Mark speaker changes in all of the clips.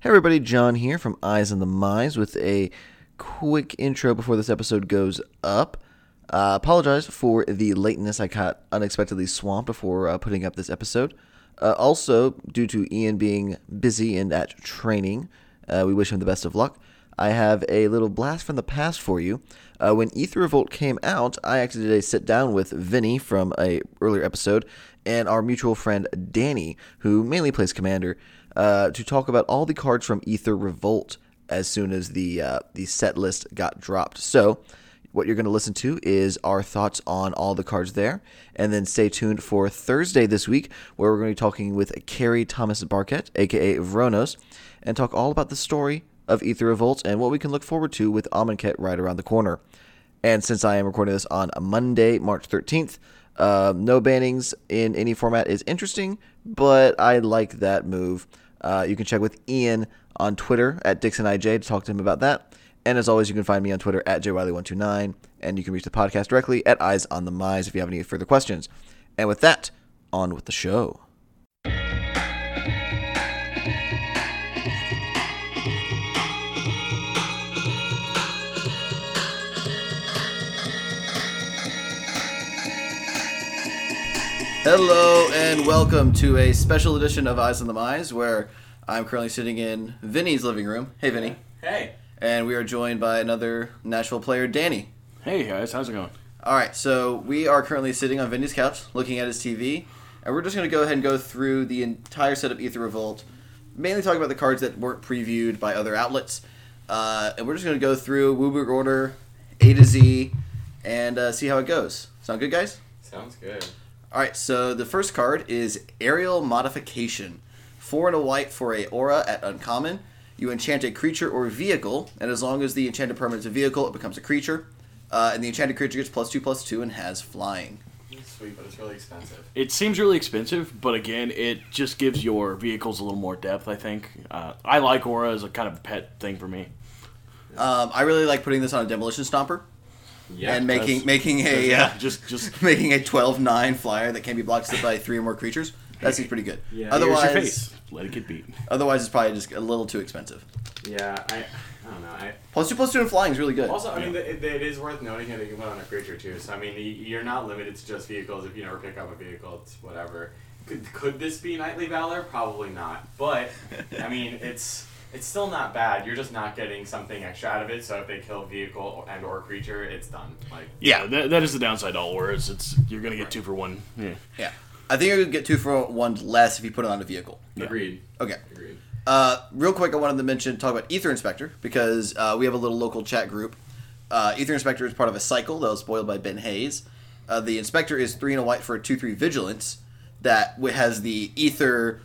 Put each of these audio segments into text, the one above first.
Speaker 1: Hey everybody, John here from Eyes on the Minds with a quick intro before this episode goes up. Uh, apologize for the lateness I got unexpectedly swamped before uh, putting up this episode. Uh, also, due to Ian being busy and at training, uh, we wish him the best of luck. I have a little blast from the past for you. Uh, when Ether Revolt came out, I actually did a sit down with Vinny from a earlier episode and our mutual friend Danny, who mainly plays Commander, uh, to talk about all the cards from Ether Revolt as soon as the uh, the set list got dropped. So. What you're going to listen to is our thoughts on all the cards there. And then stay tuned for Thursday this week, where we're going to be talking with Carrie Thomas Barquette, aka Vronos, and talk all about the story of Ether Revolt and what we can look forward to with Amonkhet right around the corner. And since I am recording this on a Monday, March 13th, um, no bannings in any format is interesting, but I like that move. Uh, you can check with Ian on Twitter at DixonIJ to talk to him about that. And as always, you can find me on Twitter at JWiley129, and you can reach the podcast directly at Eyes on the Mize if you have any further questions. And with that, on with the show. Hello and welcome to a special edition of Eyes on the Mize, where I'm currently sitting in Vinny's living room. Hey, Vinny.
Speaker 2: Hey.
Speaker 1: And we are joined by another Nashville player, Danny.
Speaker 2: Hey guys, how's it going?
Speaker 1: All right, so we are currently sitting on Vinny's couch, looking at his TV, and we're just going to go ahead and go through the entire set of Ether Revolt, mainly talking about the cards that weren't previewed by other outlets, uh, and we're just going to go through Wuburg order, A to Z, and uh, see how it goes. Sound good, guys?
Speaker 2: Sounds good.
Speaker 1: All right, so the first card is Aerial Modification. Four and a white for a aura at uncommon. You enchant a creature or vehicle, and as long as the enchanted permanent is a vehicle, it becomes a creature. Uh, and the enchanted creature gets plus two plus two and has flying.
Speaker 3: It's sweet, but it's really expensive.
Speaker 2: It seems really expensive, but again, it just gives your vehicles a little more depth. I think. Uh, I like Aura as a kind of pet thing for me.
Speaker 1: Um, I really like putting this on a demolition stomper
Speaker 3: Yeah.
Speaker 1: and making
Speaker 2: that's-
Speaker 1: making a uh,
Speaker 2: just just
Speaker 1: making a 12-9 flyer that can be blocked by three or more creatures. That seems pretty good.
Speaker 3: Yeah.
Speaker 2: here's
Speaker 1: otherwise,
Speaker 2: your face. Let it get beat.
Speaker 1: otherwise it's probably just a little too expensive.
Speaker 3: yeah, I, I don't know. I,
Speaker 1: Plus two plus two and flying is really good.
Speaker 3: also, I mean, th it, it is worth noting that you can put on a creature too. So I mean, y- you're not limited to just vehicles. If you never pick up a vehicle, it's whatever. Could, could this be knightly valor? Probably not. But I mean, it's it's still not bad. You're just not getting something extra out of it. So if they kill vehicle and or creature, it's done. Like
Speaker 2: Yeah, that, that is the downside to all Auras. It's you're gonna get two for one. Yeah.
Speaker 1: Yeah. I think you could get two for one less if you put it on a vehicle.
Speaker 2: Yeah.
Speaker 3: agreed.
Speaker 1: Okay.
Speaker 3: Agreed.
Speaker 1: Uh, real quick, I wanted to mention, talk about Ether Inspector, because uh, we have a little local chat group. Uh, Ether Inspector is part of a cycle that was spoiled by Ben Hayes. Uh, the Inspector is 3 and a white for a 2 3 Vigilance that wi- has the Ether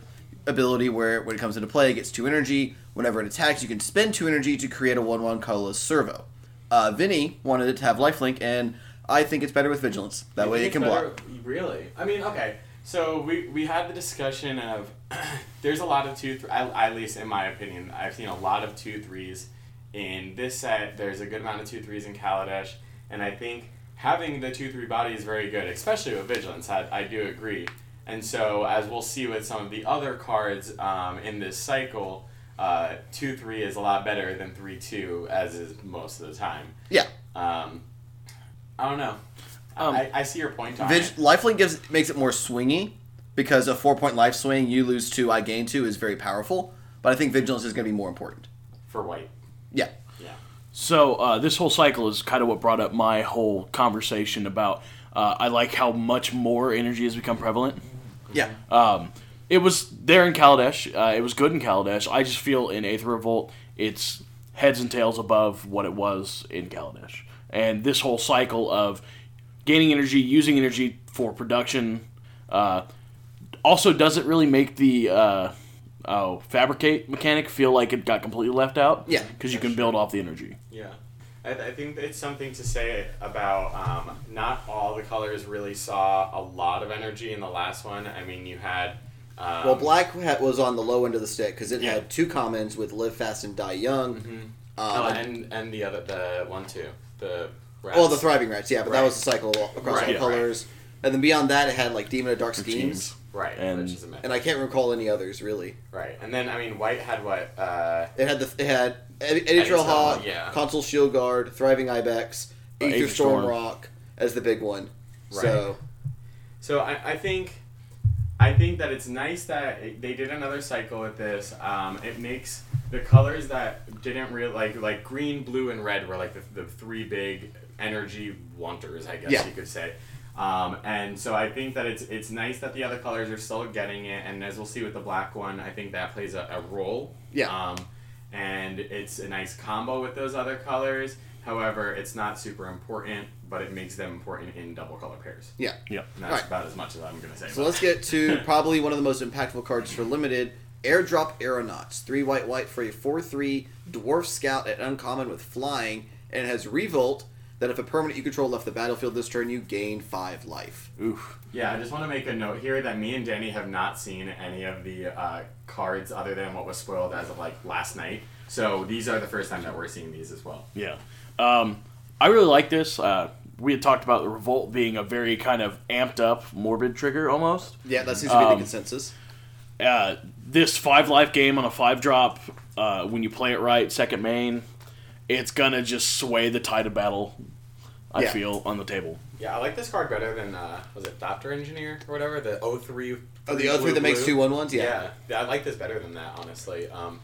Speaker 1: ability where when it comes into play, it gets 2 energy. Whenever it attacks, you can spend 2 energy to create a 1 1 colorless servo. Uh, Vinny wanted it to have lifelink, and I think it's better with Vigilance. That
Speaker 3: You
Speaker 1: way it
Speaker 3: think
Speaker 1: can
Speaker 3: it's better-
Speaker 1: block.
Speaker 3: Really? I mean, okay. So we, we had the discussion of there's a lot of two th- I, at least in my opinion I've seen a lot of two threes in this set. There's a good amount of two threes in Kaladesh, and I think having the two three body is very good, especially with vigilance. I, I do agree. And so as we'll see with some of the other cards um, in this cycle, uh, two three is a lot better than three two as is most of the time.
Speaker 1: Yeah.
Speaker 3: Um, I don't know.
Speaker 2: Um,
Speaker 3: I, I see your point on
Speaker 1: Vig-
Speaker 3: it.
Speaker 1: lifelink gives makes it more swingy because a four point life swing, you lose two, I gain two, is very powerful. But I think vigilance is going to be more important.
Speaker 3: for white.
Speaker 1: Yeah,
Speaker 3: Yeah.
Speaker 2: So uh, this whole cycle is kind of what brought up my whole conversation about. Uh, I like how much more energy has become prevalent.
Speaker 1: yeah.
Speaker 3: Mm-hmm.
Speaker 2: It was there in Kaladesh. Uh, it was good in Kaladesh. I just feel in Aether Revolt, it's heads and tails above what it was in Kaladesh. And this whole cycle of gaining energy, using energy for production, uh, also doesn't really make the uh, oh fabricate mechanic feel like it got completely left out.
Speaker 1: Yeah.
Speaker 2: because you can build off the energy.
Speaker 3: Yeah. I, I think it's something to say about um, not all the colors really saw a lot of energy in the last one. I mean, you had. Um,
Speaker 1: well, black ha- was on the low end of the stick because it
Speaker 3: Yeah.
Speaker 1: had two commons with live fast and die young.
Speaker 3: mhm.
Speaker 1: Um, Oh,
Speaker 3: oh, and and the other the one too the. Rats.
Speaker 1: well, the thriving rats, yeah, but that
Speaker 3: Right.
Speaker 1: was the cycle across
Speaker 3: Right,
Speaker 1: all
Speaker 3: yeah.
Speaker 1: colors. And then beyond that, it had like demon of dark
Speaker 2: Or
Speaker 1: schemes.
Speaker 2: teams.
Speaker 3: Right,
Speaker 2: And-
Speaker 3: which is a myth.
Speaker 1: and I can't recall any others really.
Speaker 3: right, and then I mean, White had what? Uh,
Speaker 1: It had the it had Eddie, Eddie
Speaker 3: Eddie
Speaker 1: Trailhawk,
Speaker 3: Trailhawk, yeah.
Speaker 1: Consul Shield Guard, Thriving Ibex,
Speaker 2: Uh,
Speaker 1: Aether
Speaker 2: Aether
Speaker 1: Storm
Speaker 2: Storm.
Speaker 1: Rock as the big one. So
Speaker 3: so I, I think, I think that it's nice that it, they did another cycle with this. Um, it makes the colors that didn't really like like green, blue, and red were like the, the three big energy wanters, I guess
Speaker 1: Yeah.
Speaker 3: you could say. Um, and so I think that it's it's nice that the other colors are still getting it, and as we'll see with the black one, I think that plays a, a role.
Speaker 1: Yeah.
Speaker 3: Um, and it's a nice combo with those other colors. However, it's not super important, but it makes them important in double color pairs.
Speaker 1: yeah.
Speaker 2: Yeah.
Speaker 3: And that's
Speaker 1: Alright.
Speaker 3: about as much as I'm gonna say.
Speaker 1: So
Speaker 3: about
Speaker 1: let's get to probably one of the most impactful cards for limited. Airdrop Aeronauts. Three white white for a four three dwarf scout at uncommon with flying, and it has revolt that if a permanent you control left the battlefield this turn, you gain five life.
Speaker 2: Oof.
Speaker 3: it. Yeah, I just want to make a note here that me and Danny have not seen any of the uh, cards other than what was spoiled as of like last night. So these are the first time that we're seeing these as well.
Speaker 2: Yeah. Um, I really like this. Uh, we had talked about the revolt being a very kind of amped up, morbid trigger almost.
Speaker 1: Yeah, that seems to be the
Speaker 2: Um,
Speaker 1: consensus.
Speaker 2: uh, this five life game on a five drop, uh, when you play it right, second main, it's gonna just sway the tide of battle. I
Speaker 1: Yeah.
Speaker 2: feel on the table.
Speaker 3: Yeah, I like this card better than uh, was it Doctor Engineer or whatever the O three.
Speaker 1: Oh, the other three that makes two one ones. Yeah.
Speaker 3: Yeah. I like this better than that, honestly. Um,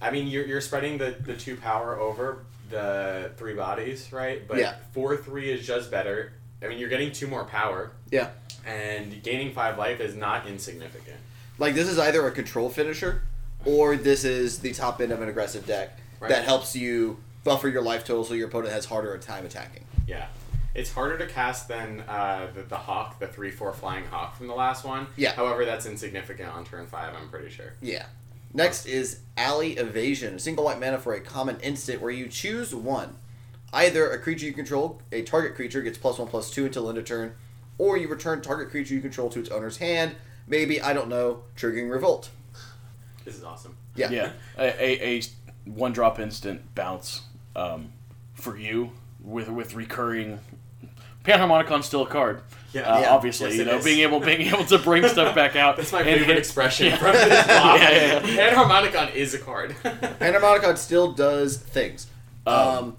Speaker 3: I mean, you're, you're spreading the, the two power over the three bodies, right? But
Speaker 1: Yeah.
Speaker 3: 4 3 is just better. I mean, you're getting two more power,
Speaker 1: yeah.
Speaker 3: and gaining five life is not insignificant.
Speaker 1: Like this is either a control finisher, or this is the top end of an aggressive deck
Speaker 3: Right.
Speaker 1: that helps you buffer your life total so your opponent has harder a time attacking.
Speaker 3: Yeah. It's harder to cast than uh, the, the Hawk, the 3 4 flying Hawk from the last one.
Speaker 1: Yeah.
Speaker 3: However, that's insignificant on turn five, I'm pretty sure.
Speaker 1: Yeah. Next is Alley Evasion, a single white mana for a common instant where you choose one. Either a creature you control, a target creature gets plus one plus two until end of turn, or you return target creature you control to its owner's hand, maybe, I don't know, triggering revolt.
Speaker 3: This is awesome.
Speaker 1: Yeah.
Speaker 2: Yeah, a, a, a one drop instant bounce um, for you with with recurring. Panharmonicon's still a card.
Speaker 3: Yeah.
Speaker 2: Uh,
Speaker 1: Yeah.
Speaker 2: obviously,
Speaker 3: Yes,
Speaker 2: you
Speaker 3: it
Speaker 2: know,
Speaker 3: is.
Speaker 2: being able being able to bring stuff back out.
Speaker 3: That's my
Speaker 2: and
Speaker 3: favorite
Speaker 2: hit-
Speaker 3: expression
Speaker 2: Yeah.
Speaker 3: from this block.
Speaker 2: Yeah, yeah, yeah.
Speaker 3: And Harmonicon is a card.
Speaker 1: Panharmonicon still does things. Um,
Speaker 2: Um,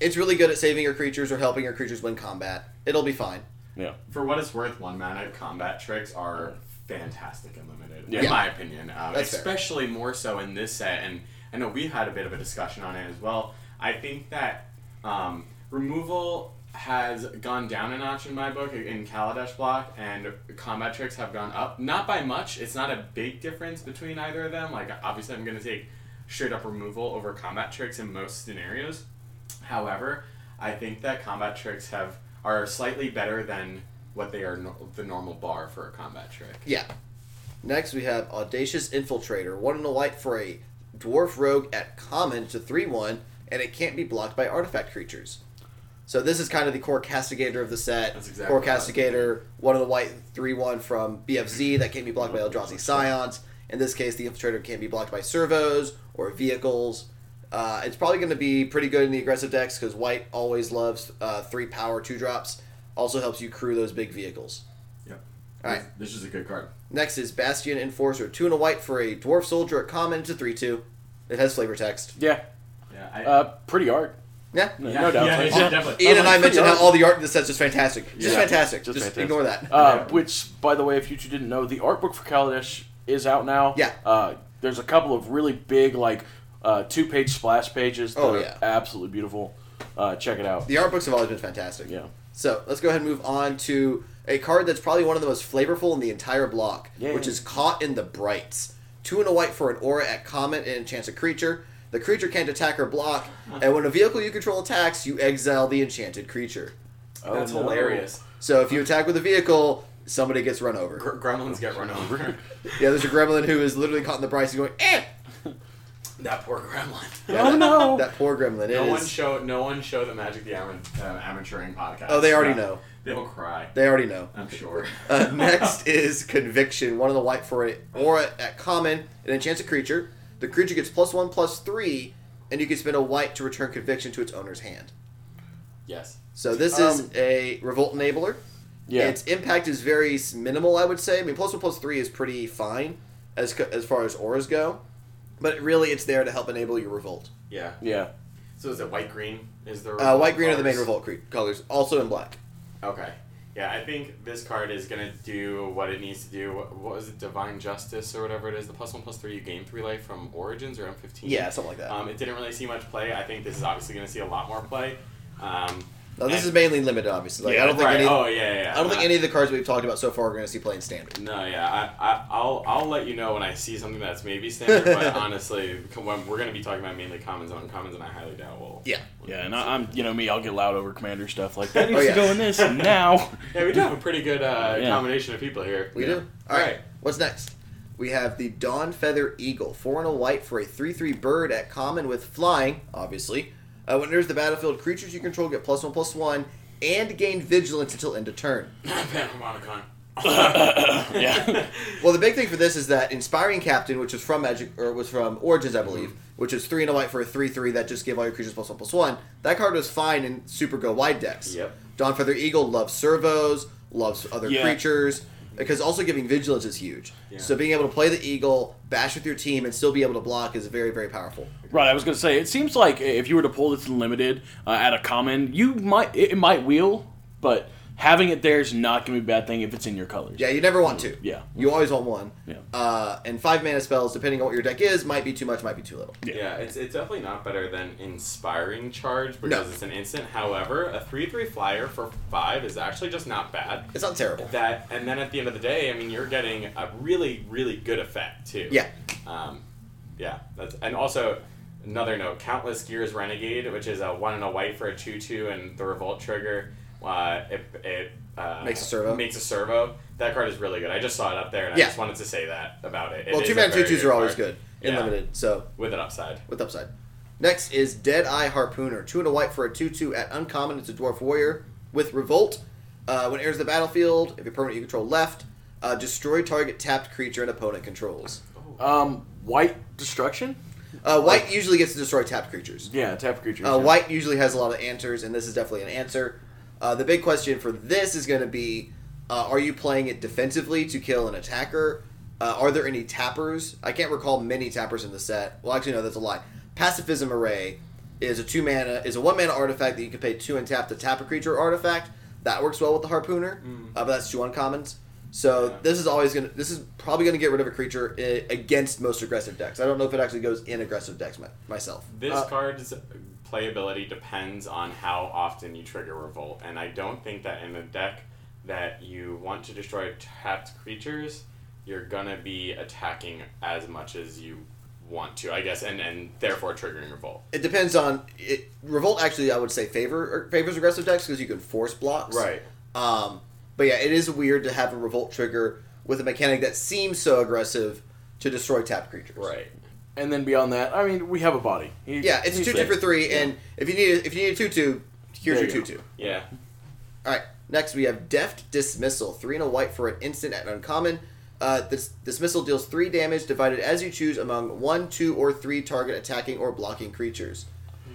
Speaker 1: it's really good at saving your creatures or helping your creatures win combat. It'll be fine.
Speaker 2: Yeah.
Speaker 3: For what it's worth, one mana combat tricks are fantastic and limited, in
Speaker 2: Yeah.
Speaker 3: my opinion. Um,
Speaker 1: That's fair.
Speaker 3: especially more so in this set, and I know we had a bit of a discussion on it as well. I think that um, removal has gone down a notch in my book in Kaladesh block, and combat tricks have gone up. Not by much. It's not a big difference between either of them. Like obviously, I'm going to take straight up removal over combat tricks in most scenarios. However, I think that combat tricks have are slightly better than what they are no, the normal bar for a combat trick.
Speaker 1: Yeah. Next, we have Audacious Infiltrator. One in a white for a dwarf rogue at common to 3 1, and it can't be blocked by artifact creatures. So, this is kind of the core castigator of the set.
Speaker 3: That's exactly
Speaker 1: core
Speaker 3: what I was
Speaker 1: castigator, one in the white 3 1 from BFZ that can't be blocked by Eldrazi Scions. In this case, the Infiltrator can't be blocked by servos or vehicles. Uh, it's probably going to be pretty good in the aggressive decks because white always loves uh, 3 power 2 drops. Also helps you crew those big vehicles.
Speaker 3: Yep.
Speaker 1: Alright.
Speaker 3: This is a good card.
Speaker 1: Next is Bastion Enforcer. Two and a white for a dwarf soldier at common to three two. It has flavor text.
Speaker 2: Yeah.
Speaker 3: Yeah. I,
Speaker 2: Uh, pretty art.
Speaker 1: Yeah.
Speaker 2: No,
Speaker 3: yeah,
Speaker 2: no doubt.
Speaker 3: yeah,
Speaker 2: Yeah.
Speaker 3: definitely.
Speaker 1: Ian and I
Speaker 2: like,
Speaker 1: mentioned how
Speaker 2: pretty
Speaker 1: all the art in this set's just fantastic. Just
Speaker 2: Yeah.
Speaker 1: fantastic. Just,
Speaker 2: Just fantastic.
Speaker 1: ignore that.
Speaker 2: Uh,
Speaker 3: Yeah.
Speaker 2: which, by the way, if you two didn't know, the art book for Kaladesh is out now.
Speaker 1: Yeah.
Speaker 2: Uh, there's a couple of really big, like, uh, two page splash pages.
Speaker 1: Oh,
Speaker 2: are
Speaker 1: yeah.
Speaker 2: Absolutely beautiful. Uh, check it out.
Speaker 1: the art books have always been fantastic.
Speaker 2: Yeah.
Speaker 1: So let's go ahead and move on to a card that's probably one of the most flavorful in the entire block,
Speaker 2: Yeah.
Speaker 1: which is Caught in the Brights. Two and a white for an aura at common and enchants a creature. The creature can't attack or block, and when a vehicle you control attacks, you exile the enchanted creature.
Speaker 3: That's
Speaker 2: Oh, no.
Speaker 3: hilarious.
Speaker 1: So if you attack with a vehicle, somebody gets run over.
Speaker 3: Gr- gremlins get run over.
Speaker 1: Yeah, there's a gremlin who is literally caught in the price and going, eh!
Speaker 3: that poor gremlin.
Speaker 1: Yeah,
Speaker 2: Oh,
Speaker 1: that,
Speaker 2: no.
Speaker 1: That poor gremlin. It
Speaker 3: No one
Speaker 1: is-
Speaker 3: show. No one show the Magic the Ama- uh, Amateuring podcast.
Speaker 1: oh, they already
Speaker 3: No.
Speaker 1: know.
Speaker 3: They will cry.
Speaker 1: They already know.
Speaker 3: I'm sure.
Speaker 1: Uh, next is Conviction. One of the white for it. Aura at common. It enchants a creature. The creature gets plus one, plus three, and you can spend a white to return Conviction to its owner's hand.
Speaker 3: yes.
Speaker 1: So this is
Speaker 2: Um,
Speaker 1: a Revolt Enabler.
Speaker 2: Yeah.
Speaker 1: Its impact is very s- minimal, I would say. I mean, plus one plus three is pretty fine as co- as far as auras go, but really it's there to help enable your revolt.
Speaker 3: Yeah.
Speaker 2: Yeah.
Speaker 3: So is it white green? Is the
Speaker 1: Uh, white green are the main
Speaker 3: colors?
Speaker 1: revolt cre- colors, also in black.
Speaker 3: Okay. Yeah, I think this card is gonna do what it needs to do. What, what was it, Divine Justice or whatever it is? The plus one plus three, you gain three life from Origins or M15.
Speaker 1: Yeah, something like that.
Speaker 3: Um, it didn't really see much play. I think this is obviously gonna see a lot more play. Um,
Speaker 1: now this
Speaker 3: and-
Speaker 1: is mainly limited, obviously. Like,
Speaker 2: Yeah,
Speaker 1: I don't think
Speaker 3: right.
Speaker 1: any.
Speaker 3: oh yeah, yeah. yeah.
Speaker 1: I don't think
Speaker 3: Uh,
Speaker 1: any of the cards we've talked about so far are going to see play in standard.
Speaker 3: No, yeah, I, I, I'll, I'll let you know when I see something that's maybe standard. but honestly, c- when we're gonna be talking about mainly commons and uncommons, and I highly doubt we'll.
Speaker 1: Yeah.
Speaker 2: Yeah, and I, I'm, you know me, I'll get loud over commander stuff like that.
Speaker 1: Oh,
Speaker 2: Needs
Speaker 1: yeah.
Speaker 2: to go in this now.
Speaker 3: Yeah, we do have a pretty good uh,
Speaker 2: Yeah.
Speaker 3: combination of people here.
Speaker 1: We do. All right. What's next? We have the Dawn Feather Eagle, four and a white for a three-three bird at common with flying. Obviously, uh, when it enters the battlefield, creatures you control get plus one plus one and gain vigilance until end of turn.
Speaker 3: Panharmonicon.
Speaker 2: Yeah.
Speaker 1: Well, the big thing for this is that Inspiring Captain, which was from Magic or was from Origins, I believe, which is three and a white for a three-three that just gave all your creatures plus one plus one. That card was fine in Super Go Wide decks.
Speaker 3: Yep.
Speaker 1: Dawn Feather Eagle loves servos, loves other
Speaker 2: Yeah.
Speaker 1: creatures, because also giving vigilance is huge.
Speaker 3: Yeah.
Speaker 1: So being able to play the eagle, bash with your team, and still be able to block is very, very powerful.
Speaker 2: Right, I was gonna say it seems like if you were to pull this in limited uh, at a common, you might it, it might wheel, but having it there is not gonna be a bad thing if it's in your colors.
Speaker 1: Yeah, you never want two.
Speaker 2: Yeah.
Speaker 1: You always want one.
Speaker 2: Yeah.
Speaker 1: Uh, and five mana spells, depending on what your deck is, might be too much, might be too little.
Speaker 2: Yeah.
Speaker 3: Yeah, it's, it's definitely not better than inspiring charge because
Speaker 1: No.
Speaker 3: it's an instant. However, a three three flyer for five is actually just not bad.
Speaker 1: It's not terrible.
Speaker 3: That and then at the end of the day, I mean, you're getting a really really good effect too.
Speaker 1: Yeah.
Speaker 3: Um, yeah. That's and also another note: countless gears renegade, which is a one and a white for a two two and the revolt trigger. Uh, it it uh,
Speaker 1: Makes a servo.
Speaker 3: Makes a servo. That card is really good. I just saw it up there, and
Speaker 1: Yeah.
Speaker 3: I just wanted to say that about it. It
Speaker 1: well,
Speaker 3: is
Speaker 1: two
Speaker 3: a
Speaker 1: mana two
Speaker 3: very
Speaker 1: twos are always
Speaker 3: card
Speaker 1: good in
Speaker 3: Yeah.
Speaker 1: limited. So
Speaker 3: with an upside.
Speaker 1: with upside. Next is Dead Eye Harpooner. Two and a white for a 2 2 at Uncommon. It's a Dwarf Warrior with Revolt. Uh, when it enters the battlefield, if your permanent you control left, uh, destroy target tapped creature an opponent controls.
Speaker 2: Um, white destruction.
Speaker 1: Uh, white usually gets to destroy tapped creatures.
Speaker 2: Yeah, tap creatures.
Speaker 1: Uh,
Speaker 2: yeah.
Speaker 1: white usually has a lot of answers, and this is definitely an answer. Uh, the big question for this is going to be uh, are you playing it defensively to kill an attacker? Uh, are there any tappers? I can't recall many tappers in the set. Well, actually, no, that's a lie. Pacifism Array is a two mana, is a one mana artifact that you can pay two and tap to tap a creature artifact. That works well with the Harpooner, uh, but that's two uncommons. So
Speaker 3: Yeah.
Speaker 1: this is always gonna, this is probably gonna get rid of a creature i against most aggressive decks. I don't know if it actually goes in aggressive decks my, myself.
Speaker 3: This
Speaker 1: Uh,
Speaker 3: card's playability depends on how often you trigger Revolt, and I don't think that in a deck that you want to destroy tapped creatures, you're gonna be attacking as much as you want to, I guess, and, and therefore triggering Revolt.
Speaker 1: It depends on it. Revolt actually, I would say favor or favors aggressive decks because you can force blocks. Um, but yeah, it is weird to have a revolt trigger with a mechanic that seems so aggressive to destroy tapped creatures.
Speaker 3: Right.
Speaker 2: And then beyond that, I mean, we have a body. He-
Speaker 1: Yeah, it's
Speaker 2: he's
Speaker 1: two two
Speaker 2: there.
Speaker 1: for three, and if you need a, if you need a two two, here's
Speaker 2: There
Speaker 1: your two
Speaker 2: you
Speaker 1: two.
Speaker 3: Yeah.
Speaker 1: All right. Next, we have Deft Dismissal. Three and a white for an instant at uncommon. Uh, this dismissal deals three damage divided as you choose among one, two, or three target attacking or blocking creatures.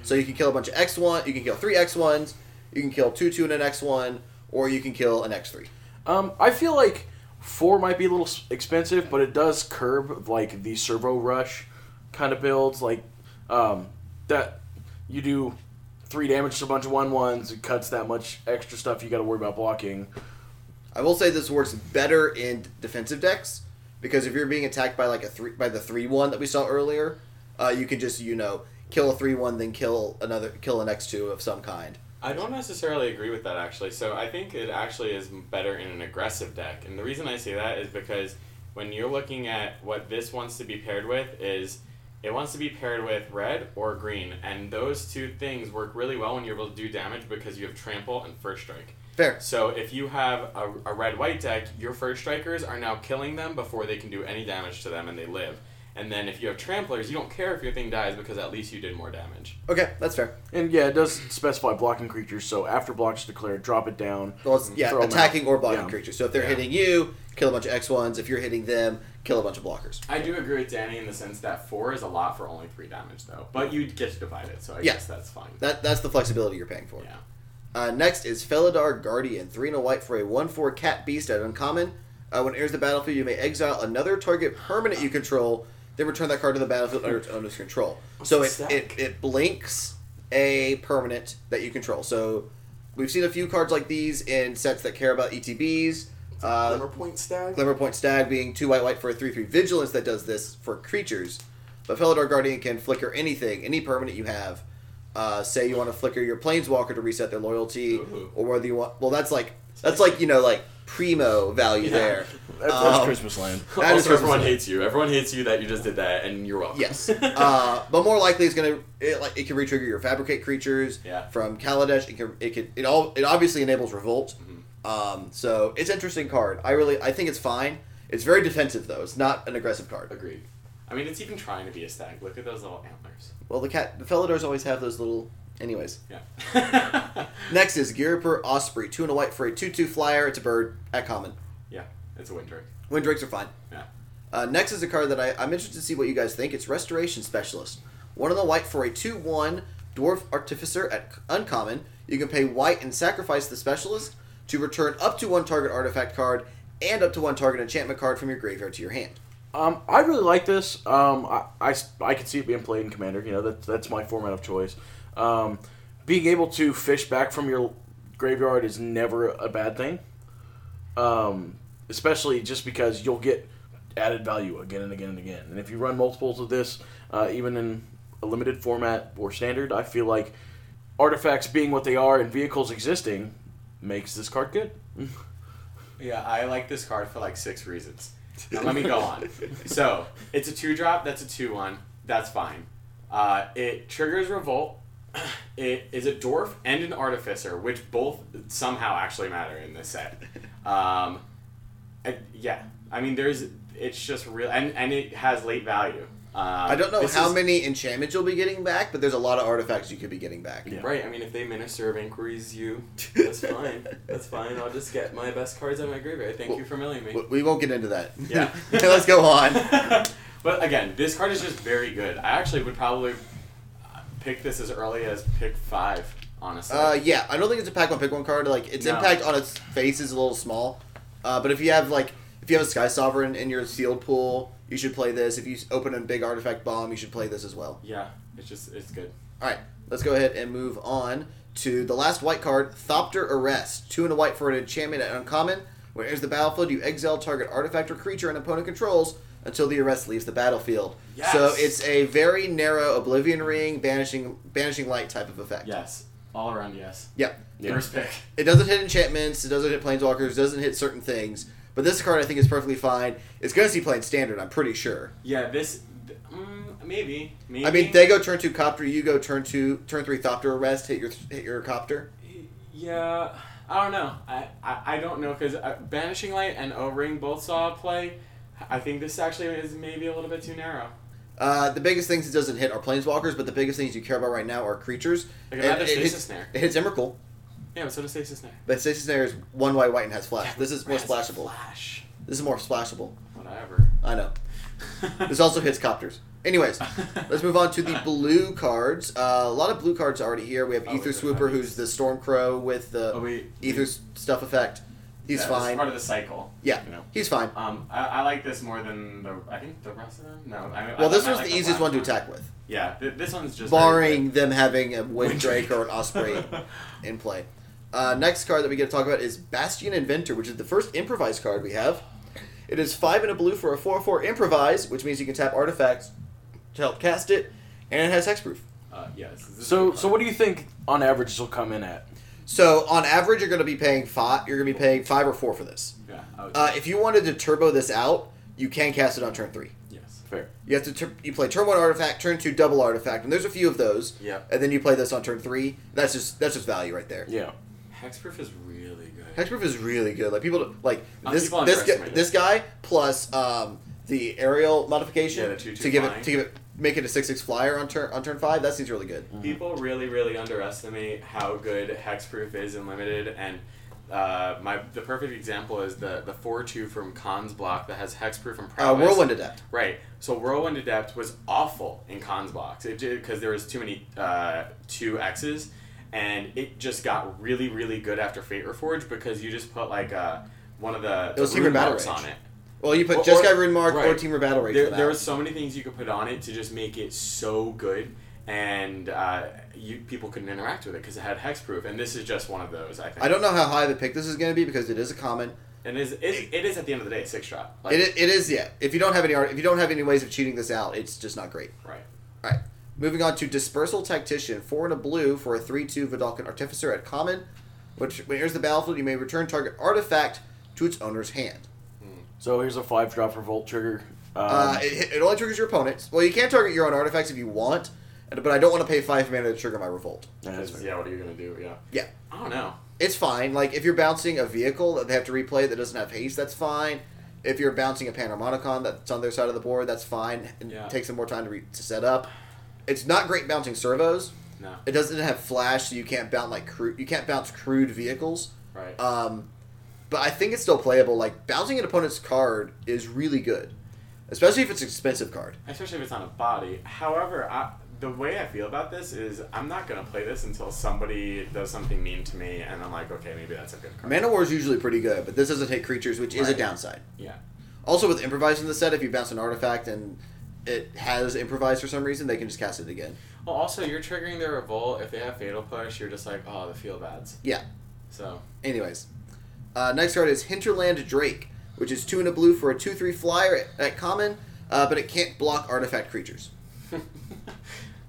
Speaker 1: So you can kill a bunch of X one. You can kill three X ones. You can kill two two and an X one, or you can kill an X three.
Speaker 2: Um, I feel like four might be a little s- expensive, but it does curb like the servo rush kind of builds. Like um, that, you do three damage to a bunch of one ones. It cuts that much extra stuff you got to worry about blocking.
Speaker 1: I will say this works better in defensive decks because if you're being attacked by like a three by the three one that we saw earlier, uh, you can just you know kill a three one, then kill another kill an X two of some kind.
Speaker 3: I don't necessarily agree with that actually. So I think it actually is better in an aggressive deck. And the reason I say that is because when you're looking at what this wants to be paired with is it wants to be paired with red or green and those two things work really well when you're able to do damage because you have trample and first strike.
Speaker 1: Fair.
Speaker 3: So if you have a, a red white deck, your first strikers are now killing them before they can do any damage to them and they live. And then if you have tramplers, you don't care if your thing dies because at least you did more damage.
Speaker 1: Okay, that's fair.
Speaker 2: And yeah, it does specify blocking creatures. So after blocks declared, drop it down.
Speaker 1: Well, it's, yeah,
Speaker 2: Mm, throw 'em
Speaker 1: attacking
Speaker 2: out.
Speaker 1: or blocking
Speaker 2: Yeah.
Speaker 1: creatures. So if they're
Speaker 3: Yeah.
Speaker 1: hitting you, kill a bunch of X ones. If you're hitting them, kill a bunch of blockers.
Speaker 3: I do agree with Danny in the sense that four is a lot for only three damage, though. But you get to divide it, so I
Speaker 1: Yeah.
Speaker 3: guess that's fine.
Speaker 1: That that's the flexibility you're paying for.
Speaker 3: yeah.
Speaker 1: Uh, next is Felidar Guardian, three and a white for a one-four cat beast at uncommon. Uh, when it enters the battlefield, you may exile another target permanent you control, then return that card to the battlefield under its owner's control. so
Speaker 3: the
Speaker 1: it,
Speaker 3: stack?
Speaker 1: it it blinks a permanent that you control. So we've seen a few cards like these in sets that care about ETBs. Uh,
Speaker 4: Glimmer Point Stag.
Speaker 1: Glimmer Point Stag being two white white for a three three vigilance that does this for creatures. But Felidar Guardian can flicker anything, any permanent you have. Uh, say you want to flicker your Planeswalker to reset their loyalty,
Speaker 3: Ooh.
Speaker 1: or whether you want. Well, that's like that's like you know like primo value
Speaker 3: Yeah.
Speaker 1: there.
Speaker 2: That's, that's
Speaker 1: Um,
Speaker 2: Christmas land.
Speaker 1: That is
Speaker 3: also, everyone
Speaker 1: representative.
Speaker 3: hates you. Everyone hates you that you just did that, and you're welcome.
Speaker 1: Yes, uh, but more likely it's gonna it, like it can retrigger your fabricate creatures
Speaker 3: Yeah.
Speaker 1: from Kaladesh. It can it can it all it obviously enables revolt.
Speaker 3: Mm-hmm.
Speaker 1: Um, so it's an interesting card. I really I think it's fine. It's very defensive though. It's not an aggressive card.
Speaker 3: Agreed. I mean, it's even trying to be a stag. Look at those little antlers.
Speaker 1: Well, the cat, the Felidars always have those little. Anyways,
Speaker 3: Yeah.
Speaker 1: next is Giripur Osprey, two and a white for a two-two flyer. It's a bird at common.
Speaker 3: yeah, it's a wind drake.
Speaker 1: Wind drakes are fine.
Speaker 3: Yeah.
Speaker 1: Uh, next is a card that I, I'm interested to see what you guys think. It's Restoration Specialist, one and a white for a two-one dwarf artificer at c- uncommon. You can pay white and sacrifice the specialist to return up to one target artifact card and up to one target enchantment card from your graveyard to your hand.
Speaker 2: Um, I really like this. Um, I, I, s- I could see it being played in Commander. You know, that, that's my format of choice. Um, being able to fish back from your graveyard is never a bad thing. Um, especially just because you'll get added value again and again and again. And if you run multiples of this, uh, even in a limited format or standard, I feel like artifacts being what they are and vehicles existing makes this card good.
Speaker 3: Yeah, I like this card for like six reasons. Now let me go on. So it's a two drop. That's a two one. That's fine. Uh, it triggers revolt. It is a dwarf and an artificer, which both somehow actually matter in this set. Um, I- yeah, I mean, there's it's just real, and and it has late value. Uh,
Speaker 1: I don't know
Speaker 3: this
Speaker 1: how
Speaker 3: is-
Speaker 1: many enchantments you'll be getting back, but there's a lot of artifacts you could be getting back.
Speaker 2: Yeah.
Speaker 4: Right, I mean, if they Minister of Inquiries you, that's fine. That's fine. I'll just get my best cards out of my graveyard. Thank you for milling me.
Speaker 1: We- We won't get into that.
Speaker 3: Yeah.
Speaker 1: Let's go on.
Speaker 3: but again, this card is just very good. I actually would probably uh, pick this as early as pick five, honestly.
Speaker 1: Uh, yeah, I don't think it's a pack one pick one card. Like its
Speaker 3: No.
Speaker 1: impact on its face is a little small, uh, but if you have like if you have a Sky Sovereign in your sealed pool, you should play this. If you s- open a big artifact bomb, you should play this as well.
Speaker 3: yeah, it's just it's good.
Speaker 1: All right, let's go ahead and move on to the last white card, Thopter Arrest, two and a white for an enchantment at uncommon. When it enters the battlefield, you exile target artifact or creature an opponent controls until the arrest leaves the battlefield.
Speaker 3: Yes.
Speaker 1: So it's a very narrow Oblivion Ring, banishing banishing light type of effect.
Speaker 3: Yes, all around yes.
Speaker 1: Yep.
Speaker 2: Yeah.
Speaker 3: First pick.
Speaker 1: It doesn't hit enchantments. It doesn't hit planeswalkers. It doesn't hit certain things. But this card I think is perfectly fine. It's going to see playing standard. I'm pretty sure.
Speaker 3: Yeah, this th- mm, maybe maybe.
Speaker 1: I mean, they go turn two copter. You go turn two turn three thopter arrest. Hit your hit your copter.
Speaker 3: Yeah, I don't know. I I, I don't know because uh, Banishing Light and O Ring both saw play. I think this actually is maybe a little bit too narrow.
Speaker 1: Uh, the biggest things it doesn't hit are planeswalkers, but the biggest things you care about right now are creatures.
Speaker 3: Like
Speaker 1: And
Speaker 3: another
Speaker 1: it,
Speaker 3: Stasis
Speaker 1: hits,
Speaker 3: Snare.
Speaker 1: it hits Emrakul,
Speaker 3: Yeah, but so does Stasis Snare.
Speaker 1: but Stasis Snare is one white white and has flash.
Speaker 3: Yeah,
Speaker 1: Uh, this is more
Speaker 3: Razz
Speaker 1: splashable.
Speaker 3: Flash.
Speaker 1: This is more splashable.
Speaker 3: Whatever.
Speaker 1: I know. This also hits copters. Anyways, Let's move on to the blue cards. Uh, a lot of blue cards already here. We have
Speaker 3: Oh,
Speaker 1: Ether
Speaker 3: wait, they're
Speaker 1: Swooper, who's the Storm Crow with the
Speaker 3: Oh, wait.
Speaker 1: Ether s- stuff effect. He's
Speaker 3: Yeah, this is
Speaker 1: fine.
Speaker 3: Part of the cycle.
Speaker 1: yeah,
Speaker 3: you know.
Speaker 1: he's fine.
Speaker 3: Um, I, I like this more than the. I think the rest of them. No, I. I-
Speaker 1: Well, this
Speaker 3: I
Speaker 1: was
Speaker 3: like
Speaker 1: the easiest
Speaker 3: last
Speaker 1: one to attack with,
Speaker 3: Yeah, th- this one's just very
Speaker 1: barring them having a Wind
Speaker 3: Wind
Speaker 1: Drake
Speaker 3: Drake.
Speaker 1: or an Osprey in play. Uh, next card that we get to talk about is Bastion Inventor, which is the first improvised card we have. It is five and a blue for a four-four improvise, which means you can tap artifacts to help cast it, and it has hexproof.
Speaker 3: good. Uh, yeah, this is- this
Speaker 2: So,
Speaker 3: is
Speaker 2: so what do you think on average this will come in at?
Speaker 1: So on average, you're going to be paying five. You're going to be paying five or four for this.
Speaker 3: Yeah. I would
Speaker 1: Uh, if you wanted to turbo this out, you can cast it on turn three.
Speaker 3: yes.
Speaker 2: Fair.
Speaker 1: You have to tur- you play turn one artifact, turn two double artifact, and there's a few of those.
Speaker 4: Yeah.
Speaker 1: And then you play this on turn three. That's just that's just value right there.
Speaker 2: Yeah.
Speaker 3: Hexproof is really good.
Speaker 1: Hexproof is really good. Like people don't- like
Speaker 3: Uh,
Speaker 1: this
Speaker 3: people
Speaker 1: this guy,
Speaker 3: underestimate it.
Speaker 1: this guy plus um, the aerial modification
Speaker 3: Yeah, the 2-2
Speaker 1: to give it
Speaker 3: flying.
Speaker 1: to give it make it a six six flyer on turn on turn five. That seems really good.
Speaker 3: People really, really underestimate how good hexproof is in limited, and uh, my the perfect example is the the four two from Khan's block that has hexproof and
Speaker 1: Uh,
Speaker 3: prowess.
Speaker 1: whirlwind adept.
Speaker 3: Right. So Whirlwind Adept was awful in Cons Box. It did because there was too many uh, two X's, and it just got really really good after Fate Reforged because you just put like uh one of the,
Speaker 1: It was
Speaker 3: the
Speaker 1: Secret
Speaker 3: rune
Speaker 1: Battle
Speaker 3: marks
Speaker 1: Rage.
Speaker 3: on it.
Speaker 1: Well, you put
Speaker 3: Or-
Speaker 1: Jeskai
Speaker 3: or-
Speaker 1: Rune Mark or
Speaker 3: right.
Speaker 1: Teamer Battle Rage
Speaker 3: There,
Speaker 1: for that.
Speaker 3: there were so many things you could put on it to just make it so good, and uh, you people couldn't interact with it because it had hexproof, and this is just one of those. I think.
Speaker 1: I don't know how high of a pick this is going to be because it is a common.
Speaker 3: And it is, it is, it is at the end of the day six drop. Like,
Speaker 1: It, i- it is yeah. If you don't have any art, if you don't have any ways of cheating this out, it's just not great.
Speaker 3: right.
Speaker 1: All right. Moving on to Dispersal Tactician, four and a blue for a three-two Vidalcan Artificer at common, which when it enters the battlefield, you may return target artifact to its owner's hand.
Speaker 2: So here's a five drop revolt trigger. Um,
Speaker 1: Uh, it, it only triggers your opponent's. Well, you can target your own artifacts if you want, but I don't want to pay five mana to trigger my revolt.
Speaker 2: that's
Speaker 3: Because,
Speaker 2: fair.
Speaker 3: yeah, what are you gonna do? Yeah.
Speaker 1: Yeah,
Speaker 3: I don't know.
Speaker 1: it's fine. Like if you're bouncing a vehicle that they have to replay that doesn't have haste, that's fine. If you're bouncing a Panharmonicon that's on their side of the board, that's fine. It
Speaker 3: Yeah.
Speaker 1: takes them more time to, re- to set up. It's not great bouncing servos.
Speaker 3: No.
Speaker 1: It doesn't have flash, so you can't bounce like crude. You can't bounce crude vehicles.
Speaker 3: Right.
Speaker 1: Um, but I think it's still playable. Like bouncing an opponent's card is really good, especially if it's an expensive card.
Speaker 3: Especially if it's on a body. However, I, the way I feel about this is I'm not gonna play this until somebody does something mean to me, and I'm like, okay, maybe that's a good card.
Speaker 1: Mana War is usually pretty good, but this doesn't hit creatures, which is a
Speaker 3: Right.
Speaker 1: downside.
Speaker 3: Yeah.
Speaker 1: Also, with improvising the set, if you bounce an artifact and it has improvised for some reason, they can just cast it again.
Speaker 3: Well, also you're triggering their revolt. If they have fatal push, you're just like, oh, the feel bads.
Speaker 1: Yeah.
Speaker 3: So
Speaker 1: Anyways, uh, next card is Hinterland Drake, which is two and a blue for a two-three flyer at, at common, uh, but it can't block artifact creatures.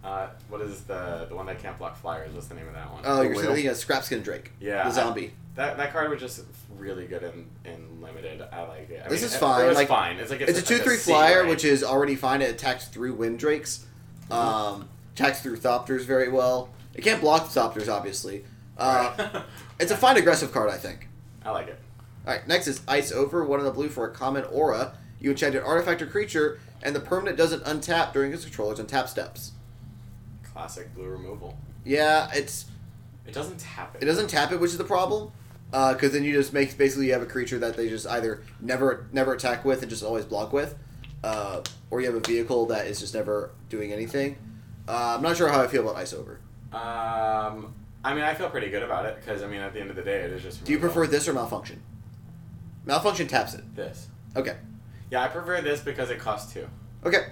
Speaker 3: uh, what is the the one that can't block flyers? What's the name of that one?
Speaker 1: Oh,
Speaker 2: The
Speaker 1: you're
Speaker 2: whale.
Speaker 1: thinking of Scrapskin Drake,
Speaker 3: yeah,
Speaker 1: the
Speaker 3: I-
Speaker 1: zombie.
Speaker 3: that, that card was just really good in, in limited. I like it. I
Speaker 1: This
Speaker 3: mean,
Speaker 1: is
Speaker 3: it- it
Speaker 1: fine,
Speaker 3: was
Speaker 1: like,
Speaker 3: fine. It's like
Speaker 1: It's, a
Speaker 3: like
Speaker 1: two-three
Speaker 3: C,
Speaker 1: flyer,
Speaker 3: right?
Speaker 1: which is already fine. It attacks through Wind Drakes, um, attacks through Thopters very well. It can't block Thopters, obviously. Uh, it's a fine aggressive card, I think.
Speaker 3: I like it.
Speaker 1: All right, next is Ice Over, one in the blue for a common aura. You enchant an artifact or creature, and the permanent doesn't untap during its controller's untap steps.
Speaker 3: Classic blue removal.
Speaker 1: Yeah, it's
Speaker 3: It doesn't tap it.
Speaker 1: it doesn't tap it, which is the problem. Because then you just make basically you have a creature that they just either never never attack with and just always block with, uh, or you have a vehicle that is just never doing anything. Uh, I'm not sure how I feel about Ice Over.
Speaker 3: Um, I mean, I feel pretty good about it because I mean, at the end of the day, it is just.
Speaker 1: Do you
Speaker 3: removal.
Speaker 1: prefer this or Malfunction? Malfunction taps it.
Speaker 3: this?
Speaker 1: Okay.
Speaker 3: Yeah, I prefer this because it costs two.
Speaker 1: Okay.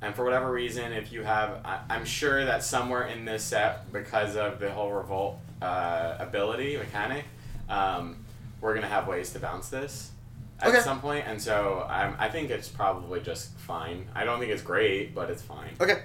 Speaker 3: And for whatever reason, if you have, I, I'm sure that somewhere in this set, because of the whole revolt uh, ability mechanic, um, we're gonna have ways to bounce this at
Speaker 1: Okay.
Speaker 3: some point. And so I'm, I think it's probably just fine. I don't think it's great, but it's fine.
Speaker 1: Okay.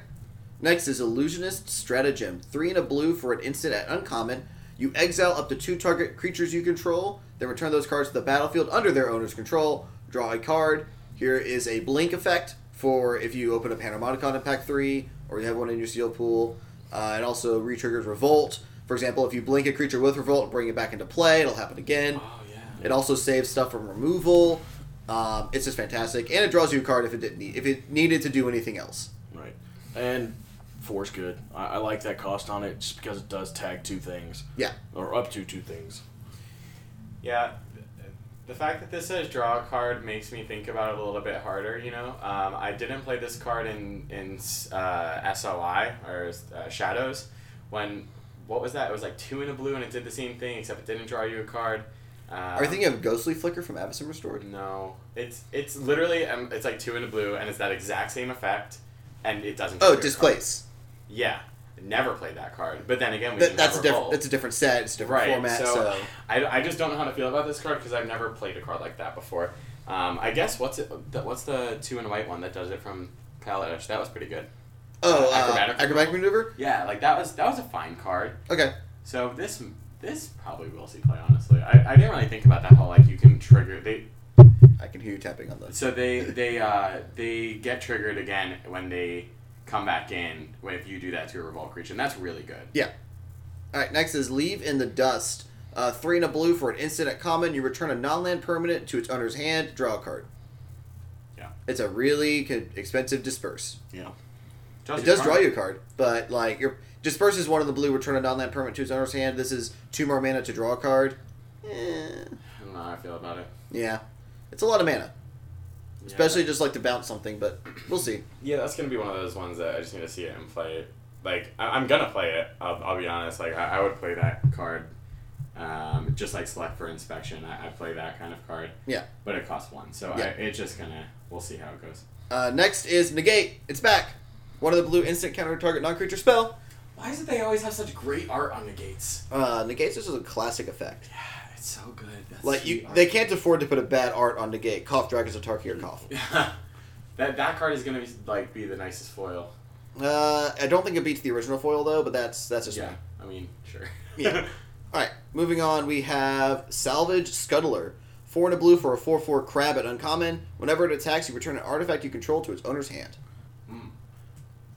Speaker 1: Next is Illusionist Stratagem. Three and a blue for an instant at uncommon. You exile up to two target creatures you control, then return those cards to the battlefield under their owner's control. Draw a card. Here is a blink effect for if you open a Panharmonicon in pack three, or you have one in your seal pool. Uh, it also retriggers Revolt. For example, if you blink a creature with Revolt and bring it back into play, it'll happen again.
Speaker 3: Oh yeah.
Speaker 1: It also saves stuff from removal. Um, it's just fantastic, and it draws you a card if it didn't need, if it needed to do anything else.
Speaker 2: Right. And four's good. I, I like that cost on it just because it does tag two things.
Speaker 1: Yeah.
Speaker 2: Or up to two things.
Speaker 3: Yeah, th- the fact that this says draw a card makes me think about it a little bit harder. You know, um, I didn't play this card in in uh, SOI or uh, Shadows when what was that? It was like two in a blue, and it did the same thing except it didn't draw you a card. Um,
Speaker 1: Are you thinking of Ghostly Flicker from Avison Restored?
Speaker 3: No, it's it's literally um, it's like two in a blue, and it's that exact same effect, and it doesn't.
Speaker 1: Oh,
Speaker 3: trigger a card.
Speaker 1: Displace.
Speaker 3: Yeah, never played that card. But then again, we
Speaker 1: That,
Speaker 3: didn't
Speaker 1: that's a
Speaker 3: have
Speaker 1: different.
Speaker 3: Revolt.
Speaker 1: That's a different set. It's a different
Speaker 3: right,
Speaker 1: format. So, uh,
Speaker 3: So, I, I just don't know how to feel about this card because I've never played a card like that before. Um, I guess what's it? The, what's the two and white one that does it from Kaladesh? That was pretty good.
Speaker 1: oh, uh, acrobatic,
Speaker 3: Acrobatic
Speaker 1: maneuver.
Speaker 3: Yeah, like that was that was a fine card.
Speaker 1: Okay.
Speaker 3: So this this probably will see play. Honestly, I, I didn't really think about that whole like you can trigger they
Speaker 1: I can hear you tapping on this.
Speaker 3: so they they uh, they get triggered again when they come back in when if you do that to a revolt creature and that's really good.
Speaker 1: Yeah. All right. Next is Leave in the Dust. Uh, three and a blue for an instant at common. You return a non-land permanent to its owner's hand. Draw a card.
Speaker 3: Yeah.
Speaker 1: It's a really co- expensive disperse.
Speaker 2: Yeah.
Speaker 3: Draws
Speaker 1: it
Speaker 3: your
Speaker 1: does
Speaker 3: card.
Speaker 1: draw you a card, but like your disperse is one of the blue. Return a non-land permanent to its owner's hand. This is two more mana to draw a card. Eh,
Speaker 3: I don't know how I feel about it.
Speaker 1: yeah, it's a lot of mana.
Speaker 3: Yeah.
Speaker 1: Especially just like to bounce something, but we'll see.
Speaker 3: Yeah, that's gonna be one of those ones that I just need to see it and play it. like I, I'm gonna play it. I'll, I'll be honest. Like I, I would play that card, um, just like select for inspection. I, I play that kind of card,
Speaker 1: Yeah.
Speaker 3: but it costs one, so
Speaker 1: Yeah.
Speaker 3: I, it's just gonna. We'll see how it goes.
Speaker 1: Uh, next is negate. It's back. One of the blue instant counter target non creature spell.
Speaker 4: Why is it they always have such great art on the gates?
Speaker 1: Uh, negates this is a classic effect.
Speaker 4: Ah, It's so good. That's
Speaker 1: Like you,
Speaker 4: sweet art.
Speaker 1: they can't afford to put a bad art on negate. Cough dragons of Tarkir cough.
Speaker 3: that that card is gonna be like be the nicest foil.
Speaker 1: Uh, I don't think it beats the original foil though, but that's that's just me.
Speaker 3: Yeah, I mean sure.
Speaker 1: Yeah. All right, moving on. We have Salvage Scuttler. Four and a blue for a four-four crab at uncommon. Whenever it attacks, you return an artifact you control to its owner's hand.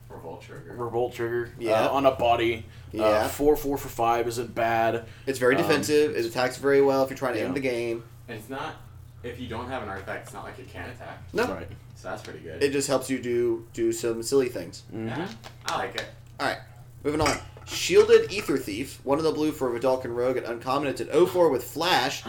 Speaker 3: Revolt trigger.
Speaker 2: Revolt trigger.
Speaker 1: Yeah.
Speaker 2: Uh, on a body.
Speaker 1: Yeah.
Speaker 2: Uh, four, four for five isn't bad.
Speaker 1: It's very
Speaker 2: Um,
Speaker 1: defensive. It attacks very well if you're trying to end
Speaker 2: yeah.
Speaker 1: the game.
Speaker 3: And it's not if you don't have an artifact, it's not like it can attack.
Speaker 1: No,
Speaker 2: Right.
Speaker 3: So that's pretty good.
Speaker 1: it just helps you do do some silly things.
Speaker 2: Mm-hmm.
Speaker 3: Yeah, I like it.
Speaker 1: All right, moving on. Shielded Ether Thief. One of the blue for a Vidalcan Rogue at uncommon. It's an 0-4 with flash.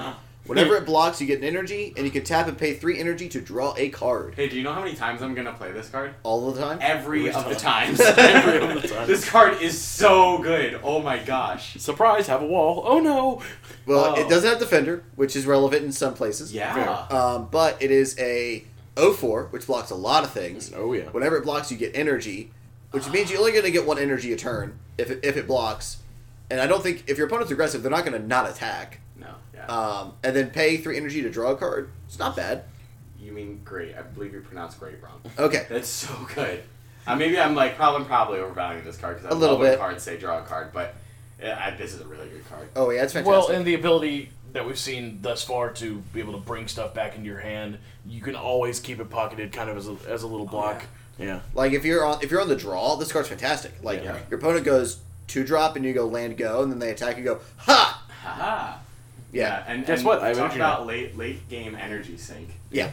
Speaker 1: Whenever it blocks, you get an energy, and you can tap and pay three energy to draw a card.
Speaker 3: Hey, do you know how many times I'm gonna play this card?
Speaker 1: All the time.
Speaker 3: Every
Speaker 2: Every
Speaker 3: of the
Speaker 2: time.
Speaker 3: times.
Speaker 2: Every of the times.
Speaker 3: This card is so good. Oh my gosh.
Speaker 2: Surprise, have a wall. Oh no.
Speaker 1: Well,
Speaker 3: Oh.
Speaker 1: it doesn't have defender, which is relevant in some places.
Speaker 3: Yeah.
Speaker 1: Um, but it is a 04, which blocks a lot of things.
Speaker 2: Oh yeah.
Speaker 1: Whenever it blocks, you get energy, which means you're only going to get one energy a turn if it, if it blocks. And I don't think if your opponent's aggressive, they're not going to not attack.
Speaker 3: No. Yeah.
Speaker 1: Um, and then pay three energy to draw a card. It's not bad.
Speaker 3: you mean great? I believe you pronounced great wrong.
Speaker 1: Okay.
Speaker 3: That's so good. Uh, maybe I'm like probably probably overvaluing this card because I
Speaker 1: A little
Speaker 3: love when
Speaker 1: bit.
Speaker 3: cards say draw a card, but uh, I, this is a really good card.
Speaker 1: Oh yeah, that's fantastic.
Speaker 2: Well, and the ability that we've seen thus far to be able to bring stuff back into your hand, you can always keep it pocketed, kind of as a, as a
Speaker 1: Oh,
Speaker 2: little block. yeah.
Speaker 1: like if you're on if you're on the draw, this card's fantastic. Like
Speaker 3: Yeah.
Speaker 1: your opponent goes two drop and you go land go, and then they attack and go ha.
Speaker 3: Haha.
Speaker 1: Yeah.
Speaker 3: and
Speaker 2: Guess
Speaker 3: and
Speaker 2: what? I have
Speaker 3: talk
Speaker 2: energy
Speaker 3: about late late game energy sync.
Speaker 1: Yeah.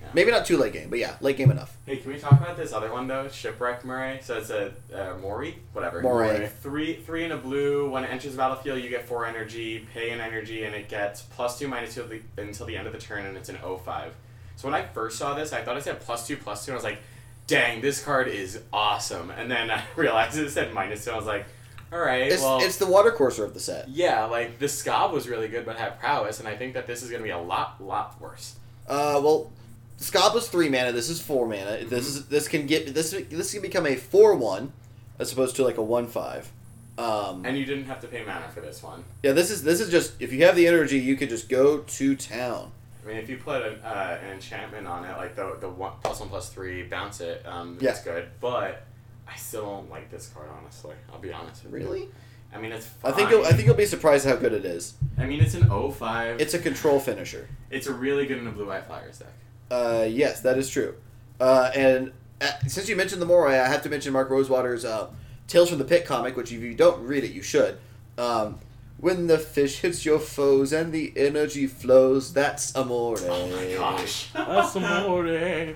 Speaker 3: Yeah.
Speaker 1: Maybe not too late game, but yeah, late game enough.
Speaker 3: Hey, can we talk about this other one though? Shipwreck Murray. So it's a uh, Mori, whatever.
Speaker 1: Moray.
Speaker 3: Three, three in a blue. When it enters the battlefield, you get four energy, pay an energy, and it gets plus two, minus two of the, until the end of the turn, and it's an 05. So when I first saw this, I thought it said plus two, plus two, and I was like, "Dang, this card is awesome!" And then I realized it said minus two. And I was like, "All right,
Speaker 1: It's,
Speaker 3: well."
Speaker 1: it's the water courser of the set.
Speaker 3: yeah, like the Scob was really good, but had prowess, and I think that this is gonna be a lot, lot worse.
Speaker 1: Uh, well, Scab was three mana. This is four mana.
Speaker 3: Mm-hmm.
Speaker 1: This is this can get this this can become a four one, as opposed to like a one five. Um,
Speaker 3: And you didn't have to pay mana for this one.
Speaker 1: yeah, this is this is just if you have the energy, you could just go to town.
Speaker 3: I mean, if you put an, uh, an enchantment on it, like the the one plus one plus three, bounce it. Um,
Speaker 1: Yeah.
Speaker 3: it's good, but I still don't like this card. Honestly, I'll be honest. With you.
Speaker 1: Really?
Speaker 3: I mean, it's.
Speaker 1: I
Speaker 3: Fine.
Speaker 1: think you'll, I think you'll be surprised how good it is.
Speaker 3: I mean, it's an 05. It's
Speaker 1: It's a control finisher.
Speaker 3: it's a really good in a blue eye flyers deck.
Speaker 1: Uh, yes, that is true. Uh, and uh, since you mentioned the Moray, I have to mention Mark Rosewater's uh, Tales from the Pit comic, which if you don't read it, you should. Um, when the fish hits your foes and the energy flows, that's amore.
Speaker 3: Oh my gosh,
Speaker 2: That's amore.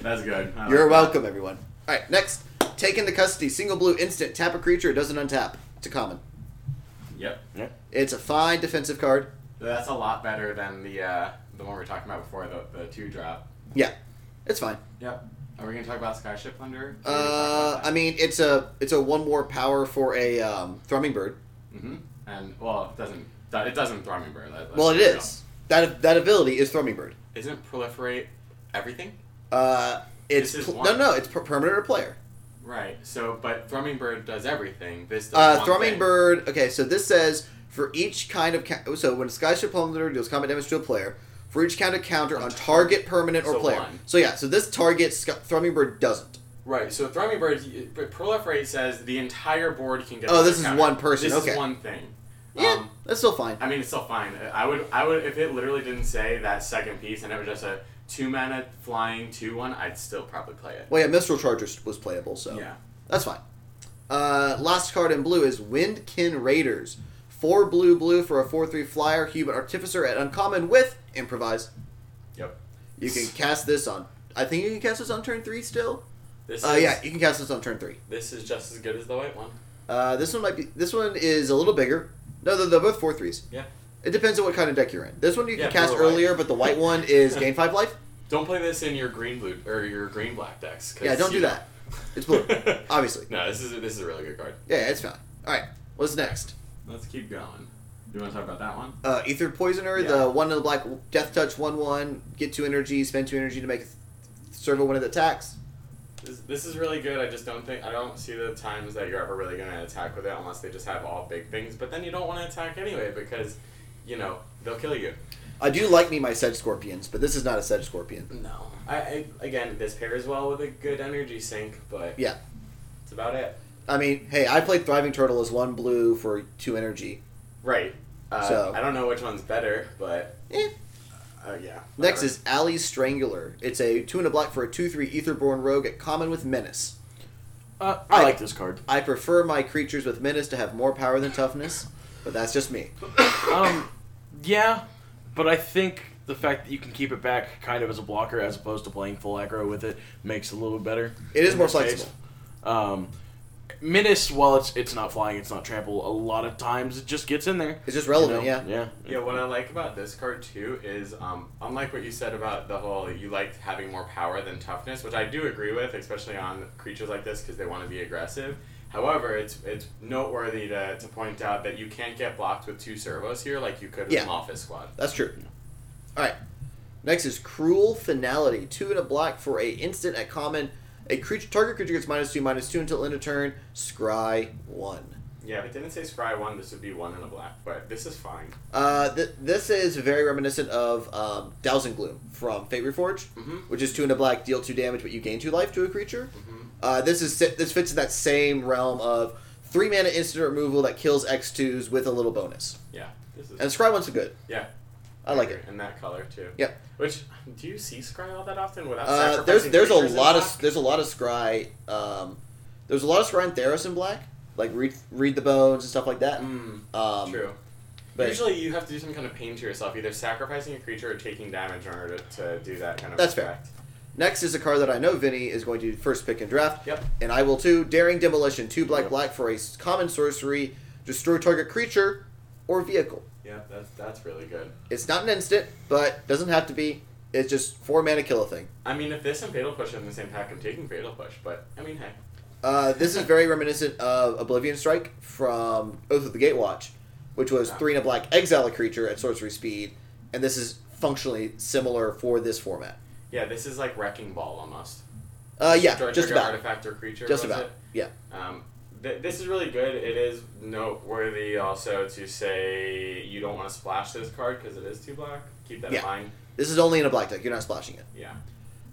Speaker 3: that's good. I like
Speaker 1: You're
Speaker 3: that.
Speaker 1: welcome, everyone. All right, next. Take into custody. Single blue instant. Tap a creature. It doesn't untap. It's a common.
Speaker 3: Yep,
Speaker 1: It's a fine defensive card.
Speaker 3: that's a lot better than the uh, the one we were talking about before, the the two drop.
Speaker 1: Yeah, it's fine.
Speaker 3: Yep. Are we gonna talk about Skyship Plunder?
Speaker 1: Uh, I mean, it's a it's a one more power for a um, thrumming bird.
Speaker 3: hmm And well, it doesn't. It doesn't Throbbing Bird. That,
Speaker 1: Well, it
Speaker 3: that's-
Speaker 1: is. That that ability is Thrumming Bird.
Speaker 3: Isn't proliferate everything?
Speaker 1: Uh, it's
Speaker 3: This is
Speaker 1: pl- no,
Speaker 3: one.
Speaker 1: no. It's per- permanent or player.
Speaker 3: Right. So, but Thrumming Bird does everything. This does
Speaker 1: Uh,
Speaker 3: one
Speaker 1: thrumming
Speaker 3: thing.
Speaker 1: Bird. Okay, so this says for each kind of ca- so when a skyship plunder deals combat damage to a player, for each kind of counter on, target, permanent, or
Speaker 3: So
Speaker 1: player.
Speaker 3: one.
Speaker 1: So yeah, so this target sc- Thrumming Bird doesn't.
Speaker 3: Right. So Thrumming Bird, y- but proliferate says the entire board can get.
Speaker 1: Oh, this
Speaker 3: this
Speaker 1: is one person,
Speaker 3: This
Speaker 1: okay.
Speaker 3: is one thing.
Speaker 1: Yeah,
Speaker 3: Um,
Speaker 1: that's still fine.
Speaker 3: I mean, it's still fine. I would, I would, if it literally didn't say that second piece and it was just a two mana flying two one, I'd still probably play it.
Speaker 1: Well, yeah, Mistral Charger s- was playable, so
Speaker 3: Yeah.
Speaker 1: that's fine. Uh, last card in blue is Windkin Raiders. Four blue, blue for a four-three flyer, human artificer at uncommon with improvise.
Speaker 3: Yep.
Speaker 1: You can cast this on. I think you can cast this on turn three still.
Speaker 3: This
Speaker 1: Uh,
Speaker 3: is
Speaker 1: yeah, you can cast this on turn three.
Speaker 3: this is just as good as the white one.
Speaker 1: Uh, this one might be. This one is a little bigger. No, they're, they're both four threes.
Speaker 3: Yeah.
Speaker 1: It depends on what kind of deck you're in. This one you can
Speaker 3: Yeah,
Speaker 1: cast
Speaker 3: blue or white.
Speaker 1: earlier, but the white one is gain five life.
Speaker 3: Don't play this in your green blue or your green black decks. 'cause
Speaker 1: Yeah, don't
Speaker 3: you
Speaker 1: do that. It's blue, obviously.
Speaker 3: No, this is a, this is a really good card.
Speaker 1: Yeah, it's fine. All right, what's next?
Speaker 3: Let's keep going. Do you want to talk about that one?
Speaker 1: Uh, Ether Poisoner,
Speaker 3: Yeah.
Speaker 1: the one in the black, Death Touch, one one, get two energy, spend two energy to make serve a one of the attacks.
Speaker 3: This, this is really good. I just don't think I don't see the times that you're ever really going to attack with it unless they just have all big things. But then you don't want to attack anyway because, you know, they'll kill you.
Speaker 1: I do like me my Sedge Scorpions, but this is not a Sedge Scorpion.
Speaker 3: No. I, I again, this pairs well with a good energy sink, but
Speaker 1: Yeah.
Speaker 3: that's about it.
Speaker 1: I mean, hey, I played Thriving Turtle as one blue for two energy.
Speaker 3: Right. Uh,
Speaker 1: So-
Speaker 3: I don't know which one's better, but
Speaker 1: Eh.
Speaker 3: uh, yeah.
Speaker 1: Next
Speaker 3: whatever.
Speaker 1: is Alley's Strangler. It's a two and a black for a two three Etherborn Rogue at common with Menace.
Speaker 2: Uh, I like this card.
Speaker 1: I prefer my creatures with menace to have more power than toughness, but that's just me.
Speaker 2: Um, yeah, but I think the fact that you can keep it back kind of as a blocker as opposed to playing full aggro with it makes it a little bit better.
Speaker 1: It is
Speaker 2: in
Speaker 1: more
Speaker 2: this case.
Speaker 1: flexible.
Speaker 2: Um, Menace, while it's it's not flying, it's not trample. A lot of times it just gets in there.
Speaker 1: It's just
Speaker 2: you
Speaker 1: relevant,
Speaker 2: know?
Speaker 1: yeah.
Speaker 2: Yeah.
Speaker 3: Yeah, what I like about this card too is, um, unlike what you said about the whole you liked having more power than toughness, which I do agree with, especially on creatures like this because they want to be aggressive. However, it's it's noteworthy to, to point out that you can't get blocked with two servos here like you could with
Speaker 1: Yeah.
Speaker 3: an office squad.
Speaker 1: That's true. All right. Next is Cruel Finality. Two and a black for a instant at common. A creature target creature gets minus two, minus two until end of turn. Scry one.
Speaker 3: Yeah, if it didn't say scry one, this would be one in a black, but this is fine.
Speaker 1: Uh, th- this is very reminiscent of um, Dowsing Gloom from Fate Reforged,
Speaker 3: Mhm.
Speaker 1: which is two and a black, deal two damage, but you gain two life to a creature. Uh, this is si- this fits in that same realm of three mana instant removal that kills X twos with a little bonus.
Speaker 3: Yeah, this is
Speaker 1: And Scry one's good.
Speaker 3: yeah.
Speaker 1: I like it.
Speaker 3: in that color too.
Speaker 1: Yep.
Speaker 3: Which do you see scry all that often without?
Speaker 1: Uh, there's
Speaker 3: sacrificing
Speaker 1: there's a
Speaker 3: creatures in
Speaker 1: lot
Speaker 3: black?
Speaker 1: of there's a lot of Scry. Um, there's a lot of Scry and Theros in black, like read read the bones and stuff like that.
Speaker 3: Mm,
Speaker 1: Um,
Speaker 3: true.
Speaker 1: but-
Speaker 3: Usually, you have to do some kind of pain to yourself, either sacrificing a creature or taking damage in order to, to do that kind of.
Speaker 1: That's fair.
Speaker 3: effect.
Speaker 1: Next is a card that I know Vinny is going to first pick and draft.
Speaker 3: Yep.
Speaker 1: And I will too. Daring Demolition, two black
Speaker 3: Yep.
Speaker 1: black for a s- common sorcery, destroy target creature or vehicle.
Speaker 3: Yeah, that's that's really good.
Speaker 1: It's not an instant, but doesn't have to be. It's just four mana kill a thing.
Speaker 3: I mean, if this and Fatal Push are in the same pack, I'm taking Fatal Push. But I mean, hey,
Speaker 1: Uh, this is very reminiscent of Oblivion Strike from Oath of the Gatewatch, which was three and a black exile a creature at sorcery speed, and this is functionally similar for this format.
Speaker 3: yeah, this is like Wrecking Ball almost.
Speaker 1: Uh, yeah,
Speaker 3: Destroy
Speaker 1: just
Speaker 3: trigger
Speaker 1: about,
Speaker 3: artifact or creature.
Speaker 1: just
Speaker 3: was
Speaker 1: about,
Speaker 3: it?
Speaker 1: yeah.
Speaker 3: Um, th- this is really good. It is noteworthy also to say you don't want to splash this card because it is too black. Keep that
Speaker 1: Yeah.
Speaker 3: in mind.
Speaker 1: This is only in a black deck. You're not splashing it.
Speaker 3: Yeah.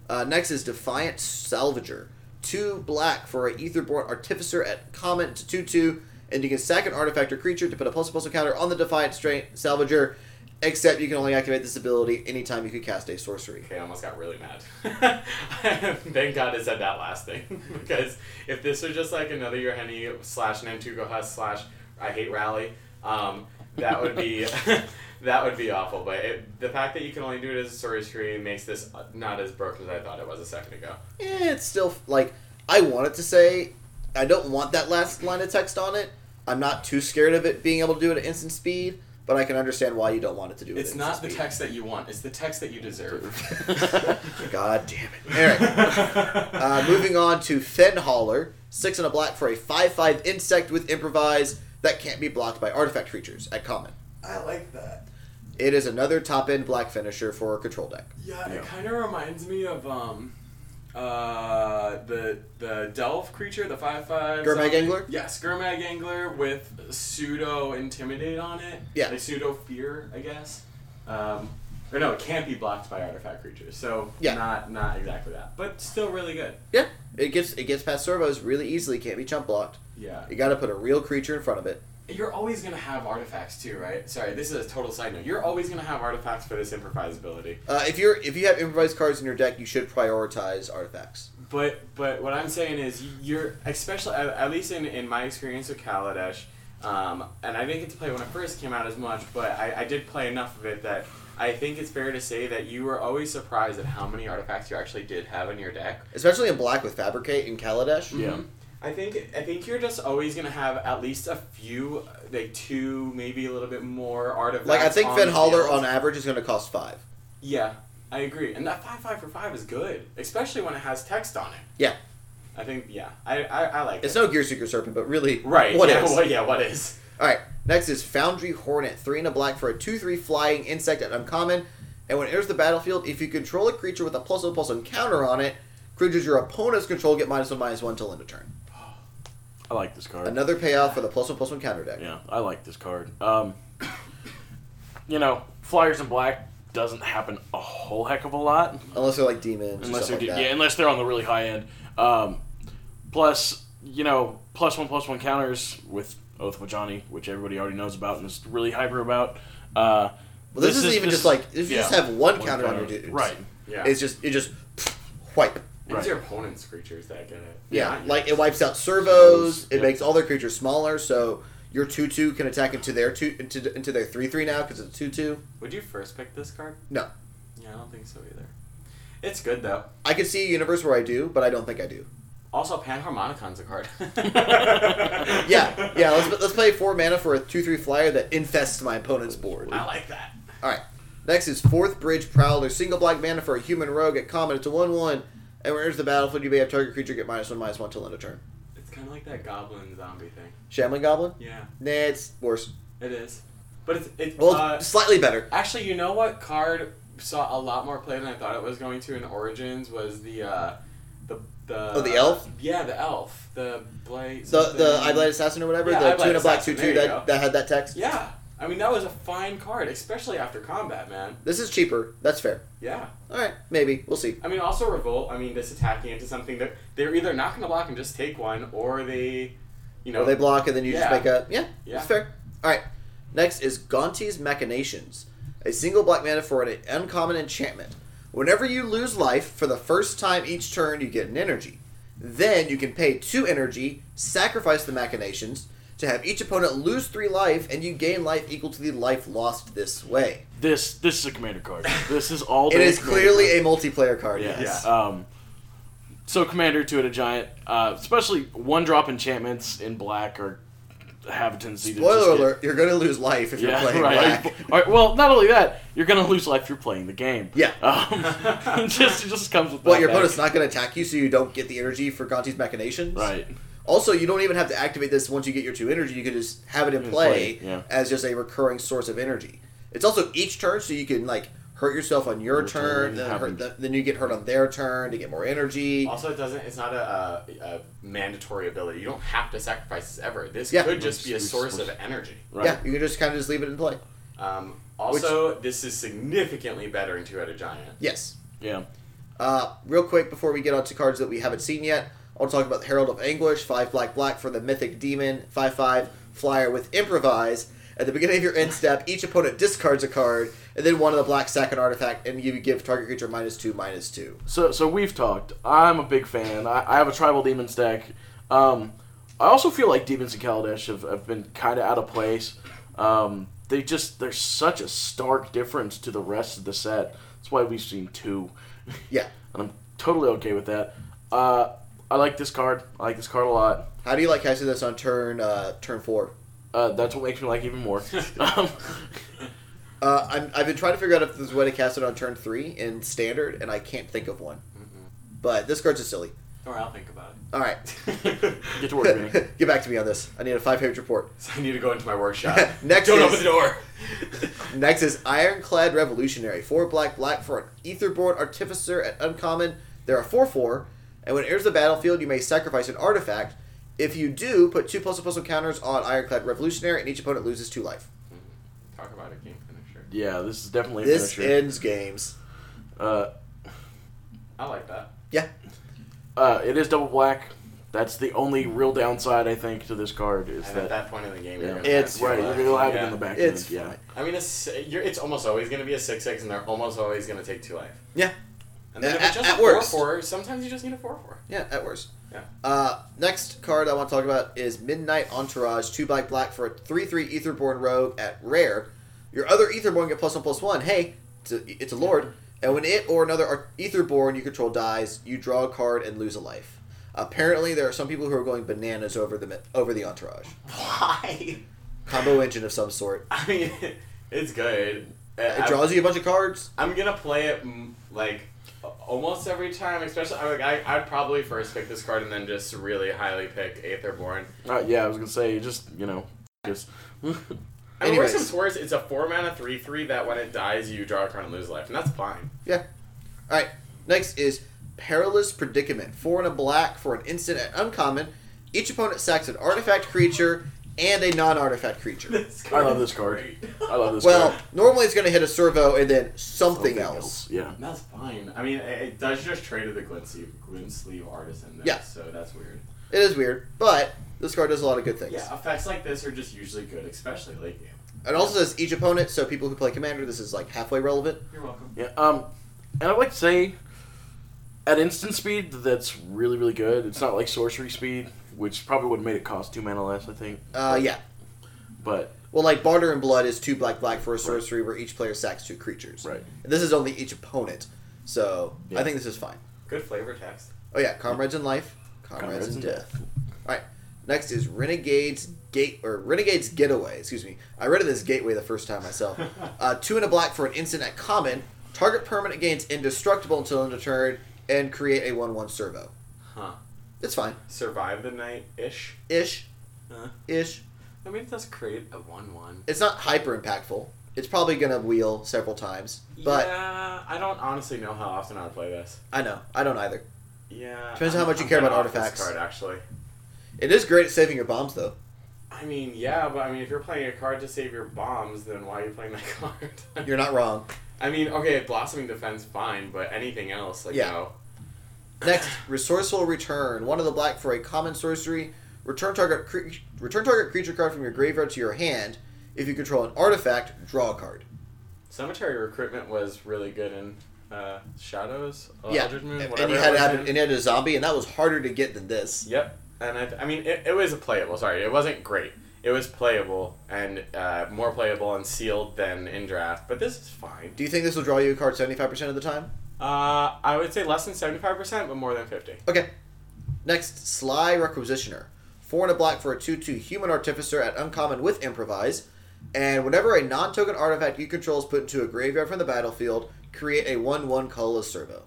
Speaker 1: Uh, next is Defiant Salvager. Two black for an Etherborn Artificer at comment to 2 2, and you can sack an artifact or creature to put a plus plus counter on the Defiant Stra- Salvager, except you can only activate this ability anytime you could cast a sorcery.
Speaker 3: Okay, I almost got really mad. Thank God I said that last thing because if this was just like another your henny slash Nantuko Huss slash I hate rally, um, that would be that would be awful. But it, the fact that you can only do it as a story screen makes this not as broken as I thought it was a second ago.
Speaker 1: Eh, it's still, like, I wanted to say, I don't want that last line of text on it. I'm not too scared of it being able to do it at instant speed, but I can understand why you don't want it to do it
Speaker 4: It's
Speaker 1: at
Speaker 4: not the
Speaker 1: instant
Speaker 4: text that you want. It's the text that you deserve.
Speaker 1: speed. God damn it. All right. Uh, moving on to Fenhaller, six and a black for a five-five insect with improvise that can't be blocked by artifact creatures at common.
Speaker 4: I like that.
Speaker 1: It is another top-end black finisher for a control deck.
Speaker 4: Yeah,
Speaker 2: Yeah.
Speaker 4: it kind of reminds me of um, uh, the the delve creature, the five five.
Speaker 1: Gurmag Angler?
Speaker 4: Yes, Gurmag Angler with pseudo intimidate on it.
Speaker 1: Yeah.
Speaker 4: like pseudo fear, I guess. Um, or no, it can't be blocked by artifact creatures. So
Speaker 1: Yeah.
Speaker 4: not not exactly that, but still really good.
Speaker 1: Yeah, it gets it gets past servos really easily. Can't be chump blocked.
Speaker 4: Yeah.
Speaker 1: You got to put a real creature in front of it.
Speaker 4: You're always gonna have artifacts too, right?
Speaker 3: Sorry, this is a total side note. You're always gonna have artifacts for this improvisability.
Speaker 1: Uh, if you're if you have improvised cards in your deck, you should prioritize artifacts.
Speaker 3: But but what I'm saying is you're especially at, at least in, in my experience with Kaladesh, um, and I didn't get to play when it first came out as much, but I, I did play enough of it that I think it's fair to say that you were always surprised at how many artifacts you actually did have in your deck.
Speaker 1: Especially in black with Fabricate and Kaladesh.
Speaker 2: Yeah.
Speaker 3: I think I think you're just always gonna have at least a few, like two, maybe a little bit more artifacts.
Speaker 1: Like I think
Speaker 3: on the
Speaker 1: Fenhaller
Speaker 3: field.
Speaker 1: on average is going to cost five.
Speaker 3: Yeah, I agree, and that five five for five is good, especially when it has text on it.
Speaker 1: Yeah.
Speaker 3: I think yeah. I I, I like
Speaker 1: It's
Speaker 3: it.
Speaker 1: no Gearseeker Serpent, but really,
Speaker 3: right.
Speaker 1: What
Speaker 3: yeah,
Speaker 1: is?
Speaker 3: What, yeah. What is?
Speaker 1: All right. Next is Foundry Hornet, three and a black for a two-three flying insect at uncommon, and when it enters the battlefield, if you control a creature with a plus one plus one counter on it, creatures your opponents control get minus one minus one till end of turn.
Speaker 2: I like this card.
Speaker 1: Another payoff for the plus one plus one counter deck.
Speaker 2: Yeah, I like this card. Um, you know, Flyers in black doesn't happen a whole heck of a lot
Speaker 1: Unless they're like demons. Unless
Speaker 2: unless they're
Speaker 1: or something
Speaker 2: de-
Speaker 1: like
Speaker 2: yeah,
Speaker 1: that.
Speaker 2: unless they're on the really high end. Um, plus, you know, plus one plus one counters with Oath of Johnny, which everybody already knows about and is really hyper about. Uh,
Speaker 1: Well, this, isn't even
Speaker 2: this-
Speaker 1: just like if you
Speaker 2: yeah,
Speaker 1: just have one, counter on your dudes.
Speaker 2: right?
Speaker 3: Yeah.
Speaker 1: It's just it just wipe.
Speaker 3: And
Speaker 2: right.
Speaker 3: It's your opponent's creatures that get it.
Speaker 1: Yeah,
Speaker 3: Not yours.
Speaker 1: like it wipes out servos. It
Speaker 2: Yep.
Speaker 1: makes all their creatures smaller, so your two two can attack into their two into, into their three three now because it's a two two.
Speaker 3: Would you first pick this card?
Speaker 1: No,
Speaker 3: Yeah, I don't think so either. It's good though.
Speaker 1: I could see a universe where I do, but I don't think I do.
Speaker 3: Also, Panharmonicon's a card.
Speaker 1: Yeah, yeah. Let's let's play four mana for a two three flyer that infests my opponent's board.
Speaker 3: I like that.
Speaker 1: All right. Next is Fourth Bridge Prowler, single black mana for a human rogue at common. It's a one one, and when it enters the battlefield, you may have target creature get minus one minus one till end of turn.
Speaker 3: It's kind of like that goblin zombie thing.
Speaker 1: Shambling Goblin.
Speaker 3: Yeah,
Speaker 1: Nah, it's worse.
Speaker 3: it is. But it's it.
Speaker 1: Well,
Speaker 3: uh,
Speaker 1: slightly better.
Speaker 3: actually, you know what card saw a lot more play than I thought it was going to in Origins was the uh, the the.
Speaker 1: Oh, the elf?
Speaker 3: Yeah, the elf. The blight.
Speaker 1: The the I
Speaker 3: something.
Speaker 1: Blade Assassin or whatever,
Speaker 3: Yeah,
Speaker 1: the
Speaker 3: Eye Blight
Speaker 1: two and a black two
Speaker 3: Assassin,
Speaker 1: two
Speaker 3: there
Speaker 1: that,
Speaker 3: you go.
Speaker 1: that had that text.
Speaker 3: Yeah, I mean that was a fine card, especially after combat, man.
Speaker 1: This is cheaper. That's fair.
Speaker 3: Yeah.
Speaker 1: All right, maybe we'll see.
Speaker 3: I mean, also revolt. I mean, this attacking into something that they're either not going to block and just take one, or they, you know,
Speaker 1: Or they block and then you just
Speaker 3: Yeah.
Speaker 1: make a yeah.
Speaker 3: Yeah.
Speaker 1: That's fair. All right. Next is Gonti's Machinations, a single black mana for an uncommon enchantment. Whenever you lose life for the first time each turn, you get an energy. Then you can pay two energy, sacrifice the machinations to have each opponent lose three life, and you gain life equal to the life lost this way.
Speaker 2: This this is a commander card. This is all.
Speaker 1: It
Speaker 2: day
Speaker 1: is
Speaker 2: commander card.
Speaker 1: clearly a multiplayer card.
Speaker 2: Yeah.
Speaker 1: Yes.
Speaker 2: Um, so commander two at a giant, uh, especially one drop enchantments in black or have a tendency to just
Speaker 1: Spoiler
Speaker 2: get-
Speaker 1: alert: You're going to lose life if you're
Speaker 2: yeah,
Speaker 1: playing
Speaker 2: right.
Speaker 1: black.
Speaker 2: All right. Well, not only that, you're gonna lose life if you're playing the game.
Speaker 1: Yeah.
Speaker 2: Um, just it just comes with.
Speaker 1: Well,
Speaker 2: that
Speaker 1: your
Speaker 2: back.
Speaker 1: opponent's not going to attack you, so you don't get the energy for Gonti's machinations.
Speaker 2: Right.
Speaker 1: Also, you don't even have to activate this once you get your two energy. You can just have it in
Speaker 2: In
Speaker 1: play,
Speaker 2: play, yeah.
Speaker 1: as just a recurring source of energy. It's also each turn, so you can like hurt yourself on your,
Speaker 2: Your turn,
Speaker 1: turn,
Speaker 2: it
Speaker 1: then, hurt
Speaker 2: happens.
Speaker 1: the, then you get hurt on their turn to get more energy.
Speaker 3: Also, it doesn't. It's not a, uh, a mandatory ability. You don't have to sacrifice this ever. This
Speaker 1: Yeah.
Speaker 3: could just be a
Speaker 2: It's- it's
Speaker 3: source of
Speaker 2: forced.
Speaker 3: energy.
Speaker 2: Right.
Speaker 1: Yeah, you can just kind of just leave it in play.
Speaker 3: Um, also, this is significantly better in Two Headed Giant.
Speaker 1: Yes.
Speaker 2: Yeah.
Speaker 1: Uh, real quick before we get on to cards that we haven't seen yet, I want to talk about the Herald of Anguish, five black black for the Mythic Demon, five five flyer with improvise. At the beginning of your end step, each opponent discards a card, and then one of the black sack an artifact, and you give target creature minus two minus two.
Speaker 2: So so we've talked. I'm a big fan. I, I have a tribal demon stack. Um, I also feel like demons in Kaladesh have, have been kind of out of place. Um, they just there's such a stark difference to the rest of the set. That's why we've seen two.
Speaker 1: Yeah.
Speaker 2: and I'm totally okay with that. Uh, I like this card. I like this card a lot.
Speaker 1: How do you like casting this on turn uh, turn four?
Speaker 2: Uh, that's what makes me like it even more. um,
Speaker 1: Uh, I'm, I've been trying to figure out if there's a way to cast it on turn three in standard, and I can't think of one. But this card's just silly.
Speaker 3: Don't worry, I'll think about
Speaker 1: All right,
Speaker 3: it.
Speaker 2: get to work, Vinny.
Speaker 1: get back to me on this. I need a five page report.
Speaker 3: so I need to go into my workshop.
Speaker 1: Next
Speaker 3: Don't
Speaker 1: is-
Speaker 3: open the door.
Speaker 1: Next is Ironclad Revolutionary. Four black, black for an Etherborn Artificer at uncommon. There are four four, and when it enters the battlefield, you may sacrifice an artifact. If you do, put two plus one plus one counters on Ironclad Revolutionary, and each opponent loses two life.
Speaker 3: Talk about a game finisher.
Speaker 2: Yeah, this is definitely a
Speaker 1: This
Speaker 2: finisher.
Speaker 1: ends games.
Speaker 2: uh,
Speaker 3: I like that.
Speaker 1: Yeah,
Speaker 2: uh, it is double black. That's the only real downside I think to this card is
Speaker 3: And at
Speaker 2: that,
Speaker 3: that point in the game,
Speaker 2: Yeah.
Speaker 3: you're gonna
Speaker 1: It's
Speaker 3: have
Speaker 2: right.
Speaker 3: to, uh,
Speaker 2: You're gonna have it
Speaker 3: yeah.
Speaker 2: in the back.
Speaker 1: It's
Speaker 2: end, yeah.
Speaker 1: fine.
Speaker 3: I mean, it's, you're, it's almost always going to be a 6 6, and they're almost always going to take 2 life.
Speaker 1: Yeah.
Speaker 3: And then
Speaker 1: At-
Speaker 3: if it's just
Speaker 1: at
Speaker 3: a 4
Speaker 1: worst.
Speaker 3: 4, sometimes you just need a 4 4.
Speaker 1: yeah, at worst.
Speaker 3: Yeah.
Speaker 1: Uh, next card I want to talk about is Midnight Entourage. Two black, black for a three three Etherborn Rogue at rare. Your other Etherborn get plus one plus one. Hey, it's a, it's a Lord. And when it or another Ar- Etherborn you control dies, you draw a card and lose a life. Apparently, there are some people who are going bananas over the mi- over the Entourage
Speaker 3: Why?
Speaker 1: combo engine of some sort.
Speaker 3: I mean, it's good.
Speaker 1: It
Speaker 3: I-
Speaker 1: draws you a bunch of cards.
Speaker 3: I'm gonna play it mm, like almost every time, especially I, like, I I'd probably first pick this card and then just really highly pick Aetherborn.
Speaker 2: Uh, yeah, I was gonna say just you know, just
Speaker 3: I mean, worse
Speaker 1: Anyways.
Speaker 3: comes to worse, it's a four mana three three that when it dies you draw a card and lose life, and that's fine.
Speaker 1: Yeah. All right. Next is Perilous Predicament. Four and a black for an instant at uncommon. Each opponent sacks an artifact creature and a non-artifact creature.
Speaker 2: I love this card. I love this
Speaker 1: Well,
Speaker 2: card.
Speaker 1: normally it's going to hit a servo and then something,
Speaker 2: Something
Speaker 1: else.
Speaker 2: Yeah.
Speaker 3: That's fine. I mean, it, it does just trade to the Gloomsleeve, Gloomsleeve Artisan. There,
Speaker 1: Yeah.
Speaker 3: So that's weird.
Speaker 1: It is weird, but this card does a lot of good things.
Speaker 3: Yeah, effects like this are just usually good, especially late game.
Speaker 1: It also says each opponent, so people who play commander, this is like halfway relevant.
Speaker 3: You're welcome.
Speaker 2: Yeah. Um, and I'd like to say, at instant speed, that's really really good. It's not like sorcery speed, which probably would have made it cost two mana less, I think.
Speaker 1: Uh, yeah.
Speaker 2: But
Speaker 1: Well, like Barter and Blood is two black black for a sorcery where each player sacks two creatures.
Speaker 2: Right.
Speaker 1: And this is only each opponent, so I
Speaker 2: Yeah.
Speaker 1: think this is fine.
Speaker 3: Good flavor text.
Speaker 1: Oh yeah, comrades in life, comrades, in death. All right. Next is Renegades Gate or Renegades Getaway. Excuse me. I read of this Gateway the first time myself. uh, two and a black for an instant at common. Target permanent gains indestructible until end of turn, and create a one-one servo.
Speaker 3: Huh.
Speaker 1: It's fine.
Speaker 3: Survive the night ish.
Speaker 1: Ish.
Speaker 3: Huh.
Speaker 1: Ish.
Speaker 3: I mean, it does create a one one.
Speaker 1: It's not hyper impactful. It's probably gonna wheel several times, but
Speaker 3: yeah, I don't honestly know how often I would play this.
Speaker 1: I know I don't either.
Speaker 3: Yeah.
Speaker 1: Depends on
Speaker 3: I'm-
Speaker 1: how much you
Speaker 3: I'm
Speaker 1: care
Speaker 3: kinda
Speaker 1: about
Speaker 3: off this
Speaker 1: artifacts.
Speaker 3: Card actually.
Speaker 1: It is great at saving your bombs though.
Speaker 3: I mean, yeah, but I mean, if you're playing a card to save your bombs, then why are you playing that card?
Speaker 1: You're not wrong.
Speaker 3: I mean, okay, blossoming defense, fine, but anything else, like
Speaker 1: Yeah.
Speaker 3: no.
Speaker 1: Next, resourceful return. One of the black for a common sorcery. Return target cre- return target creature card from your graveyard to your hand. If you control an artifact, draw a card.
Speaker 3: Cemetery recruitment was really good in uh, Shadows.
Speaker 1: yeah,
Speaker 3: Oh, Eldritch Moon,
Speaker 1: and,
Speaker 3: whatever
Speaker 1: you
Speaker 3: it
Speaker 1: had
Speaker 3: was
Speaker 1: to have
Speaker 3: in.
Speaker 1: and you had a zombie, and that was harder to get than this.
Speaker 3: Yep, and I, I mean it, it was playable. Sorry, it wasn't great. It was playable and uh, more playable and sealed than in draft, but this is fine.
Speaker 1: Do you think this will draw you a card seventy five percent of the time?
Speaker 3: Uh, I would say less than seventy five percent, but more than fifty.
Speaker 1: Okay. Next, Sly Requisitioner. Four and a black for a 2 2 human artificer at uncommon with improvise. And whenever a non token artifact you control is put into a graveyard from the battlefield, create a 1 1 colorless servo.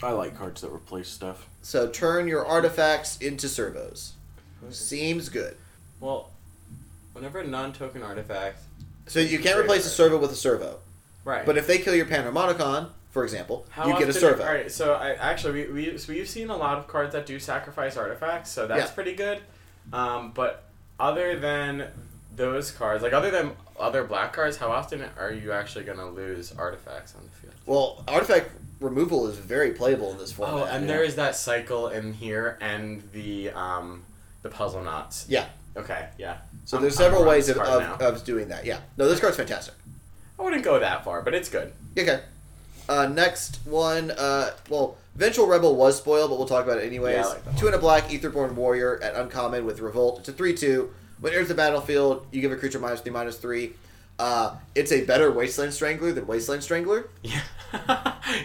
Speaker 2: I like cards that replace stuff.
Speaker 1: So turn your artifacts into servos. Seems good.
Speaker 3: Well, whenever a non token artifact,
Speaker 1: So you can't replace a servo with a servo.
Speaker 3: right?
Speaker 1: But if they kill your Panharmonicon, for example,
Speaker 3: How
Speaker 1: you get a
Speaker 3: often-
Speaker 1: servo.
Speaker 3: All right, so I actually we we so we've seen a lot of cards that do sacrifice artifacts, so that's
Speaker 1: Yeah.
Speaker 3: pretty good. Um, but other than those cards, like other than other black cards, how often are you actually going to lose artifacts on the field?
Speaker 1: Well, artifact removal is very playable in this format.
Speaker 3: Oh, and there is that cycle in here and the um the puzzle knots.
Speaker 1: Yeah.
Speaker 3: Okay. Yeah.
Speaker 1: So
Speaker 3: I'm-
Speaker 1: there's
Speaker 3: I'm
Speaker 1: several
Speaker 3: on
Speaker 1: ways
Speaker 3: this
Speaker 1: of,
Speaker 3: card
Speaker 1: of,
Speaker 3: now.
Speaker 1: of doing that. Yeah. No, this card's fantastic.
Speaker 3: I wouldn't go that far, but it's good.
Speaker 1: Okay. Uh, next one. Uh, well, Ventral Rebel was spoiled, but we'll talk about it anyways.
Speaker 3: Yeah, I like that
Speaker 1: Two and a black, Etherborn Warrior at uncommon with Revolt. It's a three-two. When it enters the battlefield, you give a creature minus three, minus three. Uh, it's a better Wasteland Strangler than Wasteland Strangler.
Speaker 3: Yeah.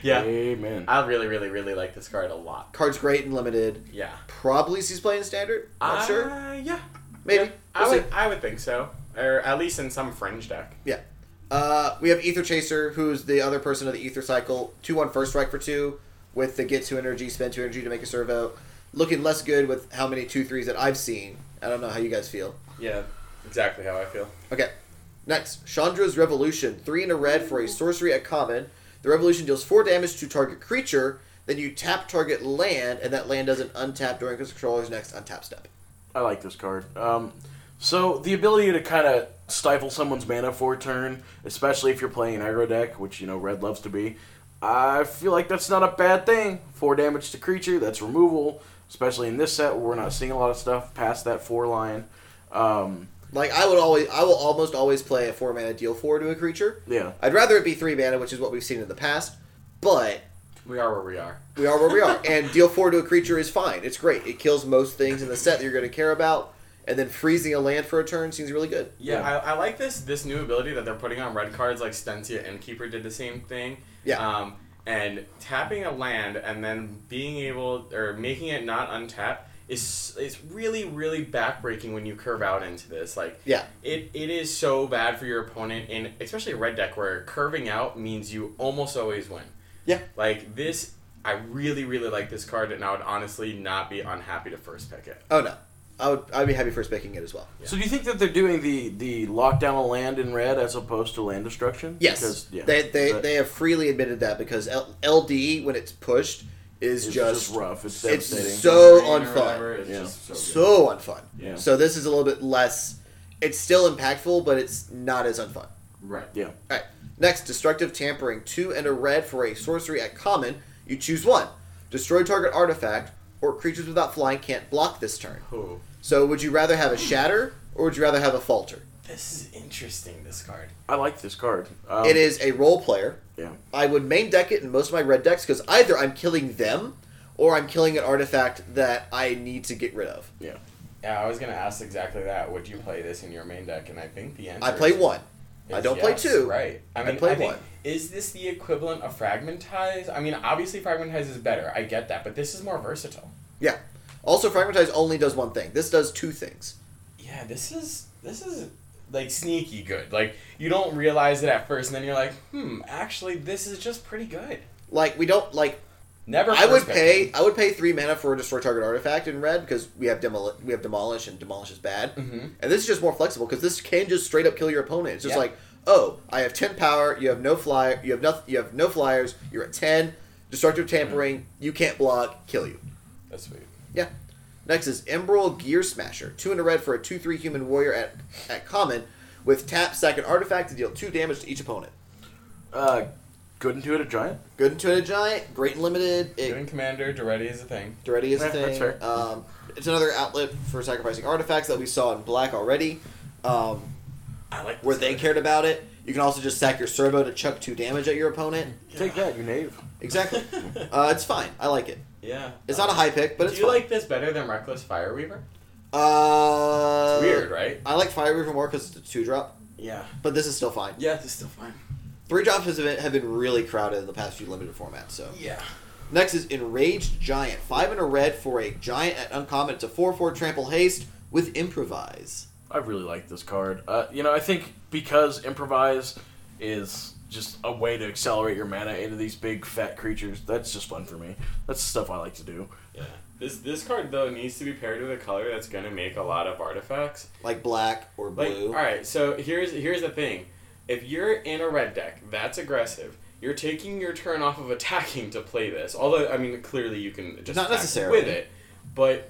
Speaker 3: yeah.
Speaker 2: Amen.
Speaker 3: I really, really, really like this card a lot.
Speaker 1: Card's great and limited.
Speaker 3: Yeah.
Speaker 1: Probably sees playing standard. Not
Speaker 3: Uh,
Speaker 1: sure.
Speaker 3: Yeah.
Speaker 1: Maybe.
Speaker 3: Yeah, I
Speaker 1: We'll
Speaker 3: would,
Speaker 1: see.
Speaker 3: I would think so, or at least in some fringe deck.
Speaker 1: Yeah. Uh, we have Ether Chaser, who's the other person of the Ether Cycle. 2 1 first strike for 2 with the get 2 energy, spend 2 energy to make a servo. Looking less good with how many 2 3s that I've seen. I don't know how you guys feel.
Speaker 3: Yeah, exactly how I feel.
Speaker 1: Okay. Next, Chandra's Revolution. 3 and a red for a sorcery at common. The revolution deals 4 damage to target creature. Then you tap target land, and that land doesn't untap during controller's next untap step.
Speaker 2: I like this card. Um, so the ability to kind of stifle someone's mana for a turn, especially if you're playing an aggro deck, which you know red loves to be. I feel like that's not a bad thing. Four damage to creature, that's removal, especially in this set where we're not seeing a lot of stuff past that four line. Um,
Speaker 1: Like I would always, I will almost always play a four mana deal four to a creature.
Speaker 2: yeah,
Speaker 1: I'd rather it be three mana, which is what we've seen in the past. But
Speaker 3: We are where we are.
Speaker 1: we are where we are. And deal four to a creature is fine. It's great. It kills most things in the set that you're going to care about. And then freezing a land for a turn seems really good.
Speaker 3: Yeah,
Speaker 2: Yeah.
Speaker 3: I, I like this this new ability that they're putting on red cards. Like Stentia Innkeeper did the same thing.
Speaker 1: Yeah.
Speaker 3: Um, and tapping a land and then being able or making it not untap is is really really backbreaking when you curve out into this. Like
Speaker 1: Yeah.
Speaker 3: it, it is so bad for your opponent in especially a red deck where curving out means you almost always win.
Speaker 4: Yeah.
Speaker 3: Like this, I really really like this card, and I would honestly not be unhappy to first pick it.
Speaker 1: Oh no, I would I'd be happy first picking it as well.
Speaker 2: So do you think that they're doing the the lockdown of land in red as opposed to land destruction?
Speaker 1: Yes,
Speaker 2: Because, yeah,
Speaker 1: they they,
Speaker 2: that
Speaker 1: they have freely admitted that because L- LD when it's pushed is
Speaker 2: is
Speaker 1: just,
Speaker 2: rough. It's
Speaker 1: it's
Speaker 2: devastating.
Speaker 1: so
Speaker 3: Green or whatever,
Speaker 1: unfun,
Speaker 3: it's
Speaker 2: Yeah.
Speaker 3: just so good.
Speaker 1: so unfun.
Speaker 2: Yeah.
Speaker 1: So this is a little bit less. It's still impactful, but it's not as unfun.
Speaker 3: right.
Speaker 2: yeah.
Speaker 1: All right. Next, destructive tampering. Two and a red for a sorcery at common. You choose one. Destroy target artifact or creatures without flying can't block this turn.
Speaker 3: Ooh.
Speaker 1: So, would you rather have a shatter or would you rather have a falter?
Speaker 3: This is interesting. This card.
Speaker 2: I like this card. Um,
Speaker 1: it is a role player.
Speaker 2: Yeah.
Speaker 1: I would main deck it in most of my red decks because either I'm killing them or I'm killing an artifact that I need to get rid of.
Speaker 2: Yeah.
Speaker 3: Yeah, I was gonna ask exactly that. Would you play this in your main deck? And I think the answer.
Speaker 1: I play
Speaker 3: is-
Speaker 1: one. I
Speaker 3: is
Speaker 1: don't play
Speaker 3: yes,
Speaker 1: two.
Speaker 3: Right. I
Speaker 1: I
Speaker 3: mean, I
Speaker 1: play
Speaker 3: think-
Speaker 1: one.
Speaker 3: Is this the equivalent of Fragmentize? I mean, obviously Fragmentize is better. I get that, but this is more versatile.
Speaker 1: Yeah. Also, Fragmentize only does one thing. This does two things.
Speaker 3: Yeah, this is this is like sneaky good. Like you don't realize it at first, and then you're like, hmm, actually, this is just pretty good.
Speaker 1: Like, we don't, like,
Speaker 3: Never.
Speaker 1: I would
Speaker 3: first pick.
Speaker 1: pay. I would pay three mana for a destroy target artifact in red because we have demol- we have demolish and demolish is bad.
Speaker 3: Mhm.
Speaker 1: And this is just more flexible because this can just straight up kill your opponent. It's just
Speaker 3: Yeah.
Speaker 1: like, oh, I have ten power. You have no flyer. You have nothing. You have no flyers. You're at ten. Destructive tampering.
Speaker 3: Mm-hmm.
Speaker 1: You can't block. Kill you.
Speaker 3: That's sweet.
Speaker 1: Yeah. Next is Emerald Gear Smasher. Two in a red for a two three human warrior at at common with tap sack an artifact to deal two damage to each opponent.
Speaker 2: Uh, good intuitive giant.
Speaker 1: Good into a giant. Great and limited. It
Speaker 3: Doing Commander Doretti is a thing.
Speaker 1: Duretti is a
Speaker 2: Yeah, that's
Speaker 1: thing.
Speaker 2: fair.
Speaker 1: Um, it's another outlet for sacrificing artifacts that we saw in black already, um,
Speaker 3: I like.
Speaker 1: where
Speaker 3: this
Speaker 1: they
Speaker 3: card.
Speaker 1: cared about it. You can also just sack your servo to chuck two damage at your opponent.
Speaker 2: Take that, you knave.
Speaker 1: Exactly. uh, it's fine. I like it.
Speaker 3: Yeah.
Speaker 1: It's not a high pick, but
Speaker 3: Do
Speaker 1: it's
Speaker 3: you
Speaker 1: fine.
Speaker 3: like this better than Reckless Fireweaver?
Speaker 1: uh,
Speaker 3: It's weird, right?
Speaker 1: I like Fireweaver more because it's a two drop,
Speaker 3: Yeah.
Speaker 1: but this is still fine.
Speaker 3: Yeah, this is still fine.
Speaker 1: Three drops has been, have been really crowded in the past few limited formats. So
Speaker 3: Yeah.
Speaker 1: next is Enraged Giant, five and a red for a giant at uncommon. It's a four four trample haste with improvise.
Speaker 2: I really like this card. Uh, you know, I think because improvise is just a way to accelerate your mana into these big fat creatures. That's just fun for me. That's the stuff I like to do.
Speaker 3: Yeah. This this card though needs to be paired with a color that's gonna make a lot of artifacts.
Speaker 1: like black or
Speaker 3: Like,
Speaker 1: blue.
Speaker 3: all right. So here's here's the thing. If you're in a red deck that's aggressive, you're taking your turn off of attacking to play this. Although I mean, clearly you can just
Speaker 1: Not
Speaker 3: attack
Speaker 1: necessarily.
Speaker 3: with it, but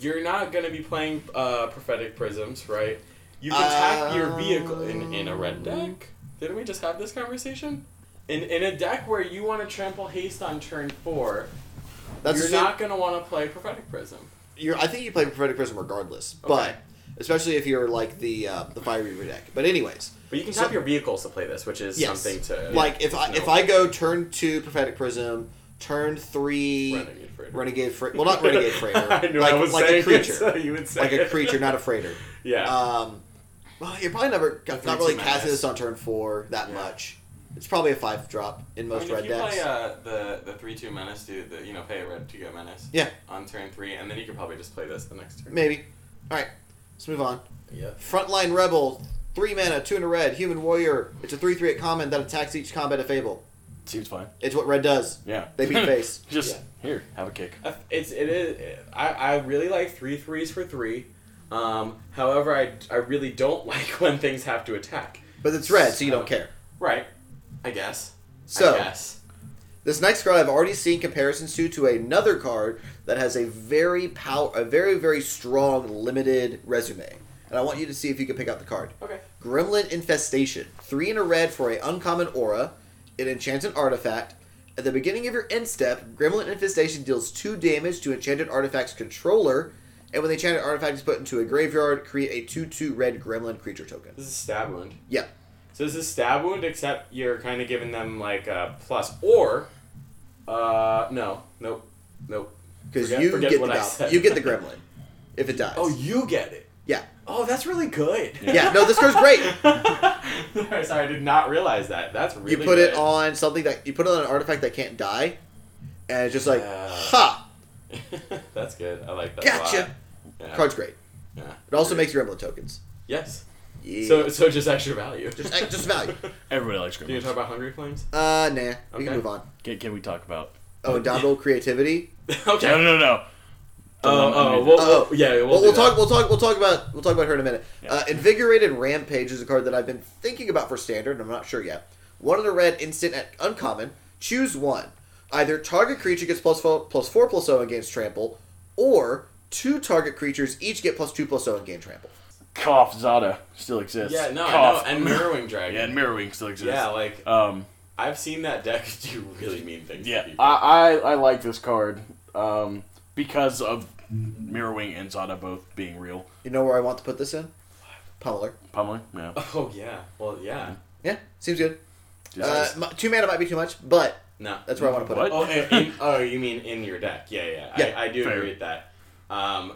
Speaker 3: you're not gonna be playing uh, prophetic prisms, right? You can attack your vehicle in, in a
Speaker 1: Um.
Speaker 3: red deck. Didn't we just have this conversation? In, in a deck where you want to trample haste on turn four,
Speaker 1: That's
Speaker 3: you're
Speaker 1: assu-
Speaker 3: not gonna want to play prophetic prism.
Speaker 1: You're, I think you play prophetic prism regardless,
Speaker 3: Okay.
Speaker 1: but especially if you're like the uh, the fire reaver deck. But anyways,
Speaker 3: But you can
Speaker 1: So-
Speaker 3: tap your vehicles to play this, which is
Speaker 1: yes.
Speaker 3: something to
Speaker 1: like if I
Speaker 3: to
Speaker 1: if
Speaker 3: know.
Speaker 1: I go turn two prophetic prism, turn three renegade,
Speaker 3: renegade freighter.
Speaker 1: freighter. Well, not renegade freighter.
Speaker 3: I knew
Speaker 1: like
Speaker 3: I was
Speaker 1: like
Speaker 3: saying
Speaker 1: a creature,
Speaker 3: It, so you would say
Speaker 1: like a
Speaker 3: it.
Speaker 1: creature, not a freighter.
Speaker 3: Yeah.
Speaker 1: Um, well, you're probably never
Speaker 3: That's
Speaker 1: not really
Speaker 3: too
Speaker 1: casting
Speaker 3: nice.
Speaker 1: this on turn four that
Speaker 3: Yeah.
Speaker 1: much. It's probably a five drop in
Speaker 4: I
Speaker 1: most
Speaker 4: mean, if
Speaker 1: red
Speaker 4: you
Speaker 1: decks.
Speaker 4: play uh, the the three two menace, do the you know pay a red to get menace.
Speaker 1: Yeah.
Speaker 4: On turn three, and then you could probably just play this the next turn.
Speaker 1: Maybe. All right, let's move on.
Speaker 3: yeah.
Speaker 1: Frontline Rebel, three mana, two in a red, human warrior. It's a three three at common that attacks each combat of Fable.
Speaker 2: Seems fine.
Speaker 1: It's what red does.
Speaker 2: Yeah.
Speaker 1: They beat face.
Speaker 2: just
Speaker 1: Yeah.
Speaker 2: here, have a kick.
Speaker 3: I- It's it is. I, I really like three threes for three. Um, however, I, I really don't like when things have to attack.
Speaker 1: But it's red, so you don't care.
Speaker 3: Right. I guess. I
Speaker 1: So
Speaker 3: guess.
Speaker 1: this next card I've already seen comparisons to to another card that has a very power, a very very strong limited resume, and I want you to see if you can pick out the card.
Speaker 3: Okay.
Speaker 1: Gremlin Infestation. Three in a red for a uncommon aura. It enchants an artifact. At the beginning of your end step, Gremlin Infestation deals two damage to enchanted artifact's controller, and when the enchanted artifact is put into a graveyard, create a 2 2 red gremlin creature token.
Speaker 3: This is stab wound.
Speaker 1: Yeah.
Speaker 3: So this is stab wound, except you're kind of giving them like a plus or, uh, no, nope, nope.
Speaker 1: Because
Speaker 3: Forget-
Speaker 1: you,
Speaker 3: forget
Speaker 1: get the
Speaker 3: what I
Speaker 1: gob-
Speaker 3: said.
Speaker 1: you get the gremlin if it dies.
Speaker 3: Oh, you get it.
Speaker 1: Yeah.
Speaker 3: Oh, that's really good.
Speaker 1: Yeah, no, this card's great.
Speaker 3: Sorry, sorry, I did not realize that. That's really
Speaker 1: you put it on something that you put it on an artifact that can't die, and it's just like,
Speaker 3: Yeah.
Speaker 1: ha!
Speaker 3: on. that's good. I like that. a lot.
Speaker 1: Gotcha!
Speaker 3: Yeah.
Speaker 1: Card's great.
Speaker 3: Yeah.
Speaker 1: It also makes gremlin tokens.
Speaker 3: Yes.
Speaker 1: Yeah.
Speaker 4: So so just extra value.
Speaker 1: just, eh, just value.
Speaker 2: Everybody likes
Speaker 4: Do you
Speaker 2: Grimlock.
Speaker 4: talk about Hungry Flames?
Speaker 1: Uh, nah. We
Speaker 4: Okay.
Speaker 1: can move on.
Speaker 2: Can, can we talk about?
Speaker 1: Oh, Donald creativity.
Speaker 4: okay.
Speaker 2: No, no, no, no.
Speaker 4: Oh, oh, well,
Speaker 1: Oh.
Speaker 4: well, yeah, we'll,
Speaker 1: Well,
Speaker 4: do
Speaker 1: we'll
Speaker 4: that.
Speaker 1: talk. We'll talk. We'll talk about. We'll talk about her in a minute.
Speaker 2: Yeah.
Speaker 1: Uh, Invigorated Rampage is a card that I've been thinking about for standard. and I'm not sure yet. One in a red, instant at uncommon. Choose one. Either target creature gets plus four, plus four, plus zero against trample, or two target creatures each get plus two, plus zero against trample.
Speaker 2: Cough Zada still exists.
Speaker 4: Yeah, no,
Speaker 2: Cough.
Speaker 4: I know. And Mirrorwing Dragon.
Speaker 2: yeah, and Mirrorwing still exists.
Speaker 4: yeah, like
Speaker 2: Um,
Speaker 4: I've seen that deck do really mean things. to
Speaker 2: yeah,
Speaker 4: people.
Speaker 2: I, I, I like this card um, because of Mirrorwing and Zada both being real.
Speaker 1: You know where I want to put this in? Pummeler.
Speaker 2: Pummeling? No.
Speaker 4: Oh yeah. Well yeah.
Speaker 2: Mm-hmm.
Speaker 1: Yeah, seems good. Uh,
Speaker 2: Just-
Speaker 1: my, two mana might be too much, but
Speaker 4: No.
Speaker 1: that's where I want to put
Speaker 2: What?
Speaker 1: it.
Speaker 4: Oh, in, in- oh, you mean in your deck? Yeah, yeah.
Speaker 1: Yeah,
Speaker 4: I, I do
Speaker 2: fair.
Speaker 4: agree with that. Um,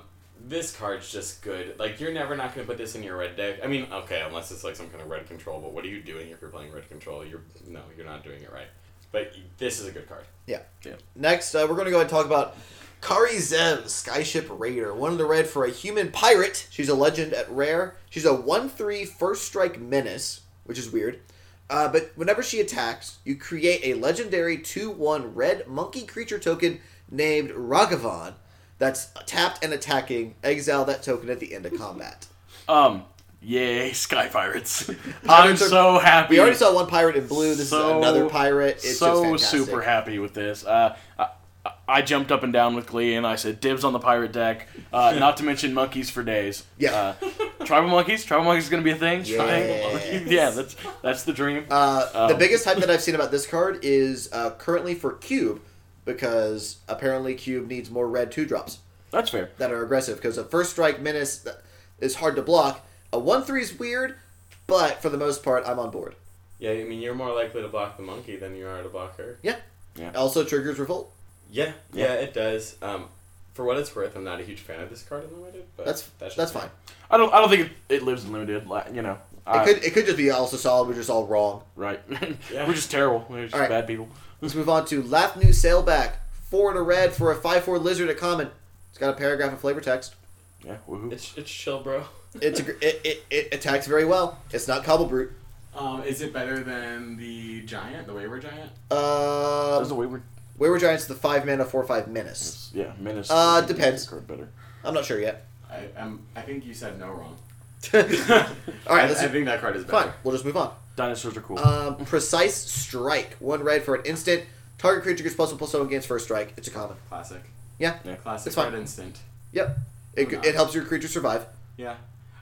Speaker 4: this card's just good. Like you're never not gonna put this in your red deck. I mean, okay, unless it's like some kind of red control. But what are you doing if you're playing red control? You're no, you're not doing it right. But this is a good card.
Speaker 1: Yeah.
Speaker 2: Yeah.
Speaker 1: Next, uh, we're going to go and talk about Kari Zev, Skyship Raider. One in the red for a human pirate. She's a legend at rare. She's a 1 3 first strike menace, which is weird. Uh, but whenever she attacks, you create a legendary 2 1 red monkey creature token named Ragavan that's tapped and attacking. Exile that token at the end of combat.
Speaker 2: um, yay, Sky Pirates. I'm so happy.
Speaker 1: We already saw one pirate in blue. This is
Speaker 2: So-
Speaker 1: another pirate. It's
Speaker 2: so
Speaker 1: just fantastic.
Speaker 2: super happy with this. Uh, I, I jumped up and down with glee and I said dibs on the pirate deck. Uh, not to mention monkeys for days.
Speaker 1: Yeah.
Speaker 2: Uh, tribal monkeys. Tribal monkeys is gonna be a thing.
Speaker 1: Yes.
Speaker 2: Tribal monkeys. yeah, that's that's the dream.
Speaker 1: Uh, the
Speaker 2: Um,
Speaker 1: biggest hype that I've seen about this card is uh, currently for Cube, because apparently Cube needs more red two drops
Speaker 2: that's fair.
Speaker 1: that are aggressive. Because a first strike menace th- is hard to block. A one three is weird, but for the most part, I'm on board.
Speaker 4: Yeah, I mean you're more likely to block the monkey than you are to block her.
Speaker 1: Yeah.
Speaker 2: Yeah.
Speaker 1: Also triggers revolt.
Speaker 4: Yeah, yeah, it does. Um, for what it's worth, I'm not a huge fan of this card in limited, but
Speaker 1: That's
Speaker 4: that's,
Speaker 1: that's fine.
Speaker 2: I don't I don't think it, it lives in limited. Like you know. I-
Speaker 1: it could it could just be also solid. We're just all wrong.
Speaker 2: Right.
Speaker 4: Yeah.
Speaker 2: We're just terrible. We're just
Speaker 1: All right.
Speaker 2: bad people.
Speaker 1: Let's move on to Lathnu Sailback. Four and a red for a five four lizard at common. It's got a paragraph of flavor text.
Speaker 2: Yeah. Woohoo.
Speaker 4: It's it's chill, bro.
Speaker 1: It's a, gr- it, it, it attacks very well. It's not cobble brute.
Speaker 3: Um, is it better than the giant, the wayward giant?
Speaker 1: Uh,
Speaker 2: That's a wayward.
Speaker 1: Wayward Giant's the five mana, four five menace.
Speaker 2: Yeah. Menace.
Speaker 1: Uh, depends.
Speaker 2: Card better.
Speaker 1: I'm not sure yet.
Speaker 3: I um, I think you said no wrong.
Speaker 1: All
Speaker 4: I,
Speaker 1: right,
Speaker 4: I
Speaker 1: let's do-
Speaker 4: think that card is better.
Speaker 1: fine. We'll just move on.
Speaker 2: Dinosaurs are cool.
Speaker 1: Um, precise strike, one red for an instant. Target creature gets plus one plus one against first strike. It's a common.
Speaker 3: Classic.
Speaker 1: Yeah.
Speaker 2: Yeah.
Speaker 3: Classic
Speaker 1: It's fine.
Speaker 3: red instant.
Speaker 1: Yep. It,
Speaker 3: Why not?
Speaker 1: it helps your creature survive.
Speaker 3: Yeah.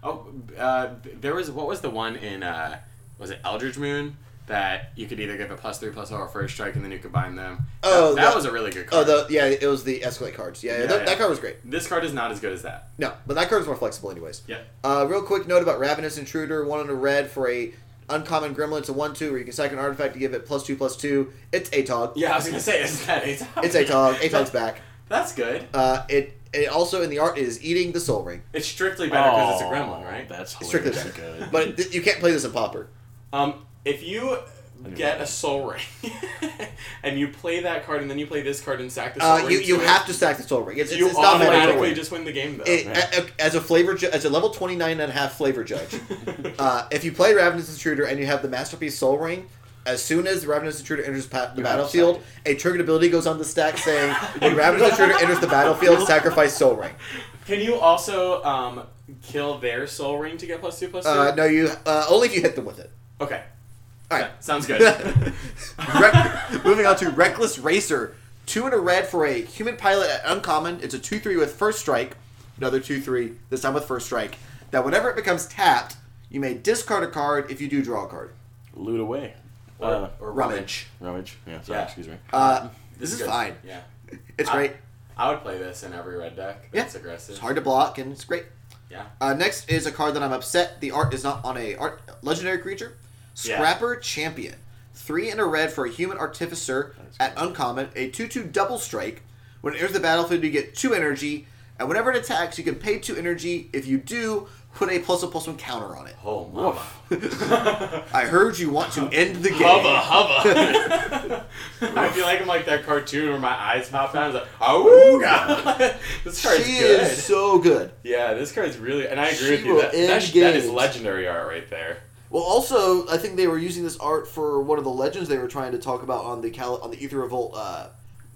Speaker 3: Oh, uh, there was what was the one in uh, was it Eldridge Moon that you could either get the plus three plus four or first strike and then you combine them.
Speaker 1: Oh,
Speaker 3: that, that
Speaker 1: the-
Speaker 3: was a really good
Speaker 1: Oh,
Speaker 3: card.
Speaker 1: the yeah, it was the escalate cards. Yeah, yeah,
Speaker 3: Yeah,
Speaker 1: that,
Speaker 3: yeah.
Speaker 1: that card was great.
Speaker 3: this card is not as good as that.
Speaker 1: No, but that card's more flexible, anyways.
Speaker 3: Yeah.
Speaker 1: Uh, real quick note about Ravenous Intruder, one on a red for a uncommon gremlin. It's a one two where you can sack an artifact to give it plus two plus two. It's Atog.
Speaker 4: Yeah, I was gonna say, is that it's
Speaker 1: It's Atog. Atog's back.
Speaker 4: That's good.
Speaker 1: Uh, it it also in the art is eating the soul ring.
Speaker 4: It's strictly better because it's a gremlin, right?
Speaker 2: That's
Speaker 1: strictly
Speaker 2: hilarious. Good.
Speaker 1: But th- you can't play this in Popper.
Speaker 4: Um, if you
Speaker 2: didn't
Speaker 4: get
Speaker 2: know
Speaker 4: a soul ring and you play that card and then you play this card and sack the soul
Speaker 1: Uh,
Speaker 4: ring,
Speaker 1: you you
Speaker 4: to it,
Speaker 1: have to stack the Soul Ring. It's, it's,
Speaker 4: you
Speaker 1: it's not mandatory.
Speaker 4: automatically just Oh, win the game though.
Speaker 1: It-
Speaker 2: man.
Speaker 1: a- a- as a flavor, ju- as a level 29 and a half flavor judge, uh, if you play Ravenous Intruder and you have the Masterpiece Soul Ring, as soon as the Ravenous Intruder enters pa- the
Speaker 2: have
Speaker 1: battlefield, a triggered ability goes on the stack saying, when Ravenous Intruder enters the battlefield, sacrifice Soul Ring.
Speaker 4: Can you also um kill their soul ring to get plus two plus two?
Speaker 1: Uh, no, you uh, only if you hit them with it.
Speaker 4: Okay.
Speaker 1: All right.
Speaker 4: Sounds good.
Speaker 1: Rec- moving on to Reckless Racer. Two in a red for a human pilot at uncommon. It's a 2 3 with first strike. Another 2 3, this time with first strike. That whenever it becomes tapped, you may discard a card if you do draw a card.
Speaker 2: Loot away.
Speaker 4: or,
Speaker 2: uh,
Speaker 4: or
Speaker 1: Rummage.
Speaker 2: rummage. Yeah. Sorry.
Speaker 4: Yeah.
Speaker 2: Excuse me.
Speaker 1: Uh,
Speaker 4: This
Speaker 1: this
Speaker 4: is
Speaker 1: is
Speaker 4: good.
Speaker 1: fine.
Speaker 4: Yeah.
Speaker 1: It's
Speaker 4: I-
Speaker 1: great.
Speaker 4: I would play this in every red deck.
Speaker 1: Yeah.
Speaker 4: It's aggressive.
Speaker 1: It's hard to block, and it's great.
Speaker 4: Yeah.
Speaker 1: Uh, next is a card that I'm upset. The art is not on a art legendary creature.
Speaker 4: Yeah.
Speaker 1: Scrapper Champion. Three and a red for a human artificer at uncommon, a 2 2 double strike. When it enters the battlefield, you get two energy. And whenever it attacks, you can pay two energy. If you do, put a plus a plus one counter on it.
Speaker 4: Oh, mama.
Speaker 1: I heard you want to end the game.
Speaker 4: Hubba, hubba.
Speaker 3: I feel like I'm like that cartoon where my eyes pop out. I was like, oh god, this card's
Speaker 1: She
Speaker 3: good.
Speaker 1: is so good.
Speaker 3: Yeah, this card's really, and I agree
Speaker 1: She
Speaker 3: with you.
Speaker 1: will
Speaker 3: That,
Speaker 1: end
Speaker 3: that, that
Speaker 1: games.
Speaker 3: is legendary art right there.
Speaker 1: Well, also, I think they were using this art for one of the legends they were trying to talk about on the Cal- on the Ether Revolt uh,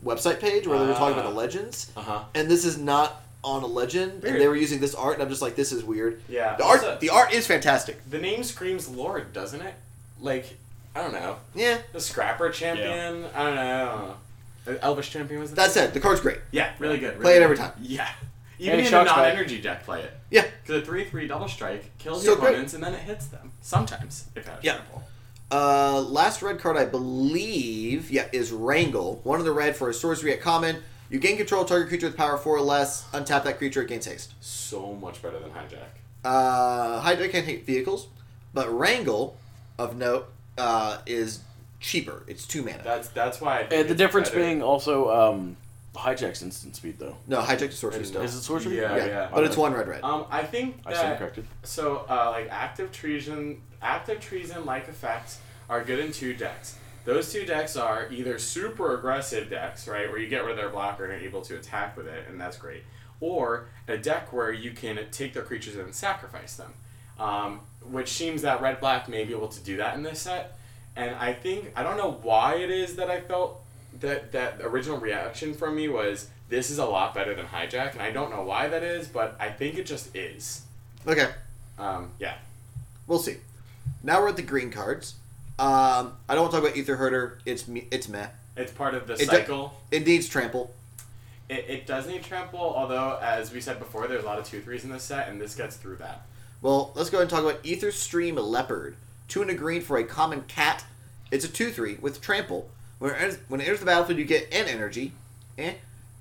Speaker 1: website page, where they were talking about the legends.
Speaker 3: Uh
Speaker 2: Uh-huh.
Speaker 3: huh.
Speaker 1: And this is not on a legend, and
Speaker 3: Weird.
Speaker 1: they were using this art, and I'm just like, this is weird.
Speaker 3: Yeah.
Speaker 1: The art,
Speaker 3: also,
Speaker 1: the art is fantastic.
Speaker 3: the name screams Lord, doesn't it? Like, I don't know,
Speaker 1: Yeah,
Speaker 3: the Scrapper Champion. I don't know. The Elvish Champion was the
Speaker 1: that's it. The card's great.
Speaker 3: Yeah, really good.
Speaker 1: Play it
Speaker 3: really
Speaker 1: every
Speaker 3: good.
Speaker 1: time.
Speaker 3: Yeah. Even
Speaker 2: it
Speaker 3: in a
Speaker 2: shocks back.
Speaker 3: non-energy deck, play it.
Speaker 1: Yeah,
Speaker 3: Because a three-three double strike kills
Speaker 1: So
Speaker 3: your
Speaker 1: great.
Speaker 3: opponents and then it hits them sometimes. If that's
Speaker 1: Yeah. Uh, last red card, I believe, yeah, is Wrangle. One of the red for a sorcery at common. You gain control of target creature with power four or less. Untap that creature. It gains haste.
Speaker 3: So much better than hijack.
Speaker 1: Uh, Hydra can't hit vehicles, but Wrangle, of note, uh, is cheaper. It's two mana.
Speaker 3: That's that's why. I think
Speaker 2: And the
Speaker 3: it's
Speaker 2: difference
Speaker 3: better.
Speaker 2: being also um, hijack's instant speed though.
Speaker 1: no, hijack is sorcery
Speaker 3: Is
Speaker 1: still.
Speaker 2: Is it sorcery?
Speaker 3: Yeah.
Speaker 1: Yeah, but it's one red red.
Speaker 3: Um, I think
Speaker 2: I stand
Speaker 3: that,
Speaker 2: corrected.
Speaker 3: so. Uh, like active treason, active treason like effects are good in two decks. Those two decks are either super aggressive decks, right, where you get rid of their blocker and are able to attack with it, and that's great, or a deck where you can take their creatures and sacrifice them, um, which seems that red black may be able to do that in this set. And I think I don't know why it is that I felt that that original reaction from me was this is a lot better than hijack, and I don't know why that is, but I think it just is.
Speaker 1: okay,
Speaker 3: Um, yeah,
Speaker 1: we'll see. Now we're at the green cards. Um, I don't want to talk about Ether Herder. It's me. It's meh.
Speaker 3: it's part of the
Speaker 1: It do-
Speaker 3: cycle.
Speaker 1: It needs trample.
Speaker 3: it, it does need trample, although as we said before, there's a lot of two threes in this set, and this gets through that.
Speaker 1: Well, let's go ahead and talk about Ether Stream Leopard. Two and a green for a common cat. It's a 2 3 with trample. When it, enters, when it enters the battlefield, you get an energy. Eh?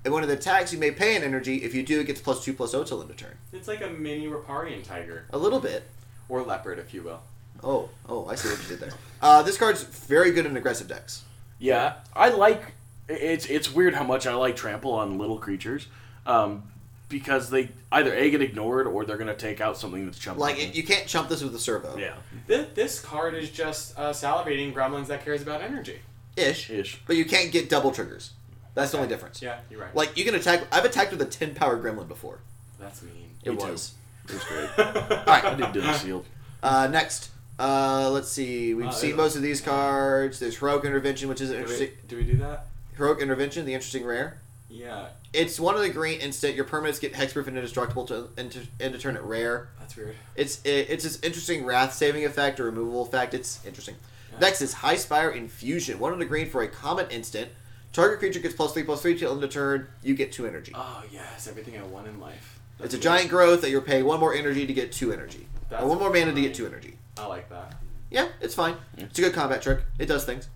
Speaker 1: And when it attacks, you may pay an energy. If you do, it gets plus 2 plus 0 till end of turn.
Speaker 3: It's like a mini Riparian tiger
Speaker 1: A little bit.
Speaker 3: or leopard, if you will.
Speaker 1: Oh, oh, I see what you did there. Uh, this card's very good in aggressive decks.
Speaker 2: Yeah, I like. It's it's weird how much I like trample on little creatures, um, because they either a get ignored or they're gonna take out something that's chumping.
Speaker 1: Like, it, you can't chump this with a servo.
Speaker 2: yeah,
Speaker 3: This, this card is just uh, salivating gremlins that cares about energy.
Speaker 1: Ish.
Speaker 2: ish.
Speaker 1: But you can't get double triggers. That's the only difference.
Speaker 3: Yeah, you're right.
Speaker 1: Like, you can attack. I've attacked with a 10 power gremlin before.
Speaker 3: That's mean.
Speaker 1: It
Speaker 2: Me too.
Speaker 1: was.
Speaker 2: It was great.
Speaker 1: Alright.
Speaker 2: I did do the sealed.
Speaker 1: Uh, next, uh, let's see. We've
Speaker 3: Uh,
Speaker 1: seen
Speaker 3: yeah.
Speaker 1: most of these cards. There's heroic intervention, which is an
Speaker 3: Do
Speaker 1: interesting
Speaker 3: we, do we do that?
Speaker 1: heroic intervention, the interesting rare.
Speaker 3: Yeah,
Speaker 1: It's one of the green instant. Your permanents get hexproof and indestructible to and to, and to turn it rare.
Speaker 3: that's weird.
Speaker 1: It's it, it's this interesting wrath saving effect or removal effect. It's interesting.
Speaker 3: Yeah.
Speaker 1: Next is high spire infusion. One of the green for a common instant. Target creature gets plus three plus three till end of turn. You get two energy.
Speaker 3: Oh yes, everything I want in life.
Speaker 1: it's
Speaker 3: That's
Speaker 1: a
Speaker 3: weird.
Speaker 1: giant growth that you're paying one more energy to get two energy.
Speaker 3: That's
Speaker 1: or one more mana to
Speaker 3: fine.
Speaker 1: get two energy.
Speaker 3: I like that.
Speaker 1: Yeah, it's fine. It's a good combat trick. It does things.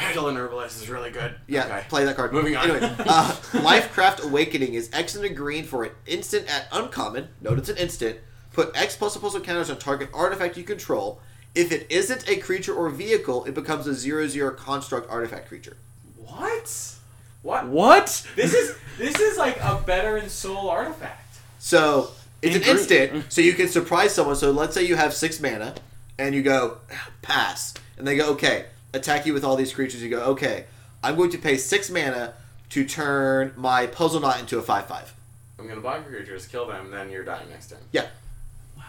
Speaker 3: Idle and Herbalize is really good.
Speaker 1: Yeah,
Speaker 3: Okay.
Speaker 1: play that card.
Speaker 3: Moving on.
Speaker 1: Anyway, uh, Lifecraft Awakening is X and a green for an instant at uncommon. Note it's an instant. Put X plus a plus one counters on target artifact you control. If it isn't a creature or vehicle, it becomes a zero zero construct artifact creature.
Speaker 3: What? What?
Speaker 2: What?
Speaker 3: This is this is like a better in soul artifact.
Speaker 1: So it's an
Speaker 2: Agree.
Speaker 3: Mm.
Speaker 1: instant, so you can surprise someone. So let's say you have six mana, and you go pass, and they go okay, attack you with all these creatures. You go okay, I'm going to pay six mana to turn my puzzle knot into a five five.
Speaker 3: I'm gonna block your creatures, kill them, then you're dying next turn.
Speaker 1: Yeah.
Speaker 3: Oh,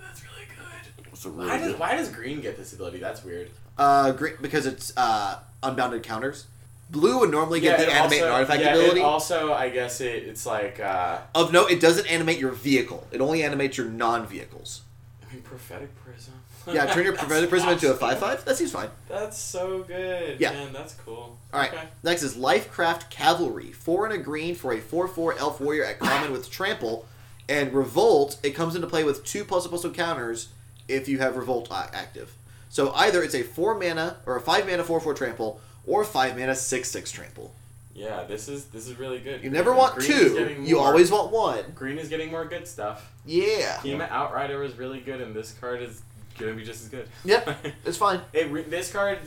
Speaker 3: That's really good.
Speaker 2: It's a
Speaker 3: Why
Speaker 2: really
Speaker 3: does
Speaker 2: good-
Speaker 3: why does green get this ability? That's weird.
Speaker 1: Uh, green because it's uh unbounded counters. Blue would normally get
Speaker 3: it
Speaker 1: the animate
Speaker 3: also-
Speaker 1: and artifact
Speaker 3: yeah, it
Speaker 1: ability.
Speaker 3: also, I guess it, it's like uh,
Speaker 1: of note, it doesn't animate your vehicle. It only animates your non-vehicles.
Speaker 3: I mean prophetic prism.
Speaker 1: Yeah, turn your
Speaker 3: That's
Speaker 1: prophetic prism into a
Speaker 3: awesome.
Speaker 1: five-five. That seems fine.
Speaker 3: That's so good.
Speaker 1: Yeah.
Speaker 3: man, that's cool.
Speaker 1: All right.
Speaker 3: Okay.
Speaker 1: Next is Lifecraft Cavalry, four and a green for a four-four elf warrior at common with trample, and Revolt. It comes into play with two plus plus counters if you have Revolt a- active. So either it's a four mana or a five mana four-four trample, or five mana six-six trample.
Speaker 3: Yeah, this is this is really good.
Speaker 1: You never want
Speaker 3: Green is
Speaker 1: two.
Speaker 3: getting
Speaker 1: You
Speaker 3: more-
Speaker 1: always want one.
Speaker 3: green is getting more good stuff.
Speaker 1: Yeah.
Speaker 3: Team Outrider was really good, and this card is gonna be just as good.
Speaker 1: Yep. It's fine.
Speaker 3: it re- this card,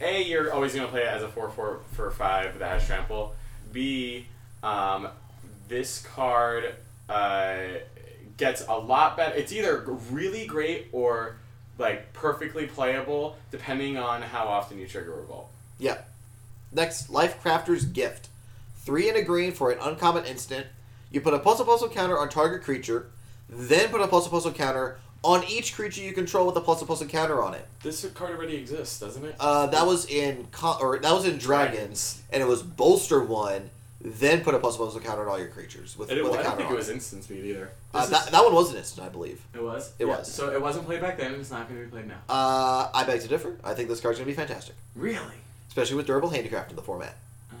Speaker 3: a you're always gonna play it as a four four for five that has trample. B, um,
Speaker 5: this card uh, gets a lot better. It's either really great or like perfectly playable, depending on how often you trigger revolt.
Speaker 1: Yeah. Next, Life Crafter's Gift. Three and a green for an uncommon instant. You put a puzzle puzzle counter on target creature, then put a puzzle puzzle counter on each creature you control with a puzzle puzzle counter on it.
Speaker 3: This card already exists, doesn't it?
Speaker 1: Uh, that was in co- or that was in Dragons, and it was bolster one, then put a puzzle puzzle counter on all your creatures with,
Speaker 3: And it,
Speaker 1: with
Speaker 3: I
Speaker 1: a
Speaker 3: don't
Speaker 1: counter
Speaker 3: think
Speaker 1: on
Speaker 3: it
Speaker 1: it.
Speaker 3: was instant speed either.
Speaker 1: uh,
Speaker 3: This
Speaker 1: that, that one was an instant, I believe.
Speaker 3: is- it was.
Speaker 1: it was.
Speaker 3: So it wasn't played back then. and It's not going to be played now.
Speaker 1: Uh, I beg to differ. I think this card's gonna be fantastic,
Speaker 3: Really?
Speaker 1: especially with durable handicraft in the format.
Speaker 3: Uh,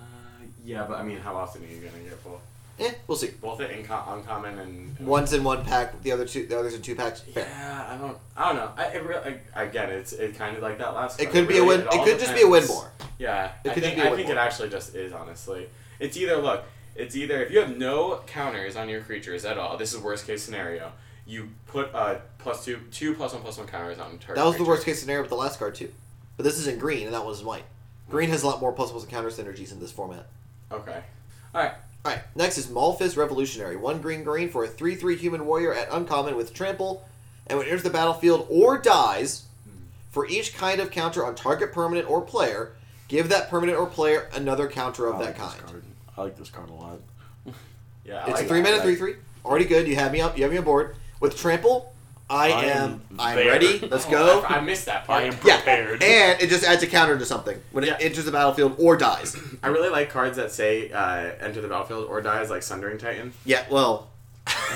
Speaker 3: yeah, but I mean, how often are you going to get full?
Speaker 1: Eh, we'll see.
Speaker 3: Both it inco- uncommon and
Speaker 1: One's in one pack, the other two, the others in two packs. Fair.
Speaker 3: Yeah, I don't. I don't know. I, it re- I, again, it's it kind of like that last.
Speaker 1: It
Speaker 3: card.
Speaker 1: could be a
Speaker 3: Really,
Speaker 1: win. It
Speaker 3: all
Speaker 1: could just be a win
Speaker 3: depends.
Speaker 1: more.
Speaker 3: Yeah,
Speaker 1: It
Speaker 3: I
Speaker 1: could just
Speaker 3: think,
Speaker 1: be a
Speaker 3: I
Speaker 1: win
Speaker 3: think
Speaker 1: more.
Speaker 3: it actually just is. Honestly, it's either look. It's either if you have no counters on your creatures at all. This is worst case scenario. You put uh, plus two, two plus one plus one counters on target.
Speaker 1: That was the
Speaker 3: creature.
Speaker 1: worst case scenario with the last card too. But this is in green, and that one's in white. Green has a lot more puzzles and counter synergies in this format.
Speaker 3: Okay. All right.
Speaker 1: All right, next is Malphus Revolutionary. One green green for a three three human warrior at uncommon with trample, and when it enters the battlefield or dies, for each kind of counter on target permanent or player, give that permanent or player another counter of
Speaker 2: I
Speaker 1: that
Speaker 2: like
Speaker 1: kind.
Speaker 2: This card. I like this card a lot.
Speaker 3: Yeah.
Speaker 1: It's
Speaker 3: I like
Speaker 1: a three
Speaker 3: that.
Speaker 1: minute
Speaker 3: I
Speaker 1: three
Speaker 3: like-
Speaker 1: three. Already good. You have me up. You have me on board with trample. I,
Speaker 2: I am
Speaker 1: am. I'm
Speaker 2: there.
Speaker 1: ready. Let's
Speaker 3: Oh,
Speaker 1: go.
Speaker 3: I, I missed that part.
Speaker 2: I am
Speaker 1: Yeah.
Speaker 2: prepared.
Speaker 1: and it just adds a counter to something when
Speaker 3: Yeah.
Speaker 1: it enters the battlefield or dies.
Speaker 3: I really like cards that say uh, enter the battlefield or dies, like Sundering Titan.
Speaker 1: Yeah, well,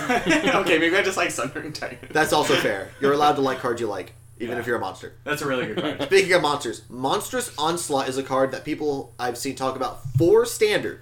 Speaker 3: okay, maybe I just like Sundering Titan.
Speaker 1: that's also fair. You're allowed to like cards you like, even
Speaker 3: Yeah.
Speaker 1: if you're a monster.
Speaker 3: That's a really good card.
Speaker 1: Speaking of monsters, Monstrous Onslaught is a card that people I've seen talk about for standard.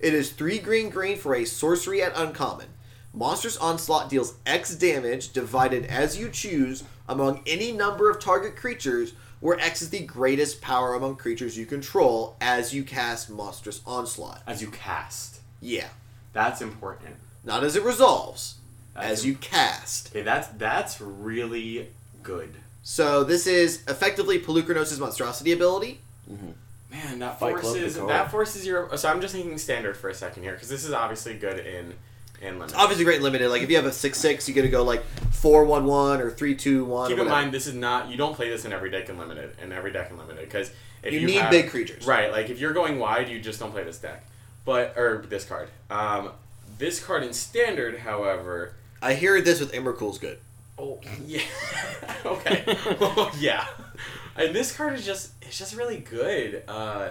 Speaker 1: It is three green green for a sorcery at uncommon. Monstrous Onslaught deals X damage divided as you choose among any number of target creatures, where X is the greatest power among creatures you control as you cast Monstrous Onslaught.
Speaker 3: As you cast.
Speaker 1: Yeah.
Speaker 3: That's important.
Speaker 1: Not as it resolves,
Speaker 3: That's
Speaker 1: as you cast.
Speaker 3: Okay, that's that's really good.
Speaker 1: So this is effectively Pelucranos' monstrosity ability.
Speaker 3: Man, that
Speaker 2: Fight Club
Speaker 3: forces
Speaker 2: the card.
Speaker 3: that forces your. So I'm just thinking standard for a second here because this is obviously good in in limit.
Speaker 1: It's obviously great and limited. Like if you have a six six, you get to go like four one one or three two one.
Speaker 3: Keep
Speaker 1: or
Speaker 3: in
Speaker 1: whatever.
Speaker 3: mind, this is not. You don't play this in every deck in limited. In every deck in limited, because if
Speaker 1: you,
Speaker 3: you,
Speaker 1: need
Speaker 3: have-
Speaker 1: big creatures.
Speaker 3: Right, like if you're going wide, you just don't play this deck, but or this card. Um, this card in standard, however,
Speaker 1: I hear this with Emrakul's good.
Speaker 3: Oh yeah. okay. oh yeah. And this card is just it's just really good. Uh,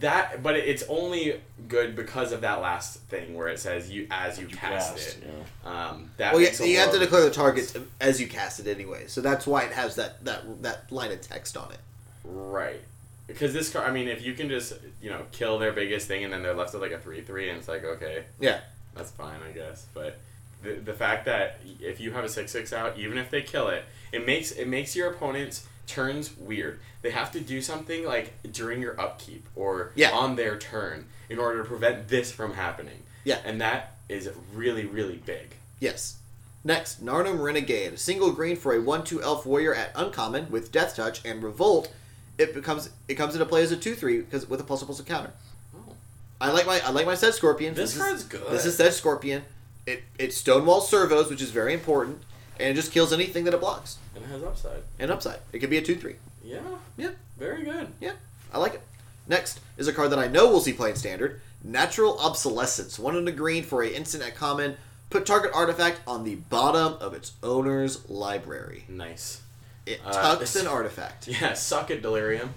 Speaker 3: that but it's only good because of that last thing where it says you as you, cast,
Speaker 2: Cast,
Speaker 3: it.
Speaker 2: yeah.
Speaker 3: Um, that
Speaker 1: Well, you,
Speaker 3: makes a
Speaker 1: you have
Speaker 3: lot
Speaker 1: to
Speaker 3: of
Speaker 1: declare the
Speaker 3: difference.
Speaker 1: targets as you cast it anyway, so that's why it has that that that line of text on it.
Speaker 3: Right. Because this card, I mean, if you can just you know kill their biggest thing and then they're left with like a three three and it's like okay
Speaker 1: Yeah.
Speaker 3: that's fine I guess but. The, the fact that if you have a six six out, even if they kill it, it makes it makes your opponent's turns weird. They have to do something like during your upkeep or
Speaker 1: Yeah.
Speaker 3: on their turn in order to prevent this from happening.
Speaker 1: Yeah.
Speaker 3: and that is really really big.
Speaker 1: Yes. Next, Narnum Renegade. Single green for a 1 2 elf warrior at uncommon with Death Touch and Revolt. It becomes it comes into play as a 2 3 because with a plus plus counter.
Speaker 3: Oh.
Speaker 1: I like my I like my Sedge Scorpion.
Speaker 3: This card's
Speaker 1: is,
Speaker 3: good.
Speaker 1: This is Sedge Scorpion. It it stonewall servos, which is very important, and it just kills anything that it blocks.
Speaker 3: And it has upside.
Speaker 1: And upside. It could be a 2 3.
Speaker 3: Yeah,
Speaker 1: Yeah,
Speaker 3: very good.
Speaker 1: yeah. I like it. Next is a card that I know we'll see playing standard. Natural Obsolescence. One in a green for a instant at common. Put target artifact on the bottom of its owner's library.
Speaker 3: Nice.
Speaker 1: It
Speaker 3: Uh,
Speaker 1: tucks
Speaker 3: it's-
Speaker 1: an artifact,
Speaker 3: Yeah, suck it, Delirium.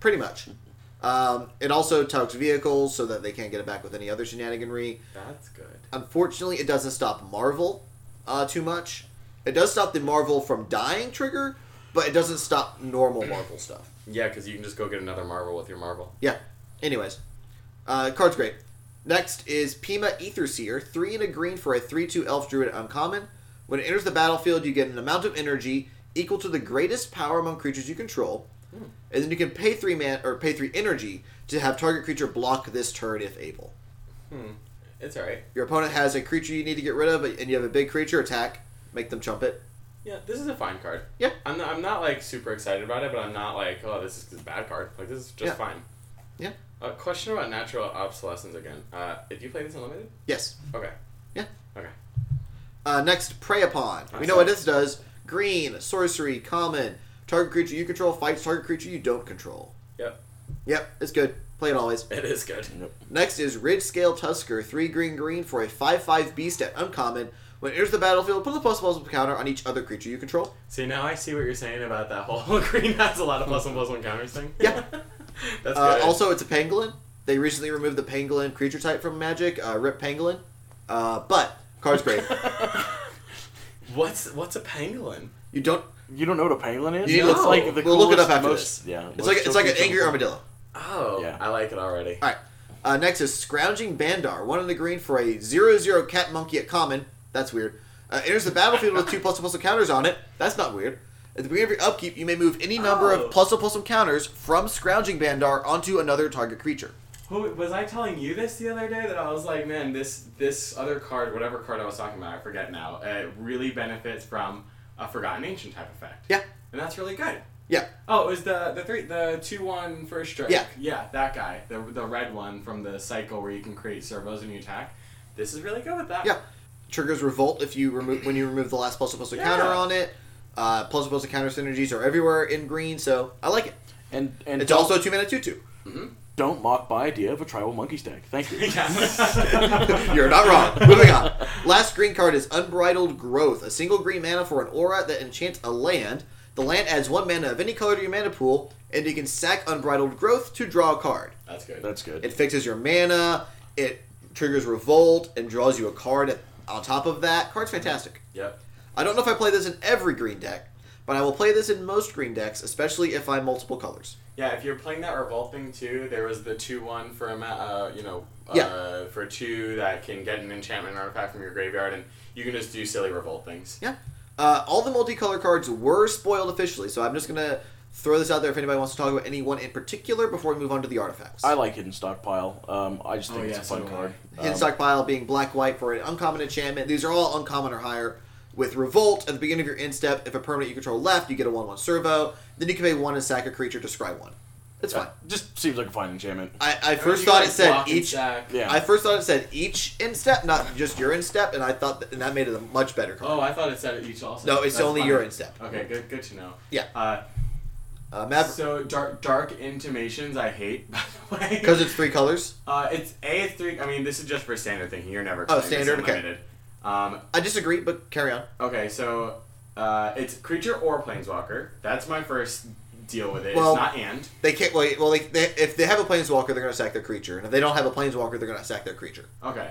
Speaker 1: pretty much. Um, it also tucks vehicles so that they can't get it back with any other shenaniganry.
Speaker 3: That's good.
Speaker 1: Unfortunately, it doesn't stop Marvel uh, too much. It does stop the Marvel from dying trigger, but it doesn't stop normal Marvel stuff.
Speaker 3: Yeah, because you can just go get another Marvel with your Marvel.
Speaker 1: Yeah. Anyways, uh, card's great. Next is Pima Ether Seer, three and a green for a three-two elf druid uncommon. When it enters the battlefield, you get an amount of energy equal to the greatest power among creatures you control, and then you can pay three man or pay three energy to have target creature block this turn if able.
Speaker 3: It's alright.
Speaker 1: Your opponent has a creature you need to get rid of, and you have a big creature attack. Make them chump it.
Speaker 3: Yeah, this is a fine card.
Speaker 1: Yeah.
Speaker 3: I'm not, I'm not like super excited about it, but I'm not like, oh, this is a bad card. Like, this is just
Speaker 1: Yeah.
Speaker 3: fine.
Speaker 1: Yeah.
Speaker 3: A question about natural obsolescence again. Uh, if you play this unlimited,
Speaker 1: Yes.
Speaker 3: okay,
Speaker 1: Yeah.
Speaker 3: okay.
Speaker 1: Uh, next, Prey Upon. We know what this does. Green, sorcery, common. Target creature you control fights target creature you don't control.
Speaker 3: Yep,
Speaker 1: Yep, it's good. Play it always.
Speaker 3: it is good.
Speaker 1: Next is Ridge Scale Tusker, 3 green green for a 5 5 beast at uncommon. When it enters the battlefield, put the plus plus one counter on each other creature you control.
Speaker 3: See, now I see what you're saying about that whole green has a lot of plus one plus one counters thing.
Speaker 1: Yeah.
Speaker 3: That's
Speaker 1: Uh,
Speaker 3: good.
Speaker 1: also, it's a pangolin. They recently removed the pangolin creature type from Magic, uh, Rip Pangolin. Uh, but, card's great.
Speaker 3: what's what's a pangolin?
Speaker 1: you don't.
Speaker 2: You don't know what a pangolin is?
Speaker 1: You need to
Speaker 2: It's
Speaker 1: look-
Speaker 2: like the
Speaker 1: we'll look it
Speaker 2: coolest,
Speaker 1: up after
Speaker 2: most,
Speaker 1: this.
Speaker 2: Yeah,
Speaker 1: It's like, it's like an angry
Speaker 2: armadillo.
Speaker 1: armadillo.
Speaker 3: Oh,
Speaker 2: Yeah.
Speaker 3: I like it already.
Speaker 1: Alright. Uh, next is Scrounging Bandar, 1 in the green for a 0 0 cat monkey at common. That's weird. Uh, enters the battlefield with 2 plus plus one counters on it. That's not weird. At the beginning of your upkeep, you may move any number
Speaker 3: Oh.
Speaker 1: of plus one plus one counters from Scrounging Bandar onto another target creature.
Speaker 3: Who was I telling you this the other day that I was like, man, this this other card, whatever card I was talking about, I forget now, uh, really benefits from a forgotten ancient type effect.
Speaker 1: Yeah.
Speaker 3: and that's really good.
Speaker 1: Yeah.
Speaker 3: Oh, it was the the three the two one first strike.
Speaker 1: Yeah.
Speaker 3: yeah, that guy, the the red one from the cycle where you can create servos and you attack. This is really good with that.
Speaker 1: Yeah. Triggers revolt if you remove when you remove the last plus one plus one
Speaker 3: Yeah.
Speaker 1: counter on it. Uh, plus one plus one counter synergies are everywhere in green, so I like it.
Speaker 2: And and
Speaker 1: It's
Speaker 2: don't,
Speaker 1: also a two mana two two.
Speaker 2: don't mock my idea of a tribal monkey stack. Thank you.
Speaker 1: You're not wrong. Moving on. Last green card is Unbridled Growth, a single green mana for an aura that enchants a land. The land adds one mana of any color to your mana pool, and you can sack Unbridled Growth to draw a card.
Speaker 3: that's good.
Speaker 2: That's good.
Speaker 1: It fixes your mana, it triggers Revolt, and draws you a card at- on top of that. Card's fantastic.
Speaker 3: yep.
Speaker 1: I don't know if I play this in every green deck, but I will play this in most green decks, especially if I'm multiple colors.
Speaker 3: Yeah, if you're playing that revolt thing too, there was the two one for a ma- uh, you know uh,
Speaker 1: Yeah.
Speaker 3: for two that can get an enchantment artifact from your graveyard, and you can just do silly revolt things.
Speaker 1: Yeah. Uh, all the multicolor cards were spoiled officially, so I'm just gonna throw this out there if anybody wants to talk about any one in particular before we move on to the artifacts.
Speaker 2: I like hidden stockpile. Um, I just
Speaker 3: Oh,
Speaker 2: think it's
Speaker 3: yeah,
Speaker 2: a
Speaker 3: so
Speaker 2: fun
Speaker 3: do I.
Speaker 2: card.
Speaker 1: Hidden
Speaker 2: Um,
Speaker 1: stockpile being black white for an uncommon enchantment. These are all uncommon or higher. With revolt at the beginning of your end step, if a permanent you control left, you get a one one servo. Then you can pay one and sack a creature, destroy one. It's fine.
Speaker 2: just seems like a fine enchantment.
Speaker 1: I, I
Speaker 3: You
Speaker 1: first
Speaker 3: can,
Speaker 1: thought
Speaker 3: like,
Speaker 1: it said
Speaker 3: block and
Speaker 1: each.
Speaker 3: stack.
Speaker 2: Yeah.
Speaker 1: I first thought it said each end step, not just your end step, and I thought that, and that made it a much better card.
Speaker 3: Oh, I thought it said each also.
Speaker 1: No, it's
Speaker 3: That's
Speaker 1: only
Speaker 3: fine.
Speaker 1: your end step.
Speaker 3: Okay, good, good to know.
Speaker 1: Yeah.
Speaker 3: Uh,
Speaker 1: Uh, Maverick,
Speaker 3: so dark, dark intimations I hate. By the way,
Speaker 1: because it's three colors.
Speaker 3: uh, it's a it's three. I mean, this is just for standard thinking. You're never.
Speaker 1: Oh,
Speaker 3: playing this
Speaker 1: standard, okay.
Speaker 3: unlimited. Um,
Speaker 1: I disagree, but carry on.
Speaker 3: Okay, so uh, it's creature or planeswalker. That's my first deal with it.
Speaker 1: Well-
Speaker 3: it's not and.
Speaker 1: They can't. Well, well they, they, if they have a planeswalker, they're going to sack their creature, and if they don't have a planeswalker, they're going to sack their creature.
Speaker 3: Okay.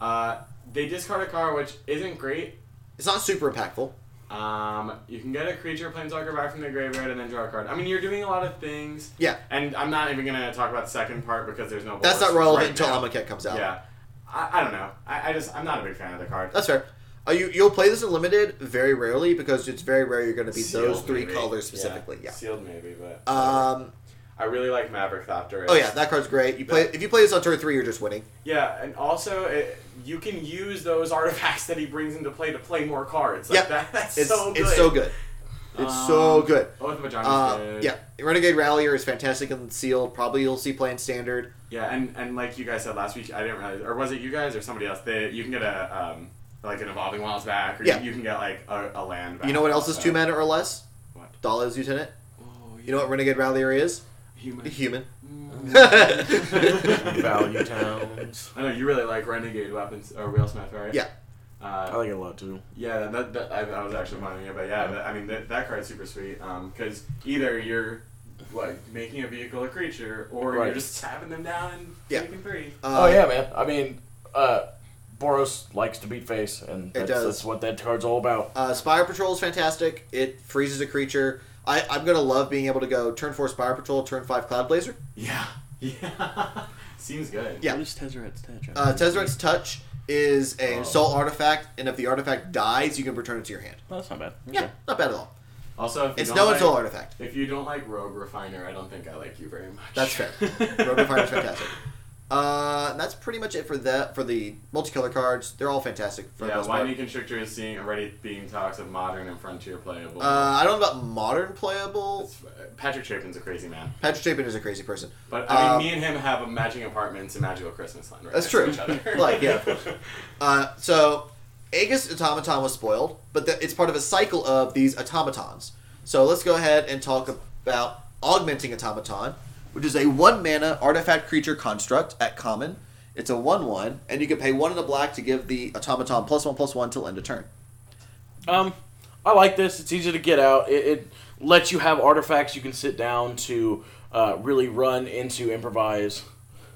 Speaker 3: Uh, they discard a card, which isn't great.
Speaker 1: It's not super impactful.
Speaker 3: Um, you can get a creature planeswalker back from the graveyard and then draw a card. I mean, you're doing a lot of things.
Speaker 1: Yeah.
Speaker 3: And I'm not even gonna talk about the second part because there's no.
Speaker 1: That's
Speaker 3: bonus
Speaker 1: not relevant
Speaker 3: right
Speaker 1: until
Speaker 3: now.
Speaker 1: Amaket comes out.
Speaker 3: Yeah. I, I don't know. I, I just I'm not a big fan of the card.
Speaker 1: that's fair. Uh, you you'll play this in limited very rarely because it's very rare you're going to be
Speaker 3: Sealed,
Speaker 1: those three
Speaker 3: maybe.
Speaker 1: colors specifically. Yeah.
Speaker 3: Sealed maybe, but.
Speaker 1: Um.
Speaker 3: I really like Maverick Thopter.
Speaker 1: Oh yeah, that card's great. You play if you play this on turn three, you're just winning.
Speaker 3: Yeah, and also it, you can use those artifacts that he brings into play to play more cards. Like
Speaker 1: Yep.
Speaker 3: that, that's
Speaker 1: It's
Speaker 3: so good.
Speaker 1: it's so good. It's so
Speaker 3: Um,
Speaker 1: good.
Speaker 3: Oh, the vagina's
Speaker 1: Uh,
Speaker 3: good.
Speaker 1: yeah, Renegade Rallier is fantastic in sealed. Probably you'll see playing standard.
Speaker 3: yeah, and and like you guys said last week, I didn't realize, or was it you guys or somebody else? They, you can get a um, like an evolving wilds back, or
Speaker 1: Yeah.
Speaker 3: you, you can get like a, a land. back.
Speaker 1: You know what else is
Speaker 3: So-
Speaker 1: two mana or less?
Speaker 3: What?
Speaker 1: Dala's Lieutenant.
Speaker 3: Oh,
Speaker 1: You know what Renegade Rallier is?
Speaker 3: Human. Mm.
Speaker 1: Human.
Speaker 2: Value towns.
Speaker 3: I know you really like renegade weapons or wheelsmith, right?
Speaker 1: Yeah.
Speaker 3: Uh,
Speaker 2: I like it a lot too.
Speaker 3: Yeah, that, that I, I was actually wondering about. Yeah, that, I mean that, that card's super sweet. Um, because either you're like making a vehicle a creature, or
Speaker 2: Right.
Speaker 3: you're just tapping them down and
Speaker 1: Yeah.
Speaker 3: making three.
Speaker 1: Uh,
Speaker 2: oh yeah, man. I mean, uh, Boros likes to beat face, and that's,
Speaker 1: does.
Speaker 2: that's what that card's all about.
Speaker 1: Uh, Spire Patrol is fantastic. It freezes a creature. I, I'm gonna love being able to go turn four Spire Patrol, turn five Cloud Blazer.
Speaker 3: Yeah, yeah, seems good.
Speaker 1: Yeah.
Speaker 2: What is Tezzeret's touch?
Speaker 1: Uh, Tezzeret's Touch is an
Speaker 3: Oh.
Speaker 1: soul artifact, and if the artifact dies, you can return it to your hand.
Speaker 2: Oh, that's not bad.
Speaker 1: Yeah, not bad at all.
Speaker 3: Also, if you
Speaker 1: It's
Speaker 3: don't
Speaker 1: no
Speaker 3: like,
Speaker 1: soul artifact.
Speaker 3: If you don't like Rogue Refiner, I don't think I like you very much.
Speaker 1: That's fair. Rogue Refiner's fantastic. Uh, that's pretty much it for that for the multicolor cards. They're all fantastic for the
Speaker 3: Yeah,
Speaker 1: most part.
Speaker 3: Lightning Constrictor is seeing already being talks of modern and frontier playable.
Speaker 1: Uh, I don't know about modern playable.
Speaker 3: It's- uh, Patrick Chapin's a crazy man.
Speaker 1: Patrick Chapin is a crazy person.
Speaker 3: But I mean,
Speaker 1: Um,
Speaker 3: me and him have a matching apartments in Magical Christmas Land. Right
Speaker 1: That's
Speaker 3: next
Speaker 1: true.
Speaker 3: To each other.
Speaker 1: Like, yeah. Uh, so, Aegis Automaton was spoiled, but the, it's part of a cycle of these automatons. So let's go ahead and talk about Augmenting Automaton, which is a one mana artifact creature construct at common. It's a one one, and you can pay one in the black to give the automaton plus one plus one till end of turn.
Speaker 2: Um, I like this. It's easy to get out. It, it lets you have artifacts you can sit down to uh, really run into improvise.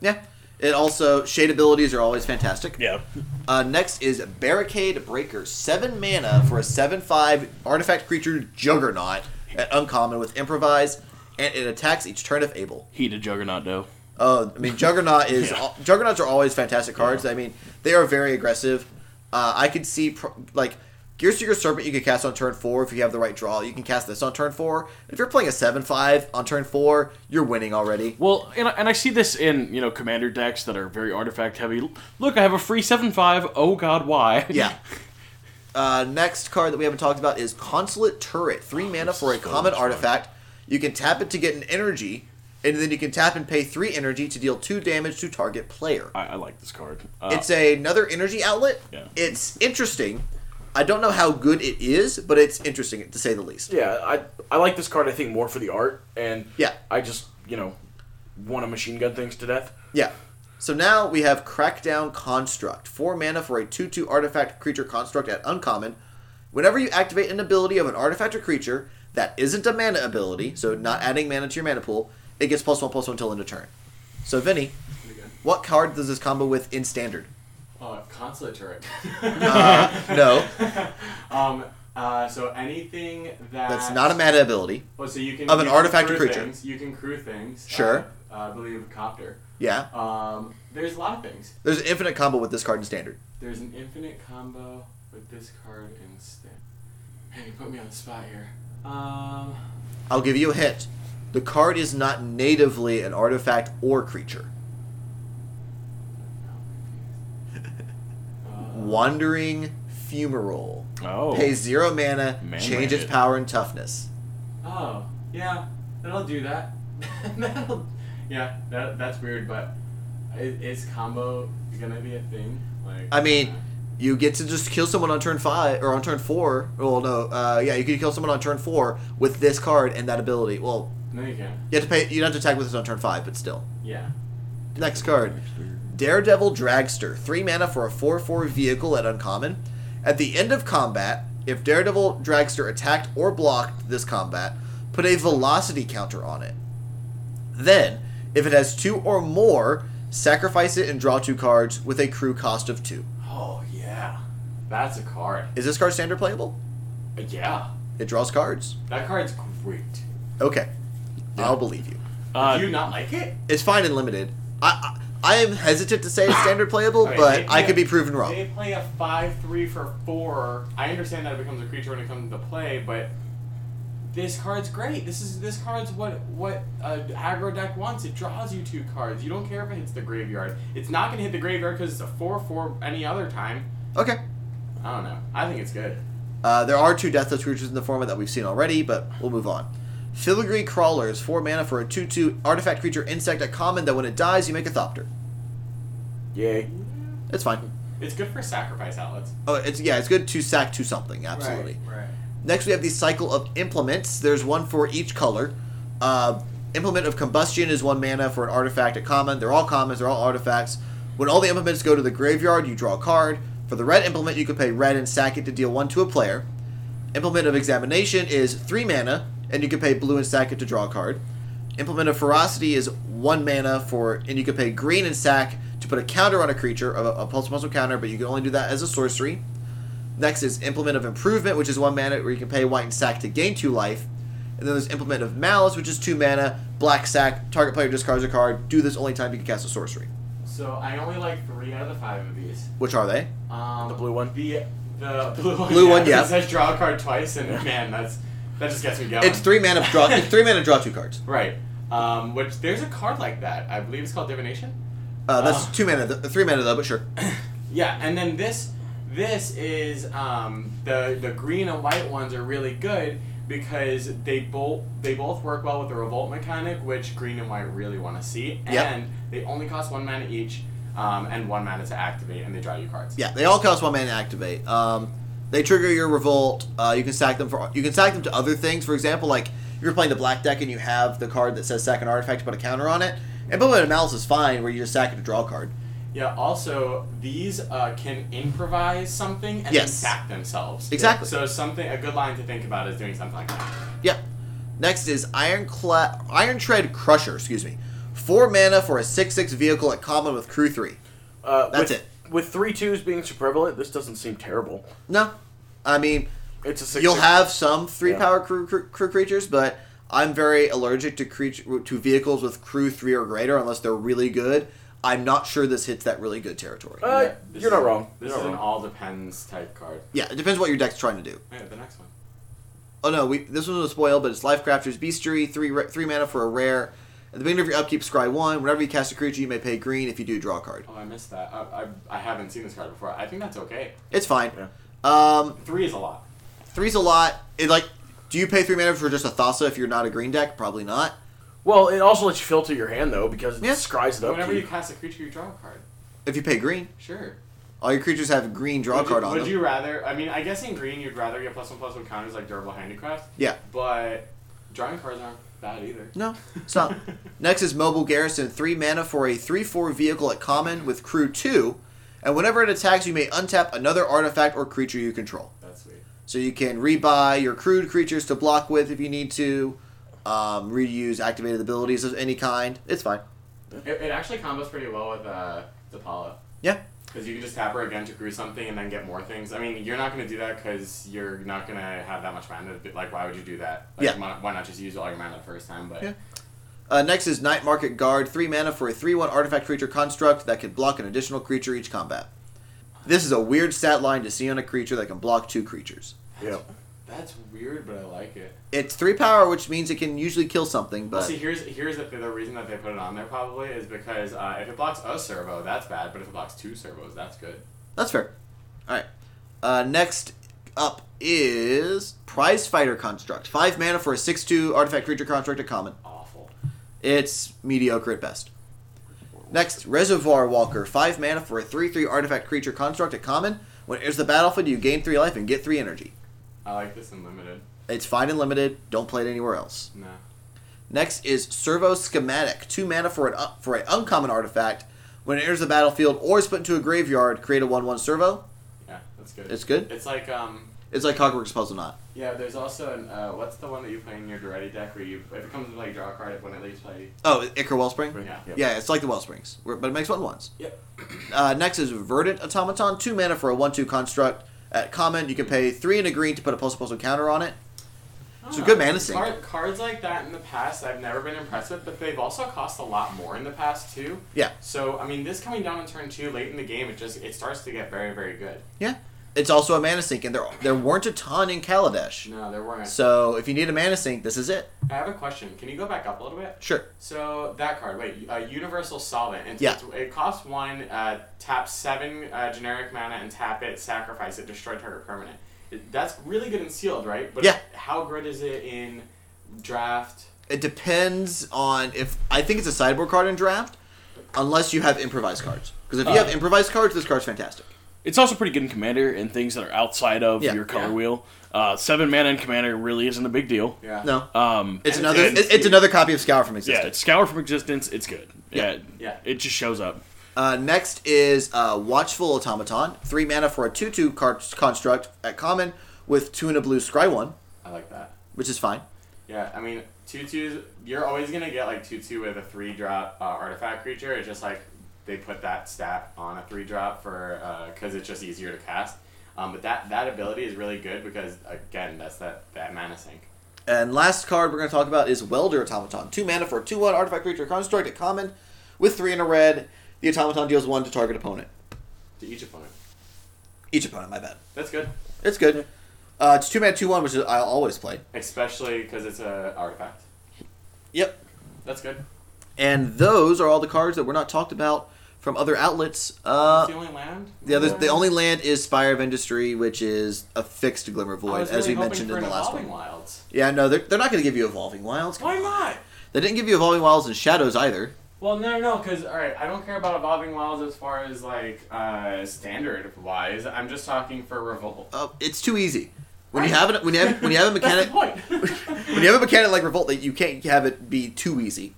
Speaker 1: Yeah. It also shade abilities are always fantastic.
Speaker 2: Yeah.
Speaker 1: Uh, next is Barricade Breaker. Seven mana for a seven-five artifact creature Juggernaut at uncommon with improvise, and it attacks each turn if able.
Speaker 2: Heat a juggernaut though.
Speaker 1: Oh, I mean, Juggernaut is
Speaker 2: Yeah.
Speaker 1: Juggernauts are always fantastic cards. I mean, they are very aggressive. Uh, I could see pr- like Gearseeker Serpent you can cast on turn four if you have the right draw. You can cast this on turn four. If you're playing a seven-five on turn four, you're winning already.
Speaker 2: Well, and I, and I see this in you know commander decks that are very artifact heavy. Look, I have a free seven five. Oh God, why?
Speaker 1: Yeah. Uh, next card that we haven't talked about is Consulate Turret. Three mana for a common artifact. You can tap it to get an energy, and then you can tap and pay three energy to deal two damage to target player.
Speaker 2: I, I like this card. Uh,
Speaker 1: It's a- another energy outlet.
Speaker 2: Yeah.
Speaker 1: It's interesting. I don't know how good it is, but it's interesting to say the least.
Speaker 2: yeah, I I like this card. I think more for the art, and
Speaker 1: Yeah.
Speaker 2: I just you know want to machine gun things to death.
Speaker 1: Yeah. So now we have Crackdown Construct. Four mana for a 2 2 artifact creature construct at uncommon. Whenever you activate an ability of an artifact or creature that isn't a mana ability, so not adding mana to your mana pool, it gets plus 1 plus 1 till end of turn. So, Vinny, what card does this combo with in standard?
Speaker 3: Oh, consulate turret.
Speaker 1: Uh, no,
Speaker 3: um. Uh, so anything that
Speaker 1: that's not a mana ability.
Speaker 3: Well, so you can
Speaker 1: of an
Speaker 3: you can
Speaker 1: artifact or
Speaker 3: crew
Speaker 1: creature.
Speaker 3: Things, you can crew things.
Speaker 1: Sure.
Speaker 3: Uh, uh, I believe a copter.
Speaker 1: Yeah.
Speaker 3: Um. There's a lot of things.
Speaker 1: There's an infinite combo with this card in standard.
Speaker 3: There's an infinite combo with this card instead. Man, you put me on the spot here. Um.
Speaker 1: I'll give you a hint. The card is not natively an artifact or creature.
Speaker 3: Uh,
Speaker 1: Wandering Fumarole.
Speaker 2: Oh,
Speaker 1: Pay zero mana,
Speaker 2: Man
Speaker 1: change its
Speaker 2: rated.
Speaker 1: power and toughness.
Speaker 3: Oh, yeah, that'll do that. that'll, yeah, that, that's weird, but is, is combo gonna be a thing? Like,
Speaker 1: I mean, you get to just kill someone on turn five or on turn four. Well, no, uh, yeah, you could kill someone on turn four with this card and that ability. Well,
Speaker 3: no, you can't.
Speaker 1: you have to pay. You don't have to attack with this on turn five, but still.
Speaker 3: Yeah.
Speaker 1: Next card. Daredevil Dragster. Three mana for a 4 4 vehicle at uncommon. At the end of combat, if Daredevil Dragster attacked or blocked this combat, put a velocity counter on it. Then, if it has two or more, sacrifice it and draw two cards with a crew cost of two.
Speaker 3: Oh yeah, that's a card.
Speaker 1: Is this card standard playable?
Speaker 3: Uh, Yeah,
Speaker 1: It draws cards.
Speaker 3: that card's great.
Speaker 1: Okay. I'll believe you.
Speaker 2: Uh,
Speaker 3: Do you not like it?
Speaker 1: It's fine and limited. I I, I am hesitant to say it's standard playable,
Speaker 3: Okay,
Speaker 1: but
Speaker 3: they-
Speaker 1: I
Speaker 3: they-
Speaker 1: could be proven wrong.
Speaker 3: They play a five-three for four. I understand that it becomes a creature when it comes into play, but this card's great. This is this card's what what a aggro deck wants. It draws you two cards. You don't care if it hits the graveyard. It's not gonna hit the graveyard because it's a four-four any other time.
Speaker 1: okay.
Speaker 3: I don't know. I think it's good.
Speaker 1: Uh, there are two Deathless creatures in the format that we've seen already, but we'll move on. Filigree Crawlers, 4 mana for a 2 2 artifact creature insect at common that when it dies, you make a Thopter.
Speaker 2: yay.
Speaker 1: It's fine.
Speaker 3: It's good for sacrifice outlets.
Speaker 1: Oh, it's yeah, it's good to sack to something, absolutely.
Speaker 3: Right.
Speaker 1: Next, we have the Cycle of Implements. There's one for each color. Uh, Implement of Combustion is one mana for an artifact at common. They're all commons, they're all artifacts. When all the implements go to the graveyard, you draw a card. For the red implement, you can pay red and sack it to deal one to a player. Implement of Examination is three mana, and you can pay blue and sack it to draw a card. Implement of Ferocity is one mana for, and you can pay green and sack to put a counter on a creature, a, a pulse muscle counter, but you can only do that as a sorcery. Next is Implement of Improvement, which is one mana where you can pay white and sack to gain two life. And then there's Implement of Malice, which is two mana, black sack, target player discards a card. Do this only time you can cast a sorcery.
Speaker 3: So I only like three out of the five of these.
Speaker 1: Which are they?
Speaker 3: Um,
Speaker 2: The blue one?
Speaker 3: The the blue one.
Speaker 1: Blue one, yeah.
Speaker 3: It says draw a card twice, and man, that's that just gets me going.
Speaker 1: It's three mana draw. it's three mana draw two cards.
Speaker 3: Right. Um, which there's a card like that. I believe it's called divination.
Speaker 1: Uh, that's two mana, th- three mana though, but sure.
Speaker 3: Yeah, and then this this is um, the the green and white ones are really good because they both they both work well with the revolt mechanic, which green and white really want to see,
Speaker 1: Yep.
Speaker 3: and they only cost one mana each, um, and one mana to activate, and they draw you cards.
Speaker 1: Yeah, they all cost one mana to activate. Um, they trigger your revolt. Uh, you can stack them for you can stack them to other things. For example, like if you're playing the black deck and you have the card that says stack an artifact, put a counter on it. And Boba and Malice is fine, where you just stack it to draw a card.
Speaker 3: Yeah. Also, these uh, can improvise something and then
Speaker 1: Yes.
Speaker 3: stack themselves.
Speaker 1: Exactly.
Speaker 3: So something a good line to think about is doing something like that.
Speaker 1: Yep. Next is Iron Cla- Iron Tread Crusher. Excuse me. Four mana for a six-six vehicle at common with crew three.
Speaker 2: Uh,
Speaker 1: That's
Speaker 2: with,
Speaker 1: it.
Speaker 2: With three twos being so prevalent, this doesn't seem terrible.
Speaker 1: No, I mean
Speaker 2: It's a six.
Speaker 1: you'll
Speaker 2: six-
Speaker 1: have some three
Speaker 2: Yeah.
Speaker 1: power crew, crew, crew creatures, but I'm very allergic to creature to vehicles with crew three or greater unless they're really good. I'm not sure this hits that really good territory.
Speaker 2: Uh,
Speaker 3: Yeah, this
Speaker 2: you're not
Speaker 3: is-
Speaker 2: wrong.
Speaker 3: This
Speaker 2: You're
Speaker 3: is
Speaker 2: not
Speaker 3: an
Speaker 2: wrong.
Speaker 3: all depends type card.
Speaker 1: yeah, it depends what your deck's trying to do.
Speaker 3: Yeah, the next one.
Speaker 1: Oh no, we, this one's a spoil, but it's Lifecrafter's Beastery, three ra- three mana for a rare. At the beginning of your upkeep, scry one. Whenever you cast a creature, you may pay green. If you do, draw a card.
Speaker 3: Oh, I missed that. I, I, I haven't seen this card before. I think that's okay.
Speaker 1: It's fine.
Speaker 2: Yeah.
Speaker 1: Um,
Speaker 3: Three is a lot.
Speaker 1: three's a lot. It like, do you pay three mana for just a Thassa if you're not a green deck? Probably not.
Speaker 2: Well, it also lets you filter your hand though because it
Speaker 1: Yeah.
Speaker 2: scries it up.
Speaker 3: Whenever
Speaker 2: to
Speaker 3: you
Speaker 2: you.
Speaker 3: cast a creature, you draw a card.
Speaker 1: If you pay green,
Speaker 3: Sure.
Speaker 1: all your creatures have green draw
Speaker 3: would
Speaker 1: card
Speaker 3: you,
Speaker 1: on
Speaker 3: would
Speaker 1: them.
Speaker 3: you rather? I mean, I guess in green you'd rather get plus one plus one counters like durable handicraft.
Speaker 1: Yeah.
Speaker 3: But drawing cards aren't bad either.
Speaker 1: No, it's not. Next is Mobile Garrison, three mana for a three-four vehicle at common with crew two, and whenever it attacks, you may untap another artifact or creature you control.
Speaker 3: That's sweet.
Speaker 1: So you can rebuy your crewed creatures to block with if you need to, um, reuse activated abilities of any kind. It's fine.
Speaker 3: It, it actually combos pretty well with uh, Depala.
Speaker 1: Yeah.
Speaker 3: Because you can just tap her again to crew something and then get more things. I mean, you're not going to do that because you're not going to have that much mana. But, Like, why would you do that? Like,
Speaker 1: Yeah.
Speaker 3: Why why not just use all your mana the first time? But
Speaker 1: Yeah. Uh, next is Night Market Guard, three mana for a three-one artifact creature construct that can block an additional creature each combat. This is a weird stat line to see on a creature that can block two creatures.
Speaker 2: Yeah.
Speaker 3: that's weird, but I like it.
Speaker 1: It's three power, which means it can usually kill something,
Speaker 3: Well,
Speaker 1: but
Speaker 3: see, here's here's the, the reason that they put it on there probably is because uh, if it blocks a servo, that's bad. But if it blocks two servos, that's good.
Speaker 1: that's fair. All right. Uh, next up is Prize Fighter Construct, five mana for a six-two artifact creature construct at common.
Speaker 3: Awful.
Speaker 1: It's mediocre at best. Next, Reservoir Walker, five mana for a three-three artifact creature construct at common. When it enters the battlefield, you gain three life and get three energy.
Speaker 3: I like this in limited.
Speaker 1: It's fine and limited. Don't play it anywhere else.
Speaker 3: No.
Speaker 1: Next is Servo Schematic, two mana for an uh, for an uncommon artifact. When it enters the battlefield or is put into a graveyard, create a one-one servo.
Speaker 3: Yeah, that's good.
Speaker 1: It's good.
Speaker 3: It's like um.
Speaker 1: It's like Clockwork's Puzzle Knot.
Speaker 3: Yeah, there's also an uh, what's the one that you play in your Duretti deck where you if it comes with like draw a card when it leaves play.
Speaker 1: Oh, Icar Wellspring.
Speaker 3: Yeah.
Speaker 2: Yeah.
Speaker 1: Yeah, it's like the Wellsprings, where- but it makes one ones.
Speaker 3: Yep.
Speaker 1: Uh, next is Verdant Automaton, two mana for a one-two construct. At common, you can pay three and a green to put a plus plus counter on it. So good mana sync.
Speaker 3: Ah, Card, cards like that in the past, I've never been impressed with, but they've also cost a lot more in the past too.
Speaker 1: Yeah.
Speaker 3: So I mean, this coming down in turn two late in the game, it just it starts to get very very good.
Speaker 1: Yeah, it's also a mana sink, and there there weren't a ton in Kaladesh.
Speaker 3: No, there weren't.
Speaker 1: So if you need a mana sink, this is it.
Speaker 3: I have a question. Can you go back up a little bit?
Speaker 1: Sure.
Speaker 3: So that card, wait, uh, Universal Solvent. It's,
Speaker 1: Yeah.
Speaker 3: it's- it costs one, uh, tap seven uh, generic mana and tap it, sacrifice it, destroy target permanent. It- That's really good in sealed, right? But
Speaker 1: Yeah.
Speaker 3: how good is it in draft?
Speaker 1: It depends on if I think it's a sideboard card in draft, unless you have improvised cards. Because if you
Speaker 2: Uh,
Speaker 1: have improvised cards, this card's fantastic.
Speaker 2: It's also pretty good in Commander and things that are outside of
Speaker 1: Yeah.
Speaker 2: your color
Speaker 3: Yeah.
Speaker 2: wheel. Uh, seven mana in Commander really isn't a big deal.
Speaker 3: Yeah.
Speaker 1: No,
Speaker 2: Um,
Speaker 1: it's
Speaker 3: and
Speaker 1: another
Speaker 3: it's-
Speaker 1: it- it's another copy of Scour from
Speaker 2: yeah,
Speaker 1: existence.
Speaker 2: it's Scour from Existence. It's good. Yeah.
Speaker 3: Yeah.
Speaker 2: It just shows up.
Speaker 1: Uh, next is uh, Watchful Automaton, three mana for a two-two card construct at common with two and a blue scry one,
Speaker 3: I like that.
Speaker 1: which is fine.
Speaker 3: Yeah, I mean, two twos, you're always going to get like two two with a three drop uh, artifact creature. It's just like they put that stat on a three drop for because it's just easier to cast. Um, but that, that ability is really good because, again, that's that, that mana sync.
Speaker 1: And last card we're going to talk about is Welder Automaton, two mana for a two-one artifact creature construct at common with three and a red. The automaton deals one to target opponent.
Speaker 3: to each opponent.
Speaker 1: Each opponent, my bad.
Speaker 3: That's good,
Speaker 1: It's good. Uh, it's two mana, two one, which is, I'll always play.
Speaker 3: especially because it's a artifact.
Speaker 1: Yep.
Speaker 3: That's good.
Speaker 1: And those are all the cards that were not talked about from other outlets. Uh,
Speaker 3: the only land.
Speaker 1: the other, the only land is Spire of Industry, which is a fixed Glimmer
Speaker 3: I
Speaker 1: Void,
Speaker 3: was
Speaker 1: as
Speaker 3: really
Speaker 1: we
Speaker 3: hoping
Speaker 1: mentioned
Speaker 3: for
Speaker 1: in
Speaker 3: an
Speaker 1: the last
Speaker 3: Evolving
Speaker 1: one.
Speaker 3: Wilds.
Speaker 1: Yeah, no, they're, they're not going to give you Evolving Wilds.
Speaker 3: Why not?
Speaker 1: They didn't give you Evolving Wilds and Shadows either.
Speaker 3: Well, no, no, because all right, I don't care about evolving wilds as far as like uh, standard wise. I'm just talking for revolt.
Speaker 1: Uh, it's too easy. When you
Speaker 3: Right.
Speaker 1: have an, when you have when you have a
Speaker 3: That's
Speaker 1: mechanic
Speaker 3: the point.
Speaker 1: when you have a mechanic like Revolt, that you can't have it be too easy.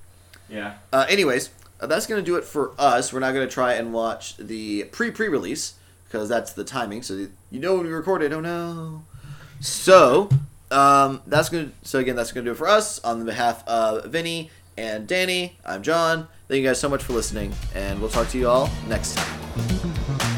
Speaker 3: yeah.
Speaker 1: Uh, anyways, uh, that's going to do it for us. We're not going to try and watch the pre pre release because that's the timing. So you know when we record it. Oh no. So um, that's going to so again that's going to do it for us on behalf of Vinny and Danny. I'm John. Thank you guys so much for listening, and we'll talk to you all next time.